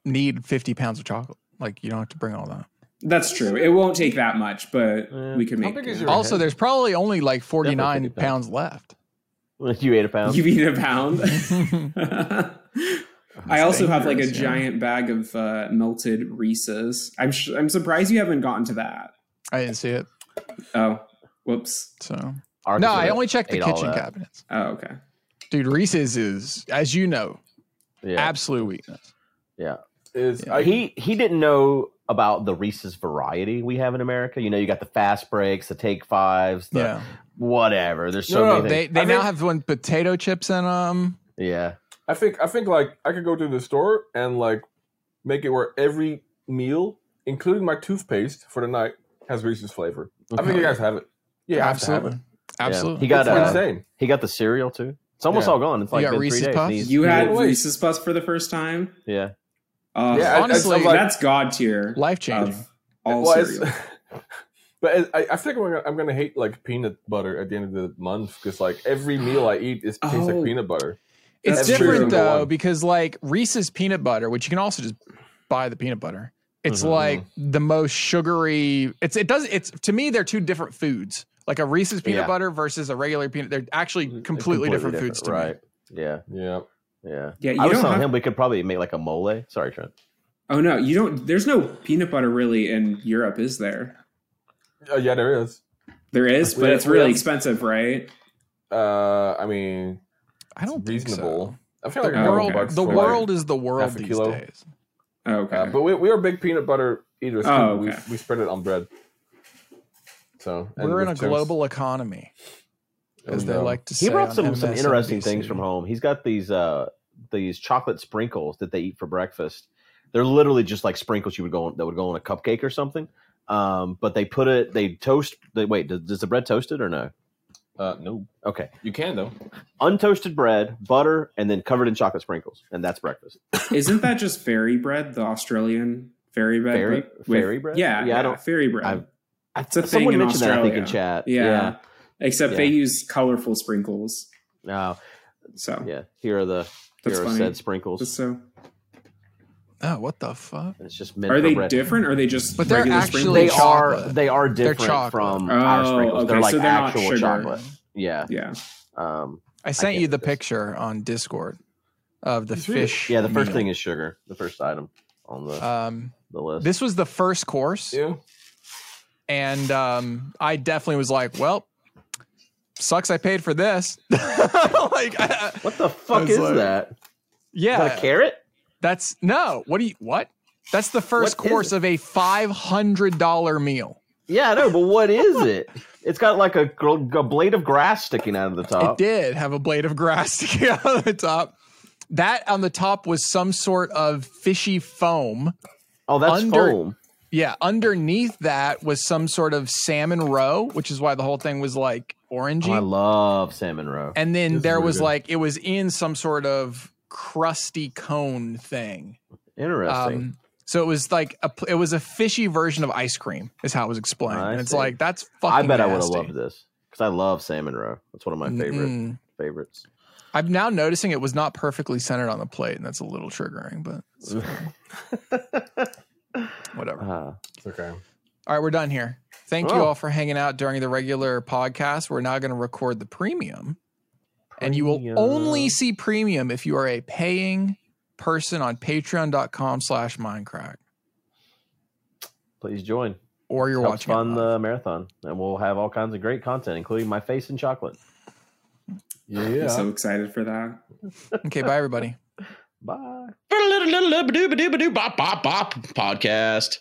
[SPEAKER 1] need 50 pounds of chocolate. Like you don't have to bring all that.
[SPEAKER 3] that's true. It won't take that much, but
[SPEAKER 2] Yeah.
[SPEAKER 3] we can
[SPEAKER 4] How
[SPEAKER 3] make.
[SPEAKER 4] big
[SPEAKER 3] it.
[SPEAKER 4] is your-
[SPEAKER 1] Also, there's probably only like 49
[SPEAKER 2] 50
[SPEAKER 1] pounds left.
[SPEAKER 2] you ate a pound.
[SPEAKER 3] You eat a pound.
[SPEAKER 1] That's
[SPEAKER 3] I also have like a
[SPEAKER 1] dangerous, yeah.
[SPEAKER 3] giant bag of uh, melted Reese's. I'm sh- I'm surprised you haven't gotten to that.
[SPEAKER 1] I didn't see it.
[SPEAKER 3] Oh, whoops.
[SPEAKER 1] So no,
[SPEAKER 2] Arkansas
[SPEAKER 1] I only checked the
[SPEAKER 2] ate all
[SPEAKER 1] kitchen
[SPEAKER 2] that.
[SPEAKER 1] cabinets.
[SPEAKER 3] Oh, okay.
[SPEAKER 1] Dude, Reese's is, as you know,
[SPEAKER 2] yeah. Uh,
[SPEAKER 1] absolute weakness.
[SPEAKER 4] Is
[SPEAKER 1] Yeah.
[SPEAKER 4] I,
[SPEAKER 2] he he didn't know about the Reese's variety we have in America. You know, you got the fast breaks, the take fives, the
[SPEAKER 1] yeah, Oh,
[SPEAKER 2] whatever. There's so
[SPEAKER 4] No, no,
[SPEAKER 2] many.
[SPEAKER 1] they
[SPEAKER 2] Things.
[SPEAKER 1] they
[SPEAKER 4] I
[SPEAKER 1] now
[SPEAKER 4] think-
[SPEAKER 1] have one potato chips um, in them.
[SPEAKER 2] yeah,
[SPEAKER 4] I think I think like I could go to the store and like make it where every meal, including my toothpaste for the night, has Reese's flavor. I think you guys have it. Yeah, you have to have
[SPEAKER 1] absolutely, absolutely.
[SPEAKER 2] Yeah. He got
[SPEAKER 4] it. It's
[SPEAKER 2] uh,
[SPEAKER 4] insane.
[SPEAKER 2] he got the cereal too. It's almost
[SPEAKER 4] Yeah.
[SPEAKER 2] all gone. It's
[SPEAKER 1] You
[SPEAKER 2] like
[SPEAKER 1] got
[SPEAKER 2] been
[SPEAKER 1] Reese's
[SPEAKER 2] three days.
[SPEAKER 1] Puffs?
[SPEAKER 2] and he's-
[SPEAKER 3] You had
[SPEAKER 4] Yeah.
[SPEAKER 3] Reese's Plus for the first time.
[SPEAKER 2] yeah.
[SPEAKER 3] Oh,
[SPEAKER 4] Yeah, I- I-
[SPEAKER 1] honestly,
[SPEAKER 4] I'm like-
[SPEAKER 3] that's God tier.
[SPEAKER 1] Life
[SPEAKER 4] Um,
[SPEAKER 1] changing.
[SPEAKER 3] Of all
[SPEAKER 4] Well, it's-
[SPEAKER 3] cereal.
[SPEAKER 4] but it- I, I think I'm gonna, I'm gonna hate like peanut butter at the end of the month because like every meal I eat is tastes
[SPEAKER 3] Oh.
[SPEAKER 4] like peanut butter.
[SPEAKER 1] It's
[SPEAKER 3] That's
[SPEAKER 1] different
[SPEAKER 4] true.
[SPEAKER 1] though
[SPEAKER 4] One.
[SPEAKER 1] because like Reese's peanut butter, which you can also just buy the peanut butter. It's
[SPEAKER 4] Mm-hmm,
[SPEAKER 2] Mhm.
[SPEAKER 1] like the most sugary. It's it does it's to me they're two different foods. Like a Reese's peanut
[SPEAKER 2] Yeah.
[SPEAKER 1] butter versus a regular peanut. They're actually
[SPEAKER 2] Mm-hmm,
[SPEAKER 1] completely, different, foods to
[SPEAKER 2] right?
[SPEAKER 1] me.
[SPEAKER 2] Yeah,
[SPEAKER 4] Yeah,
[SPEAKER 2] yeah.
[SPEAKER 3] Yeah, you
[SPEAKER 2] I was
[SPEAKER 3] don't
[SPEAKER 2] telling
[SPEAKER 3] have-
[SPEAKER 2] him we could probably make like a mole. Sorry, Trent.
[SPEAKER 3] Oh no, you don't. There's no peanut butter really in Europe, is there?
[SPEAKER 4] Uh, yeah, there is.
[SPEAKER 3] There is,
[SPEAKER 4] We
[SPEAKER 3] but
[SPEAKER 4] have-
[SPEAKER 3] it's
[SPEAKER 4] we
[SPEAKER 3] really
[SPEAKER 4] have-
[SPEAKER 3] expensive, right?
[SPEAKER 4] Uh, I mean,
[SPEAKER 1] I don't
[SPEAKER 4] it's
[SPEAKER 1] think
[SPEAKER 4] reasonable.
[SPEAKER 1] so.
[SPEAKER 4] I feel
[SPEAKER 1] The
[SPEAKER 4] like
[SPEAKER 3] Oh,
[SPEAKER 4] a couple
[SPEAKER 1] world,
[SPEAKER 4] bucks
[SPEAKER 1] the
[SPEAKER 4] for, like,
[SPEAKER 1] world is the world
[SPEAKER 4] half a
[SPEAKER 1] these
[SPEAKER 4] kilo.
[SPEAKER 1] days.
[SPEAKER 3] Oh, Okay.
[SPEAKER 4] Uh, but we, we are big peanut butter eaters. too.
[SPEAKER 3] Oh,
[SPEAKER 4] we,
[SPEAKER 3] okay.
[SPEAKER 4] we spread it on bread. So and
[SPEAKER 1] We're in a
[SPEAKER 4] with um, chips.
[SPEAKER 1] global economy,
[SPEAKER 4] There
[SPEAKER 1] as
[SPEAKER 4] we
[SPEAKER 1] they
[SPEAKER 4] go.
[SPEAKER 1] like to say.
[SPEAKER 2] He brought
[SPEAKER 1] on
[SPEAKER 2] some some interesting
[SPEAKER 1] MSNBC.
[SPEAKER 2] things from home. He's got these uh these chocolate sprinkles that they eat for breakfast. They're literally just like sprinkles you would go on, that would go on a cupcake or something. Um, but they put it they toast. They wait. Does, does the bread toast it or no?
[SPEAKER 4] Uh, no,
[SPEAKER 2] Okay,
[SPEAKER 4] you can though.
[SPEAKER 2] untoasted bread, butter, and then covered in chocolate sprinkles, and that's breakfast.
[SPEAKER 3] Isn't that just fairy bread, the Australian fairy bread?
[SPEAKER 2] Fairy-
[SPEAKER 3] but
[SPEAKER 2] fairy bread?
[SPEAKER 3] Yeah, yeah,
[SPEAKER 2] Yeah, I don't-
[SPEAKER 3] fairy bread.
[SPEAKER 2] I've-
[SPEAKER 3] It's a thing
[SPEAKER 2] Someone
[SPEAKER 3] in
[SPEAKER 2] mentioned that I think in
[SPEAKER 3] Australia.
[SPEAKER 2] chat.
[SPEAKER 3] yeah. except
[SPEAKER 2] Yeah.
[SPEAKER 3] they use colorful sprinkles.
[SPEAKER 2] No.
[SPEAKER 3] So
[SPEAKER 2] Oh, yeah. Here are the
[SPEAKER 3] That's
[SPEAKER 2] here are
[SPEAKER 3] funny.
[SPEAKER 2] said sprinkles.
[SPEAKER 3] Just so
[SPEAKER 1] Oh, what the fuck?
[SPEAKER 2] And it's just meant
[SPEAKER 3] are
[SPEAKER 2] for
[SPEAKER 3] they
[SPEAKER 2] bread.
[SPEAKER 3] different? Or are they just
[SPEAKER 1] But they're
[SPEAKER 3] regular
[SPEAKER 1] actually-
[SPEAKER 2] They
[SPEAKER 3] sprinkles?
[SPEAKER 2] are
[SPEAKER 1] chocolate.
[SPEAKER 2] they are
[SPEAKER 1] They're
[SPEAKER 2] different
[SPEAKER 1] chocolate.
[SPEAKER 2] from
[SPEAKER 3] Oh,
[SPEAKER 2] our sprinkles.
[SPEAKER 3] okay,
[SPEAKER 2] They're like
[SPEAKER 3] so they're not
[SPEAKER 2] actual
[SPEAKER 3] sugar.
[SPEAKER 2] chocolate. Yeah.
[SPEAKER 3] Yeah.
[SPEAKER 2] Um,
[SPEAKER 1] I sent
[SPEAKER 2] can't
[SPEAKER 1] you the
[SPEAKER 2] do this.
[SPEAKER 1] picture on Discord of the
[SPEAKER 4] It's really-
[SPEAKER 1] fish.
[SPEAKER 2] yeah. The first
[SPEAKER 1] meal.
[SPEAKER 2] thing is sugar. The first item on the
[SPEAKER 1] Um,
[SPEAKER 2] the list.
[SPEAKER 1] this was the first course,
[SPEAKER 4] Yeah,
[SPEAKER 1] and um, I definitely was like, "Well, sucks. I paid for this." like, uh,
[SPEAKER 2] what the fuck
[SPEAKER 1] was
[SPEAKER 2] is
[SPEAKER 1] like-
[SPEAKER 2] that? Is that a
[SPEAKER 1] yeah,
[SPEAKER 2] carrot?
[SPEAKER 1] that's no. What do you what? That's the first
[SPEAKER 2] What is
[SPEAKER 1] course of a five hundred dollar meal.
[SPEAKER 2] Yeah, I know, but what is it? It's got like a, gr- a blade of grass sticking out of the
[SPEAKER 1] It
[SPEAKER 2] top.
[SPEAKER 1] did have a blade of grass sticking out of the top. That on the top was some sort of fishy foam.
[SPEAKER 2] Oh, that's
[SPEAKER 1] Under-
[SPEAKER 2] foam.
[SPEAKER 1] Yeah, underneath that was some sort of salmon roe, which is why the whole thing was like orangey.
[SPEAKER 2] Oh, I love salmon roe.
[SPEAKER 1] And um, then
[SPEAKER 4] This is
[SPEAKER 1] there
[SPEAKER 4] really
[SPEAKER 1] was
[SPEAKER 4] good.
[SPEAKER 1] like it was in some sort of crusty cone thing.
[SPEAKER 2] Interesting.
[SPEAKER 1] Um, so it was like a it was a fishy version of ice cream is how it was explained.
[SPEAKER 2] I
[SPEAKER 1] and it's
[SPEAKER 2] see.
[SPEAKER 1] like that's fucking.
[SPEAKER 2] I bet I would have
[SPEAKER 1] nasty.
[SPEAKER 2] loved this because I love salmon roe. That's one of my favorite
[SPEAKER 1] Mm-mm.
[SPEAKER 2] favorites.
[SPEAKER 1] I'm now noticing it was not perfectly centered on the plate, and that's a little triggering, but it's fine. whatever.
[SPEAKER 2] Uh,
[SPEAKER 4] it's okay.
[SPEAKER 1] All right, we're done here. Thank you
[SPEAKER 2] Oh.
[SPEAKER 1] all for hanging out during the regular podcast. We're now going to record the premium, and you will
[SPEAKER 2] Premium.
[SPEAKER 1] only see premium if you are a paying person on patreon.com slash mindcrack
[SPEAKER 2] please join.
[SPEAKER 1] or you're
[SPEAKER 2] Helps
[SPEAKER 1] watching it
[SPEAKER 2] fund
[SPEAKER 1] live.
[SPEAKER 2] the marathon, and we'll have all kinds of great content, including my face and chocolate.
[SPEAKER 4] Yeah,
[SPEAKER 3] I'm so excited for that.
[SPEAKER 1] okay bye everybody
[SPEAKER 2] Bye.
[SPEAKER 5] Podcast.